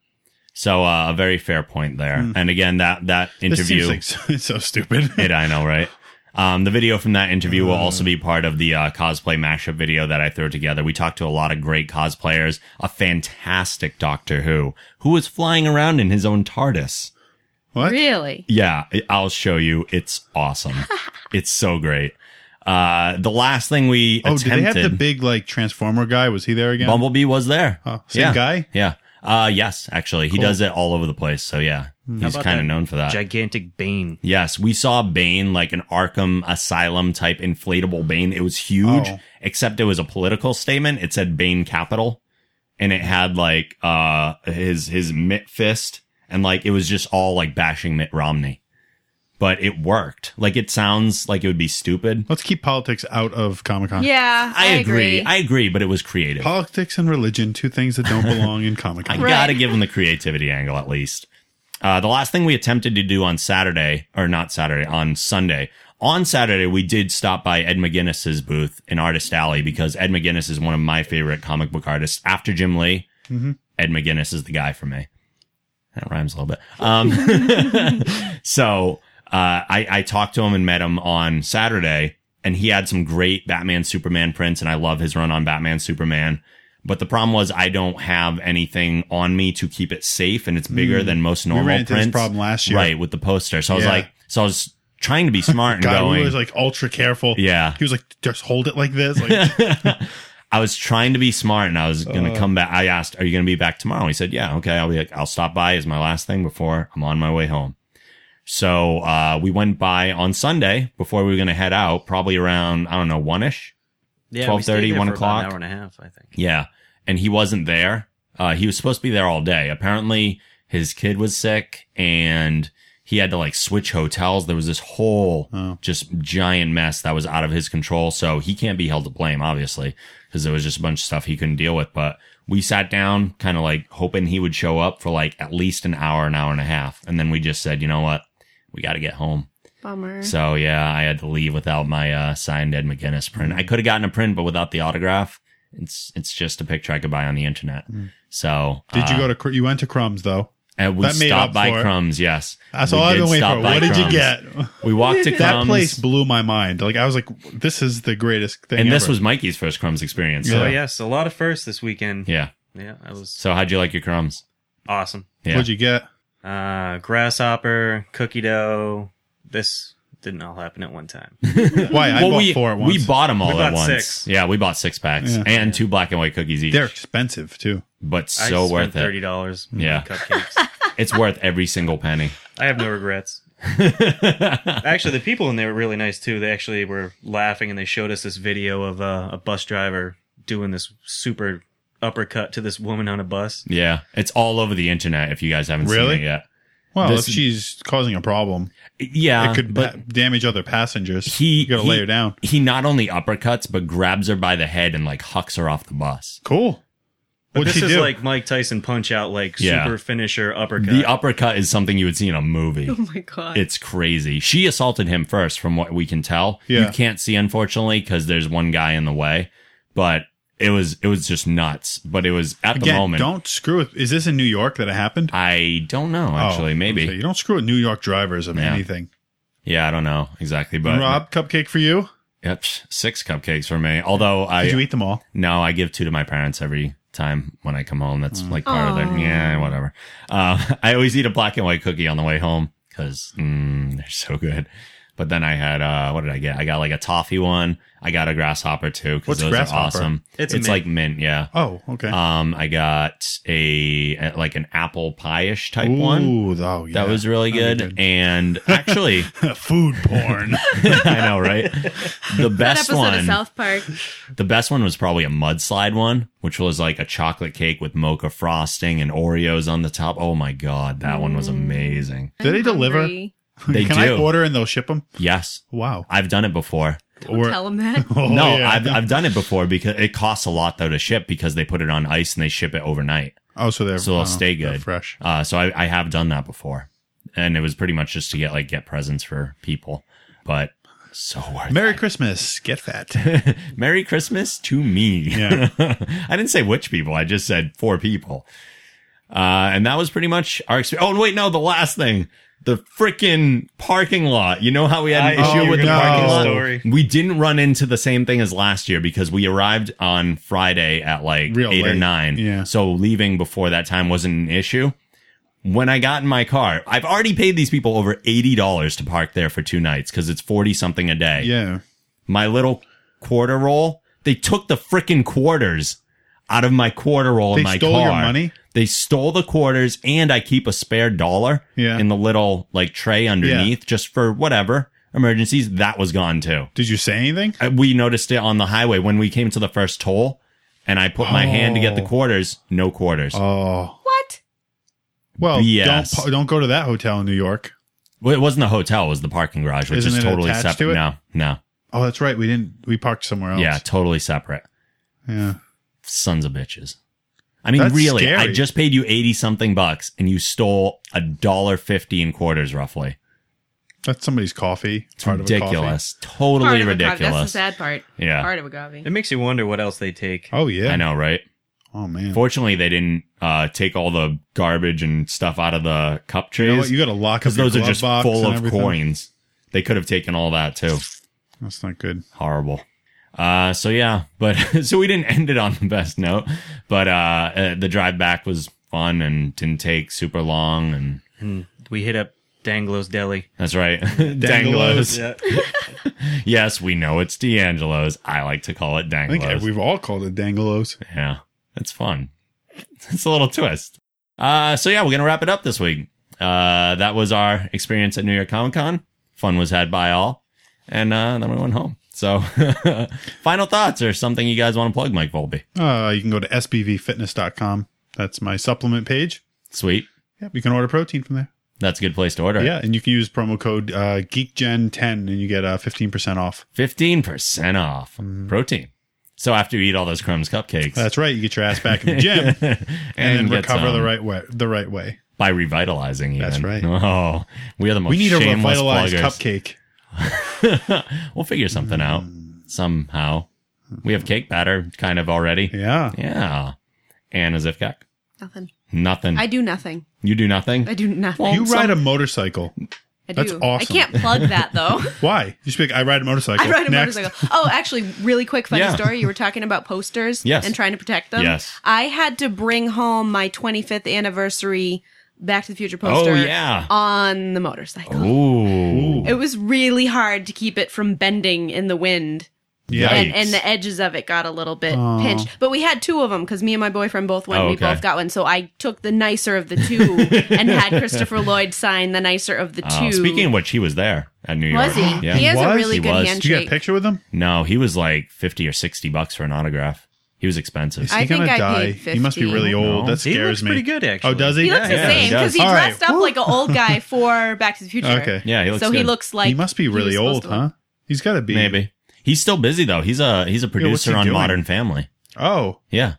[SPEAKER 3] So uh, a very fair point there.
[SPEAKER 4] Mm.
[SPEAKER 3] And again, that that
[SPEAKER 4] This
[SPEAKER 3] interview,
[SPEAKER 4] seems like so, it's so stupid.
[SPEAKER 3] it I know, right? Um, the video from that interview will also be part of the uh, cosplay mashup video that I throw together. We talked to a lot of great cosplayers, a fantastic Doctor Who who was flying around in his own TARDIS.
[SPEAKER 4] What?
[SPEAKER 5] Really?
[SPEAKER 3] Yeah, I- I'll show you. It's awesome. it's so great. Uh, the last thing we
[SPEAKER 4] Oh, did
[SPEAKER 3] attempted,
[SPEAKER 4] they have the big like transformer guy? Was he there again?
[SPEAKER 3] Bumblebee was there.
[SPEAKER 4] Huh. Same
[SPEAKER 3] yeah.
[SPEAKER 4] guy?
[SPEAKER 3] Yeah. Uh, yes, actually, he
[SPEAKER 4] Cool. Hmm.
[SPEAKER 3] does it all over the place. So yeah,
[SPEAKER 6] How
[SPEAKER 3] he's
[SPEAKER 6] about
[SPEAKER 3] kind
[SPEAKER 6] that
[SPEAKER 3] of known for that.
[SPEAKER 6] Gigantic Bane.
[SPEAKER 3] yes, we saw Bane like an Arkham Asylum type inflatable Bane. It was huge,
[SPEAKER 4] Oh.
[SPEAKER 3] except it was a political statement. It said Bane Capital, and it had like uh his his mitt fist, and like it was just all like bashing Mitt Romney. But it worked. Like it sounds like it would be stupid.
[SPEAKER 4] Let's keep politics out of Comic Con.
[SPEAKER 5] Yeah, I, agree.
[SPEAKER 3] I agree, but it was creative.
[SPEAKER 4] Politics and religion, two things that don't belong in Comic
[SPEAKER 3] I
[SPEAKER 4] Con.
[SPEAKER 3] gotta give them the creativity angle at least. Uh, the last thing we attempted to do on Saturday, or not Saturday, on Sunday. On Saturday, we did stop by Ed McGuinness's booth in Artist Alley because Ed McGuinness is one of my favorite comic book artists. After Jim Lee,
[SPEAKER 4] Mhm.
[SPEAKER 3] Ed McGuinness is the guy for me. That rhymes a little bit. Um, so uh, I, I talked to him and met him on Saturday, and he had some great Batman Superman prints, and I love his run on Batman Superman. But the problem was I don't have anything on me to keep it safe, and it's bigger
[SPEAKER 4] Mm.
[SPEAKER 3] than most
[SPEAKER 4] We
[SPEAKER 3] normal
[SPEAKER 4] ran into this
[SPEAKER 3] prints.
[SPEAKER 4] problem last year.
[SPEAKER 3] right? With the poster, so I was
[SPEAKER 4] Yeah.
[SPEAKER 3] like, so I was trying to be smart and
[SPEAKER 4] God,
[SPEAKER 3] going.
[SPEAKER 4] he was like ultra careful.
[SPEAKER 3] Yeah.
[SPEAKER 4] He was like, just hold it like this. Like,
[SPEAKER 3] I was trying to be smart and I was going to
[SPEAKER 4] Uh.
[SPEAKER 3] come back. I asked, Are you going to be back tomorrow? He said, Yeah, okay. I'll be like, I'll stop by as my last thing before I'm on my way home. So uh, we went by on Sunday before we were going to head out, probably around, I don't know, one ish.
[SPEAKER 6] Yeah, we
[SPEAKER 3] twelve
[SPEAKER 6] stayed
[SPEAKER 3] thirty,
[SPEAKER 6] there
[SPEAKER 3] one
[SPEAKER 6] for about
[SPEAKER 3] o'clock.
[SPEAKER 6] an hour and a half, I think.
[SPEAKER 3] Yeah. And he wasn't there. Uh, he was supposed to be there all day. Apparently his kid was sick and he had to like switch hotels. There was this whole
[SPEAKER 4] Oh.
[SPEAKER 3] just giant mess that was out of his control. So he can't be held to blame, obviously, because there was just a bunch of stuff he couldn't deal with. But we sat down kind of like hoping he would show up for like at least an hour, an hour and a half. And then we just said, you know what? We got to get home.
[SPEAKER 5] Bummer.
[SPEAKER 3] So yeah, I had to leave without my uh, signed Ed McGuinness print. I could have gotten a print, but without the autograph, it's it's just a picture I could buy on the internet. So
[SPEAKER 4] Mm. did you
[SPEAKER 3] uh,
[SPEAKER 4] go to, Cr- you went to Crumbs though?
[SPEAKER 3] And we
[SPEAKER 4] that made
[SPEAKER 3] stopped
[SPEAKER 4] up
[SPEAKER 3] by
[SPEAKER 4] for it.
[SPEAKER 3] Crumbs. Yes,
[SPEAKER 4] That's
[SPEAKER 3] We
[SPEAKER 4] all I've
[SPEAKER 3] did
[SPEAKER 4] been waiting
[SPEAKER 3] stop
[SPEAKER 4] for.
[SPEAKER 3] by
[SPEAKER 4] What did you
[SPEAKER 3] Crumbs.
[SPEAKER 4] get?
[SPEAKER 3] We walked to
[SPEAKER 4] That
[SPEAKER 3] Crumbs.
[SPEAKER 4] place blew my mind. Like, I was like, this is the greatest thing
[SPEAKER 3] and this
[SPEAKER 4] ever.
[SPEAKER 3] was Mikey's first Crumbs experience.
[SPEAKER 6] So
[SPEAKER 3] So, yeah.
[SPEAKER 6] yes, a lot of firsts this weekend.
[SPEAKER 3] yeah.
[SPEAKER 6] Yeah, that was
[SPEAKER 3] So how'd you like your Crumbs?
[SPEAKER 6] awesome.
[SPEAKER 3] Yeah.
[SPEAKER 4] What'd you get?
[SPEAKER 6] Uh, grasshopper, cookie dough. This didn't all happen at one time.
[SPEAKER 4] Why? I bought
[SPEAKER 3] we,
[SPEAKER 4] four at once.
[SPEAKER 3] we bought them all
[SPEAKER 6] We
[SPEAKER 3] at
[SPEAKER 6] bought
[SPEAKER 3] once.
[SPEAKER 6] six.
[SPEAKER 3] Yeah, we bought six packs
[SPEAKER 4] Yeah.
[SPEAKER 3] and two black and white cookies each.
[SPEAKER 4] They're expensive too.
[SPEAKER 3] but
[SPEAKER 6] I
[SPEAKER 3] so
[SPEAKER 6] spent
[SPEAKER 3] worth
[SPEAKER 6] thirty
[SPEAKER 3] it.
[SPEAKER 6] dollars.
[SPEAKER 3] Yeah.
[SPEAKER 6] cupcakes.
[SPEAKER 3] It's worth every single penny.
[SPEAKER 6] I have no regrets. Actually, the people in there were really nice too. They actually were laughing and they showed us this video of uh, a bus driver doing this super uppercut to this woman on a bus.
[SPEAKER 3] Yeah, it's all over the internet. If you guys haven't
[SPEAKER 4] Really?
[SPEAKER 3] seen it yet,
[SPEAKER 4] Well,
[SPEAKER 3] This-
[SPEAKER 4] if she's causing a problem,
[SPEAKER 3] yeah,
[SPEAKER 4] it could
[SPEAKER 3] but
[SPEAKER 4] ba- damage other passengers.
[SPEAKER 3] he
[SPEAKER 4] you got to
[SPEAKER 3] he-
[SPEAKER 4] lay her down.
[SPEAKER 3] He not only uppercuts but grabs her by the head and like hucks her off the bus.
[SPEAKER 4] Cool.
[SPEAKER 6] But
[SPEAKER 4] What'd
[SPEAKER 6] this
[SPEAKER 4] she
[SPEAKER 6] is
[SPEAKER 4] do?
[SPEAKER 6] like Mike Tyson punch out, like
[SPEAKER 3] Yeah.
[SPEAKER 6] super finisher uppercut.
[SPEAKER 3] The uppercut is something you would see in a movie.
[SPEAKER 5] Oh my god.
[SPEAKER 3] It's crazy. She assaulted him first, from what we can tell.
[SPEAKER 4] Yeah.
[SPEAKER 3] You can't see, unfortunately, because there's one guy in the way. But it was it was just nuts. But it was at
[SPEAKER 4] Again,
[SPEAKER 3] the moment.
[SPEAKER 4] don't screw with. Is this in New York that it happened?
[SPEAKER 3] I don't know actually.
[SPEAKER 4] Oh,
[SPEAKER 3] maybe.
[SPEAKER 4] so you don't screw with New York drivers of
[SPEAKER 3] Yeah.
[SPEAKER 4] anything.
[SPEAKER 3] Yeah, I don't know exactly. But
[SPEAKER 4] Rob, cupcake for you.
[SPEAKER 3] Yep, psh, six cupcakes for me. Although I
[SPEAKER 4] Did you eat them all?
[SPEAKER 3] No, I give two to my parents every time when I come home. That's like part of
[SPEAKER 5] Mm. Aw.
[SPEAKER 3] their yeah, whatever. Uh, I always eat a black and white cookie on the way home because mm, they're so good. But then I had uh, what did I get? I got like a toffee one. I got a grasshopper too because
[SPEAKER 4] What's
[SPEAKER 3] those are
[SPEAKER 4] grasshopper?
[SPEAKER 3] awesome.
[SPEAKER 6] It's
[SPEAKER 3] It's,
[SPEAKER 6] a mint.
[SPEAKER 3] like mint, yeah.
[SPEAKER 4] Oh, okay.
[SPEAKER 3] Um, I got a a- like an apple pie-ish type
[SPEAKER 4] Ooh,
[SPEAKER 3] one.
[SPEAKER 4] oh, yeah.
[SPEAKER 3] That was really
[SPEAKER 4] That'd
[SPEAKER 3] good.
[SPEAKER 4] be
[SPEAKER 3] And actually,
[SPEAKER 4] food porn.
[SPEAKER 3] I know, right? The
[SPEAKER 5] That
[SPEAKER 3] best
[SPEAKER 5] episode
[SPEAKER 3] one.
[SPEAKER 5] of South Park.
[SPEAKER 3] The best one was probably a mudslide one, which was like a chocolate cake with mocha frosting and Oreos on the top. Oh my god, that one was amazing.
[SPEAKER 4] Do they
[SPEAKER 5] I'm
[SPEAKER 4] deliver?
[SPEAKER 5] hungry.
[SPEAKER 3] They
[SPEAKER 4] Can I
[SPEAKER 3] do.
[SPEAKER 4] order and they'll ship them?
[SPEAKER 3] Yes,
[SPEAKER 4] Wow.
[SPEAKER 3] I've done it before.
[SPEAKER 4] Or-
[SPEAKER 5] Tell them that.
[SPEAKER 4] Oh,
[SPEAKER 3] no,
[SPEAKER 4] yeah.
[SPEAKER 3] I've, I've done it before because it costs a lot though to ship because they put it on ice and they ship it overnight.
[SPEAKER 4] oh, so they're
[SPEAKER 3] so they'll
[SPEAKER 4] oh,
[SPEAKER 3] stay
[SPEAKER 4] they're
[SPEAKER 3] good.
[SPEAKER 4] fresh.
[SPEAKER 3] Uh, so I, I have done that before, and it was pretty much just to get like get presents for people, but so worth. it.
[SPEAKER 4] Merry Christmas. Get fat.
[SPEAKER 3] Merry Christmas to me.
[SPEAKER 4] Yeah.
[SPEAKER 3] I didn't say which people. I just said four people. Uh, and that was pretty much our experience. Oh, and wait, no, the last thing. The freaking parking lot. You know how we had an
[SPEAKER 6] I-
[SPEAKER 3] issue
[SPEAKER 6] oh,
[SPEAKER 3] with the
[SPEAKER 4] no.
[SPEAKER 3] parking lot?
[SPEAKER 6] Story.
[SPEAKER 3] We didn't run into the same thing as last year because we arrived on Friday at like
[SPEAKER 4] Real
[SPEAKER 3] eight or
[SPEAKER 4] late.
[SPEAKER 3] nine.
[SPEAKER 4] Yeah.
[SPEAKER 3] So leaving before that time wasn't an issue. When I got in my car, I've already paid these people over $80 to park there for two nights because it's 40 something a day
[SPEAKER 4] Yeah.
[SPEAKER 3] my little quarter roll. They took the freaking quarters out of my quarter roll
[SPEAKER 4] They
[SPEAKER 3] in my
[SPEAKER 4] stole your
[SPEAKER 3] car.
[SPEAKER 4] money?
[SPEAKER 3] They stole the quarters, and I keep a spare dollar
[SPEAKER 4] Yeah.
[SPEAKER 3] in the little like tray underneath, just for whatever emergencies. That was gone too.
[SPEAKER 4] Did you say anything?
[SPEAKER 3] Uh, We noticed it on the highway when we came to the first toll, and I put my hand to get the
[SPEAKER 4] Oh.
[SPEAKER 3] quarters. No quarters.
[SPEAKER 4] Oh.
[SPEAKER 5] What?
[SPEAKER 4] Well,
[SPEAKER 3] Yes.
[SPEAKER 4] don't, pa- don't go to that hotel in New York.
[SPEAKER 3] Well, it wasn't the hotel; it was the parking garage, which
[SPEAKER 4] Isn't
[SPEAKER 3] is
[SPEAKER 4] it
[SPEAKER 3] totally
[SPEAKER 4] attached
[SPEAKER 3] separate.
[SPEAKER 4] to it?
[SPEAKER 3] No, no,
[SPEAKER 4] Oh, that's right. We didn't. We parked somewhere else.
[SPEAKER 3] yeah, totally separate.
[SPEAKER 4] Yeah.
[SPEAKER 3] sons of bitches. I mean,
[SPEAKER 4] That's
[SPEAKER 3] really,
[SPEAKER 4] scary.
[SPEAKER 3] I just paid you eighty something bucks, and you stole a dollar fifty in quarters, roughly.
[SPEAKER 4] That's somebody's coffee.
[SPEAKER 3] It's
[SPEAKER 4] part
[SPEAKER 3] ridiculous, totally
[SPEAKER 5] Part of a gov- That's the
[SPEAKER 3] ridiculous.
[SPEAKER 5] sad part.
[SPEAKER 3] Yeah.
[SPEAKER 5] Part of a gobby.
[SPEAKER 6] It makes you wonder what else they
[SPEAKER 4] Of a
[SPEAKER 6] take.
[SPEAKER 4] coffee. Oh yeah.
[SPEAKER 3] I know, right?
[SPEAKER 4] Oh man.
[SPEAKER 3] Fortunately, they didn't uh, take all the garbage and stuff out of the cup
[SPEAKER 4] you, know what?
[SPEAKER 3] trees
[SPEAKER 4] you got to lock up
[SPEAKER 3] because
[SPEAKER 4] your
[SPEAKER 3] those are
[SPEAKER 4] glove
[SPEAKER 3] just
[SPEAKER 4] box
[SPEAKER 3] full
[SPEAKER 4] and
[SPEAKER 3] of
[SPEAKER 4] everything.
[SPEAKER 3] coins. They could have taken all that too.
[SPEAKER 4] That's not good.
[SPEAKER 3] horrible. Uh, so yeah, but so we didn't end it on the best note, but uh, uh, the drive back was fun and didn't take super long, and
[SPEAKER 6] And we hit up Danglo's Deli.
[SPEAKER 3] that's right,
[SPEAKER 4] Dangelos.
[SPEAKER 3] Danglos. Yes, we know it's D'Angelo's. I like to call it
[SPEAKER 4] I think
[SPEAKER 3] Danglo's.
[SPEAKER 4] we've all called it dangelos.
[SPEAKER 3] yeah, it's fun. It's a little twist. Uh, so yeah, we're gonna wrap it up this week. Uh, that was our experience at New York Comic Con. Fun was had by all, and uh, then we went home. So, final thoughts or something you guys want to plug, Mike Volby?
[SPEAKER 4] Uh, you can go to sbvfitness.com. That's my supplement page.
[SPEAKER 3] Sweet.
[SPEAKER 4] Yep, you can order protein from there.
[SPEAKER 3] That's a good place to order.
[SPEAKER 4] Yeah, and you can use promo code uh, GeekGen10 and you get uh, 15% off.
[SPEAKER 3] 15% off protein. So after you eat all those crumbs cupcakes
[SPEAKER 4] Mm-hmm. That's right. You get your ass back in the gym and, then
[SPEAKER 3] get
[SPEAKER 4] recover
[SPEAKER 3] some
[SPEAKER 4] the right way. The right way.
[SPEAKER 3] by revitalizing even.
[SPEAKER 4] That's right.
[SPEAKER 3] Oh, we are the most
[SPEAKER 4] We need a
[SPEAKER 3] shameless
[SPEAKER 4] revitalized
[SPEAKER 3] pluggers.
[SPEAKER 4] cupcake.
[SPEAKER 3] we'll figure something out
[SPEAKER 4] Hmm.
[SPEAKER 3] somehow. We have cake batter kind of already.
[SPEAKER 4] Yeah.
[SPEAKER 3] Yeah. And a Zifkak.
[SPEAKER 5] Nothing.
[SPEAKER 3] Nothing.
[SPEAKER 5] I do nothing.
[SPEAKER 3] you do nothing?
[SPEAKER 5] I do nothing.
[SPEAKER 4] You ride a motorcycle.
[SPEAKER 5] I do.
[SPEAKER 4] that's awesome.
[SPEAKER 5] I can't plug that though.
[SPEAKER 4] Why? You speak. I ride a motorcycle.
[SPEAKER 5] I ride a
[SPEAKER 4] Next.
[SPEAKER 5] motorcycle. Oh, actually, really quick, funny
[SPEAKER 3] Yeah.
[SPEAKER 5] story. You were talking about posters
[SPEAKER 3] Yes.
[SPEAKER 5] and trying to protect them.
[SPEAKER 3] Yes.
[SPEAKER 5] I had to bring home my 25th anniversary Back to the Future poster
[SPEAKER 3] oh, yeah.
[SPEAKER 5] on the motorcycle.
[SPEAKER 3] Ooh.
[SPEAKER 5] It was really hard to keep it from bending in the wind.
[SPEAKER 4] Yeah.
[SPEAKER 5] And,
[SPEAKER 3] Yikes.
[SPEAKER 5] and the edges of it got a little bit pinched. But we had two of them because me and my boyfriend both went.
[SPEAKER 3] Oh,
[SPEAKER 5] We
[SPEAKER 3] okay.
[SPEAKER 5] both got one. So I took the nicer of the two and had Christopher Lloyd sign the nicer of the two.
[SPEAKER 3] Oh, speaking of which, he was there at New York.
[SPEAKER 5] was he?
[SPEAKER 3] Yeah.
[SPEAKER 5] He has
[SPEAKER 4] was?
[SPEAKER 5] a really
[SPEAKER 3] He
[SPEAKER 5] good
[SPEAKER 3] was.
[SPEAKER 4] Did you get a
[SPEAKER 5] handshake.
[SPEAKER 4] picture with them?
[SPEAKER 3] No, he was like 50 or 60 bucks for an autograph. He was expensive.
[SPEAKER 5] I
[SPEAKER 4] He's
[SPEAKER 5] think
[SPEAKER 4] gonna
[SPEAKER 5] I
[SPEAKER 4] die.
[SPEAKER 5] paid
[SPEAKER 4] He must be
[SPEAKER 5] 50.
[SPEAKER 4] really old.
[SPEAKER 3] No.
[SPEAKER 4] That
[SPEAKER 6] He
[SPEAKER 4] scares
[SPEAKER 6] looks
[SPEAKER 4] me.
[SPEAKER 6] pretty good, actually.
[SPEAKER 4] Oh, does he?
[SPEAKER 5] He looks
[SPEAKER 3] Yeah,
[SPEAKER 5] the
[SPEAKER 3] he
[SPEAKER 5] same because
[SPEAKER 3] does.
[SPEAKER 5] he
[SPEAKER 4] All right.
[SPEAKER 5] dressed up like an old guy for Back to the Future.
[SPEAKER 4] Okay.
[SPEAKER 3] yeah, he looks
[SPEAKER 5] so
[SPEAKER 3] good.
[SPEAKER 5] he looks like
[SPEAKER 4] he must be
[SPEAKER 5] was
[SPEAKER 4] really
[SPEAKER 5] supposed
[SPEAKER 4] old,
[SPEAKER 5] to
[SPEAKER 4] huh?
[SPEAKER 5] look.
[SPEAKER 4] He's got to be.
[SPEAKER 3] Maybe. He's still busy though. He's a he's a
[SPEAKER 4] what's he
[SPEAKER 3] producer on
[SPEAKER 4] doing?
[SPEAKER 3] Modern Family.
[SPEAKER 4] Oh,
[SPEAKER 3] Yeah.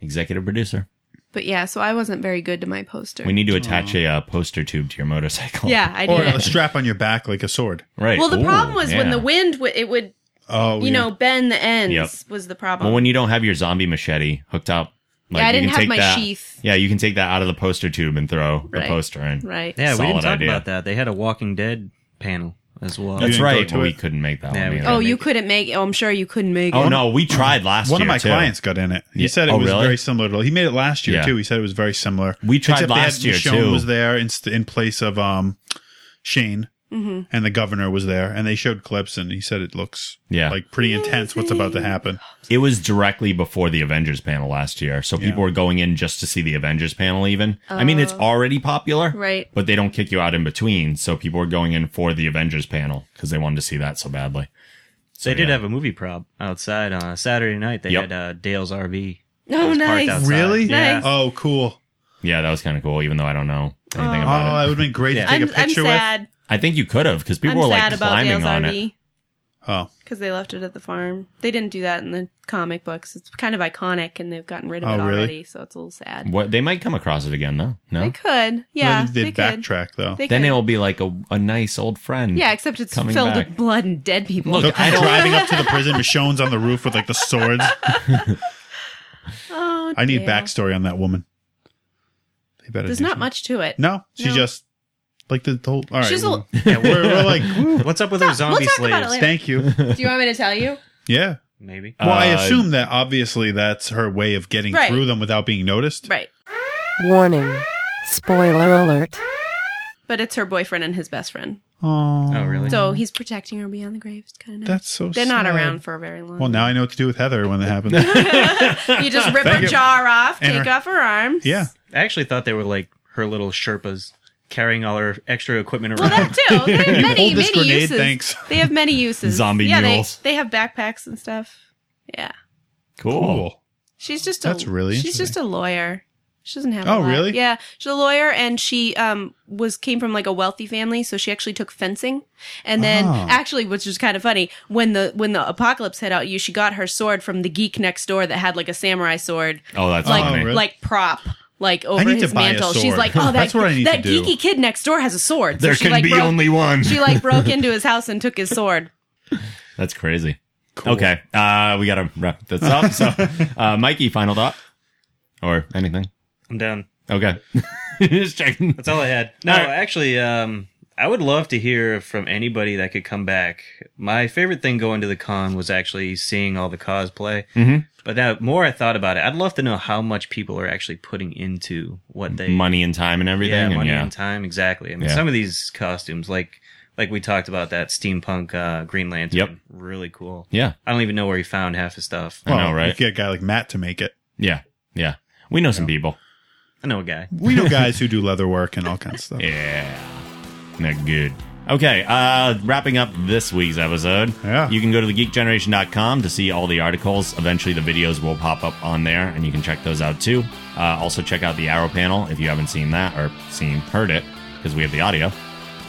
[SPEAKER 3] Executive producer.
[SPEAKER 5] But yeah, so I wasn't very good to my poster.
[SPEAKER 3] We need to attach
[SPEAKER 4] Oh.
[SPEAKER 3] a uh, poster tube to your motorcycle.
[SPEAKER 5] yeah, I
[SPEAKER 4] or
[SPEAKER 5] did.
[SPEAKER 4] a strap on your back like a sword.
[SPEAKER 3] Right.
[SPEAKER 5] well, the
[SPEAKER 3] Ooh,
[SPEAKER 5] problem was when
[SPEAKER 3] yeah.
[SPEAKER 5] the wind w- it would
[SPEAKER 4] Oh,
[SPEAKER 5] you
[SPEAKER 4] yeah.
[SPEAKER 5] know bend the ends
[SPEAKER 3] Yep.
[SPEAKER 5] was the problem.
[SPEAKER 3] Well, when you don't have your zombie machete hooked up, like
[SPEAKER 5] Yeah, I
[SPEAKER 3] you
[SPEAKER 5] didn't
[SPEAKER 3] can
[SPEAKER 5] have
[SPEAKER 3] take
[SPEAKER 5] my
[SPEAKER 3] that,
[SPEAKER 5] sheath.
[SPEAKER 3] Yeah, you can take that out of the poster tube and throw the
[SPEAKER 5] Right.
[SPEAKER 3] poster in.
[SPEAKER 5] right?
[SPEAKER 6] Yeah, we
[SPEAKER 3] Solid
[SPEAKER 6] didn't talk
[SPEAKER 3] idea.
[SPEAKER 6] about that. They had a Walking Dead panel as well.
[SPEAKER 3] That's right. But we couldn't make that
[SPEAKER 6] Yeah,
[SPEAKER 3] one.
[SPEAKER 6] we
[SPEAKER 3] Either.
[SPEAKER 5] Oh, you couldn't make. Oh, I'm sure you couldn't make.
[SPEAKER 3] Oh
[SPEAKER 5] it.
[SPEAKER 3] no, we tried last
[SPEAKER 4] One
[SPEAKER 3] year.
[SPEAKER 4] of my
[SPEAKER 3] too.
[SPEAKER 4] clients got in it. He
[SPEAKER 3] Yeah.
[SPEAKER 4] said it
[SPEAKER 3] Oh,
[SPEAKER 4] was
[SPEAKER 3] really?
[SPEAKER 4] very similar to. He made it last year
[SPEAKER 3] Yeah.
[SPEAKER 4] too. He said it was very similar.
[SPEAKER 3] We tried
[SPEAKER 4] Except they
[SPEAKER 3] last year,
[SPEAKER 4] Michonne
[SPEAKER 3] too.
[SPEAKER 4] Was there in, st- in place of um Shane,
[SPEAKER 5] Mhm.
[SPEAKER 4] and the governor was there, and they showed clips, and he said it looks
[SPEAKER 3] Yeah.
[SPEAKER 4] like pretty intense. What's about to happen?
[SPEAKER 3] It was directly before the Avengers panel last year, so people were going in just to see the Avengers panel. Even I mean, it's already popular,
[SPEAKER 5] Oh. Right.
[SPEAKER 3] But they don't kick you out in between, so people were going in for the Avengers panel because they wanted to see that so badly.
[SPEAKER 6] they did
[SPEAKER 3] yeah.
[SPEAKER 6] have a movie prop outside on a Saturday night. They
[SPEAKER 3] Yep.
[SPEAKER 6] had uh, Dale's RV.
[SPEAKER 5] Oh,
[SPEAKER 6] It was parked
[SPEAKER 5] nice.
[SPEAKER 6] outside.
[SPEAKER 4] Really?
[SPEAKER 6] Yeah.
[SPEAKER 5] Nice.
[SPEAKER 4] Oh, cool.
[SPEAKER 3] Yeah, that was kind of cool. Even though I don't know anything
[SPEAKER 5] Oh.
[SPEAKER 4] Oh,
[SPEAKER 3] about
[SPEAKER 4] that
[SPEAKER 3] it,
[SPEAKER 4] would have been great
[SPEAKER 6] Yeah.
[SPEAKER 4] to take
[SPEAKER 5] I'm,
[SPEAKER 4] a
[SPEAKER 5] I'm
[SPEAKER 4] picture with.
[SPEAKER 5] sad.
[SPEAKER 3] I think you could have because people
[SPEAKER 5] I'm
[SPEAKER 3] were
[SPEAKER 5] sad
[SPEAKER 3] like
[SPEAKER 5] about Dale's
[SPEAKER 3] climbing on it.
[SPEAKER 5] RV
[SPEAKER 4] Oh,
[SPEAKER 5] because they left it at the farm. They didn't do that in the comic books. It's kind of iconic, and they've gotten rid of
[SPEAKER 4] Oh,
[SPEAKER 5] it
[SPEAKER 4] really?
[SPEAKER 5] already, so it's a little sad.
[SPEAKER 3] What they might come across it again though.
[SPEAKER 5] They
[SPEAKER 3] No,
[SPEAKER 5] could, yeah,
[SPEAKER 4] they
[SPEAKER 5] they
[SPEAKER 4] did
[SPEAKER 5] could.
[SPEAKER 4] backtrack though.
[SPEAKER 5] They
[SPEAKER 3] then
[SPEAKER 5] could.
[SPEAKER 3] it'll be like a, a nice old friend.
[SPEAKER 5] yeah, except it's
[SPEAKER 3] coming
[SPEAKER 5] filled
[SPEAKER 3] back.
[SPEAKER 5] with blood and dead people.
[SPEAKER 3] Look,
[SPEAKER 4] Look,
[SPEAKER 3] I don't-
[SPEAKER 4] driving up to the prison. Michonne's on the roof with like the swords.
[SPEAKER 5] oh,
[SPEAKER 4] I need
[SPEAKER 5] Dale.
[SPEAKER 4] backstory on that woman. They better.
[SPEAKER 5] There's
[SPEAKER 4] do
[SPEAKER 5] not
[SPEAKER 4] something.
[SPEAKER 5] much to it.
[SPEAKER 4] No, she
[SPEAKER 5] No.
[SPEAKER 4] just like the, the whole. All right,
[SPEAKER 5] She's a-
[SPEAKER 4] yeah, we're, we're like, woo,
[SPEAKER 6] What's up with our zombie
[SPEAKER 5] talk about it
[SPEAKER 6] slaves?
[SPEAKER 5] later.
[SPEAKER 4] thank you.
[SPEAKER 5] Do you want me to tell you?
[SPEAKER 4] Yeah.
[SPEAKER 6] Maybe.
[SPEAKER 4] Well, I
[SPEAKER 3] Uh,
[SPEAKER 4] assume that obviously that's her way of getting
[SPEAKER 5] Right.
[SPEAKER 4] through them without being noticed.
[SPEAKER 5] Right,
[SPEAKER 11] Warning. Spoiler alert.
[SPEAKER 5] but it's her boyfriend and his best friend,
[SPEAKER 4] Oh,
[SPEAKER 6] Oh, really?
[SPEAKER 5] so he's protecting her beyond the grave. It's kind of nice.
[SPEAKER 4] that's so.
[SPEAKER 5] They're not
[SPEAKER 4] sad.
[SPEAKER 5] around for very long.
[SPEAKER 4] Well, now I know what to do with Heather when that happens.
[SPEAKER 5] you just rip
[SPEAKER 4] Thank
[SPEAKER 5] her
[SPEAKER 4] you.
[SPEAKER 5] jaw off,
[SPEAKER 4] And
[SPEAKER 5] take
[SPEAKER 4] her-
[SPEAKER 5] off her arms.
[SPEAKER 4] yeah,
[SPEAKER 6] I actually thought they were like her little Sherpas carrying all her extra equipment around.
[SPEAKER 5] Well, that too. They have many,
[SPEAKER 4] hold this
[SPEAKER 5] many
[SPEAKER 4] grenade,
[SPEAKER 5] uses.
[SPEAKER 4] thanks.
[SPEAKER 5] They have many uses.
[SPEAKER 3] Zombie
[SPEAKER 5] yeah, they-
[SPEAKER 3] mules.
[SPEAKER 5] They, have backpacks and stuff. Yeah,
[SPEAKER 3] cool.
[SPEAKER 4] cool.
[SPEAKER 5] she's just a,
[SPEAKER 4] That's really
[SPEAKER 5] she's just a lawyer. She doesn't have. a
[SPEAKER 4] Oh,
[SPEAKER 5] lot.
[SPEAKER 4] really?
[SPEAKER 5] Yeah, she's a lawyer, and she um was came from like a wealthy family, so she actually took fencing, and then
[SPEAKER 4] Ah.
[SPEAKER 5] actually, which is kind of funny, when the when the apocalypse hit out, you she got her sword from the geek next door that had like a samurai sword,
[SPEAKER 3] Oh, that's
[SPEAKER 5] like
[SPEAKER 3] funny.
[SPEAKER 4] really?
[SPEAKER 5] like prop. Like over
[SPEAKER 4] need to
[SPEAKER 5] his
[SPEAKER 4] buy a
[SPEAKER 5] mantle, she's
[SPEAKER 4] sword.
[SPEAKER 5] like, "Oh, that
[SPEAKER 4] That's what I need to
[SPEAKER 5] that
[SPEAKER 4] do.
[SPEAKER 5] geeky kid next door has a sword." So
[SPEAKER 3] There
[SPEAKER 5] she,
[SPEAKER 3] can
[SPEAKER 5] like,
[SPEAKER 3] be
[SPEAKER 5] broke-
[SPEAKER 3] only one.
[SPEAKER 5] she like broke into his house and took his sword.
[SPEAKER 3] That's crazy. Okay, uh, we gotta wrap this up. So, uh, Mikey, final thought or anything?
[SPEAKER 6] I'm down.
[SPEAKER 3] Okay, just checking.
[SPEAKER 6] That's all I had. No,
[SPEAKER 3] All right.
[SPEAKER 6] actually, um, I would love to hear from anybody that could come back. My favorite thing going to the con was actually seeing all the cosplay.
[SPEAKER 3] Mhm.
[SPEAKER 6] But now, more I thought about it, I'd love to know how much people are actually putting into what they
[SPEAKER 3] Money and time and everything.
[SPEAKER 6] Yeah,
[SPEAKER 3] and
[SPEAKER 6] money
[SPEAKER 3] yeah.
[SPEAKER 6] and time. Exactly. I mean,
[SPEAKER 3] Yeah.
[SPEAKER 6] some of these costumes, like like we talked about that steampunk uh, Green Lantern.
[SPEAKER 3] Yep.
[SPEAKER 6] Really cool.
[SPEAKER 3] yeah,
[SPEAKER 6] I don't even know where he found half his stuff.
[SPEAKER 3] I know,
[SPEAKER 4] Well,
[SPEAKER 3] right?
[SPEAKER 4] You get a guy like Matt to make it.
[SPEAKER 3] yeah, yeah. We know some people.
[SPEAKER 6] I know a guy.
[SPEAKER 4] We know guys who do leather work and all kinds of stuff.
[SPEAKER 3] Yeah. Not good. Okay, uh, wrapping up this week's episode.
[SPEAKER 4] Yeah.
[SPEAKER 3] You can go to thegeekgeneration.com to see all the articles. Eventually, the videos will pop up on there, and you can check those out too. Uh, also, check out the Arrow panel if you haven't seen that or seen heard it, because we have the audio.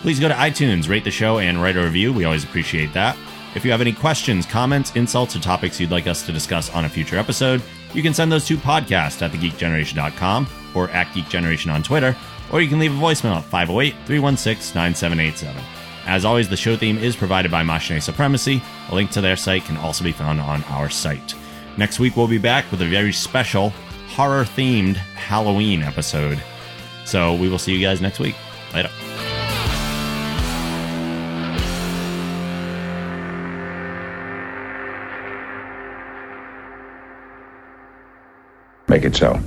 [SPEAKER 3] Please go to iTunes, rate the show, and write a review. We always appreciate that. If you have any questions, comments, insults, or topics you'd like us to discuss on a future episode, you can send those to podcast at thegeekgeneration.com or at geekgeneration on Twitter, or you can leave a voicemail at 508 316 9787. As always, the show theme is provided by Machine Supremacy. A link to their site can also be found on our site. Next week, we'll be back with a very special horror themed Halloween episode. So we will see you guys next week. Later.
[SPEAKER 7] Make it so.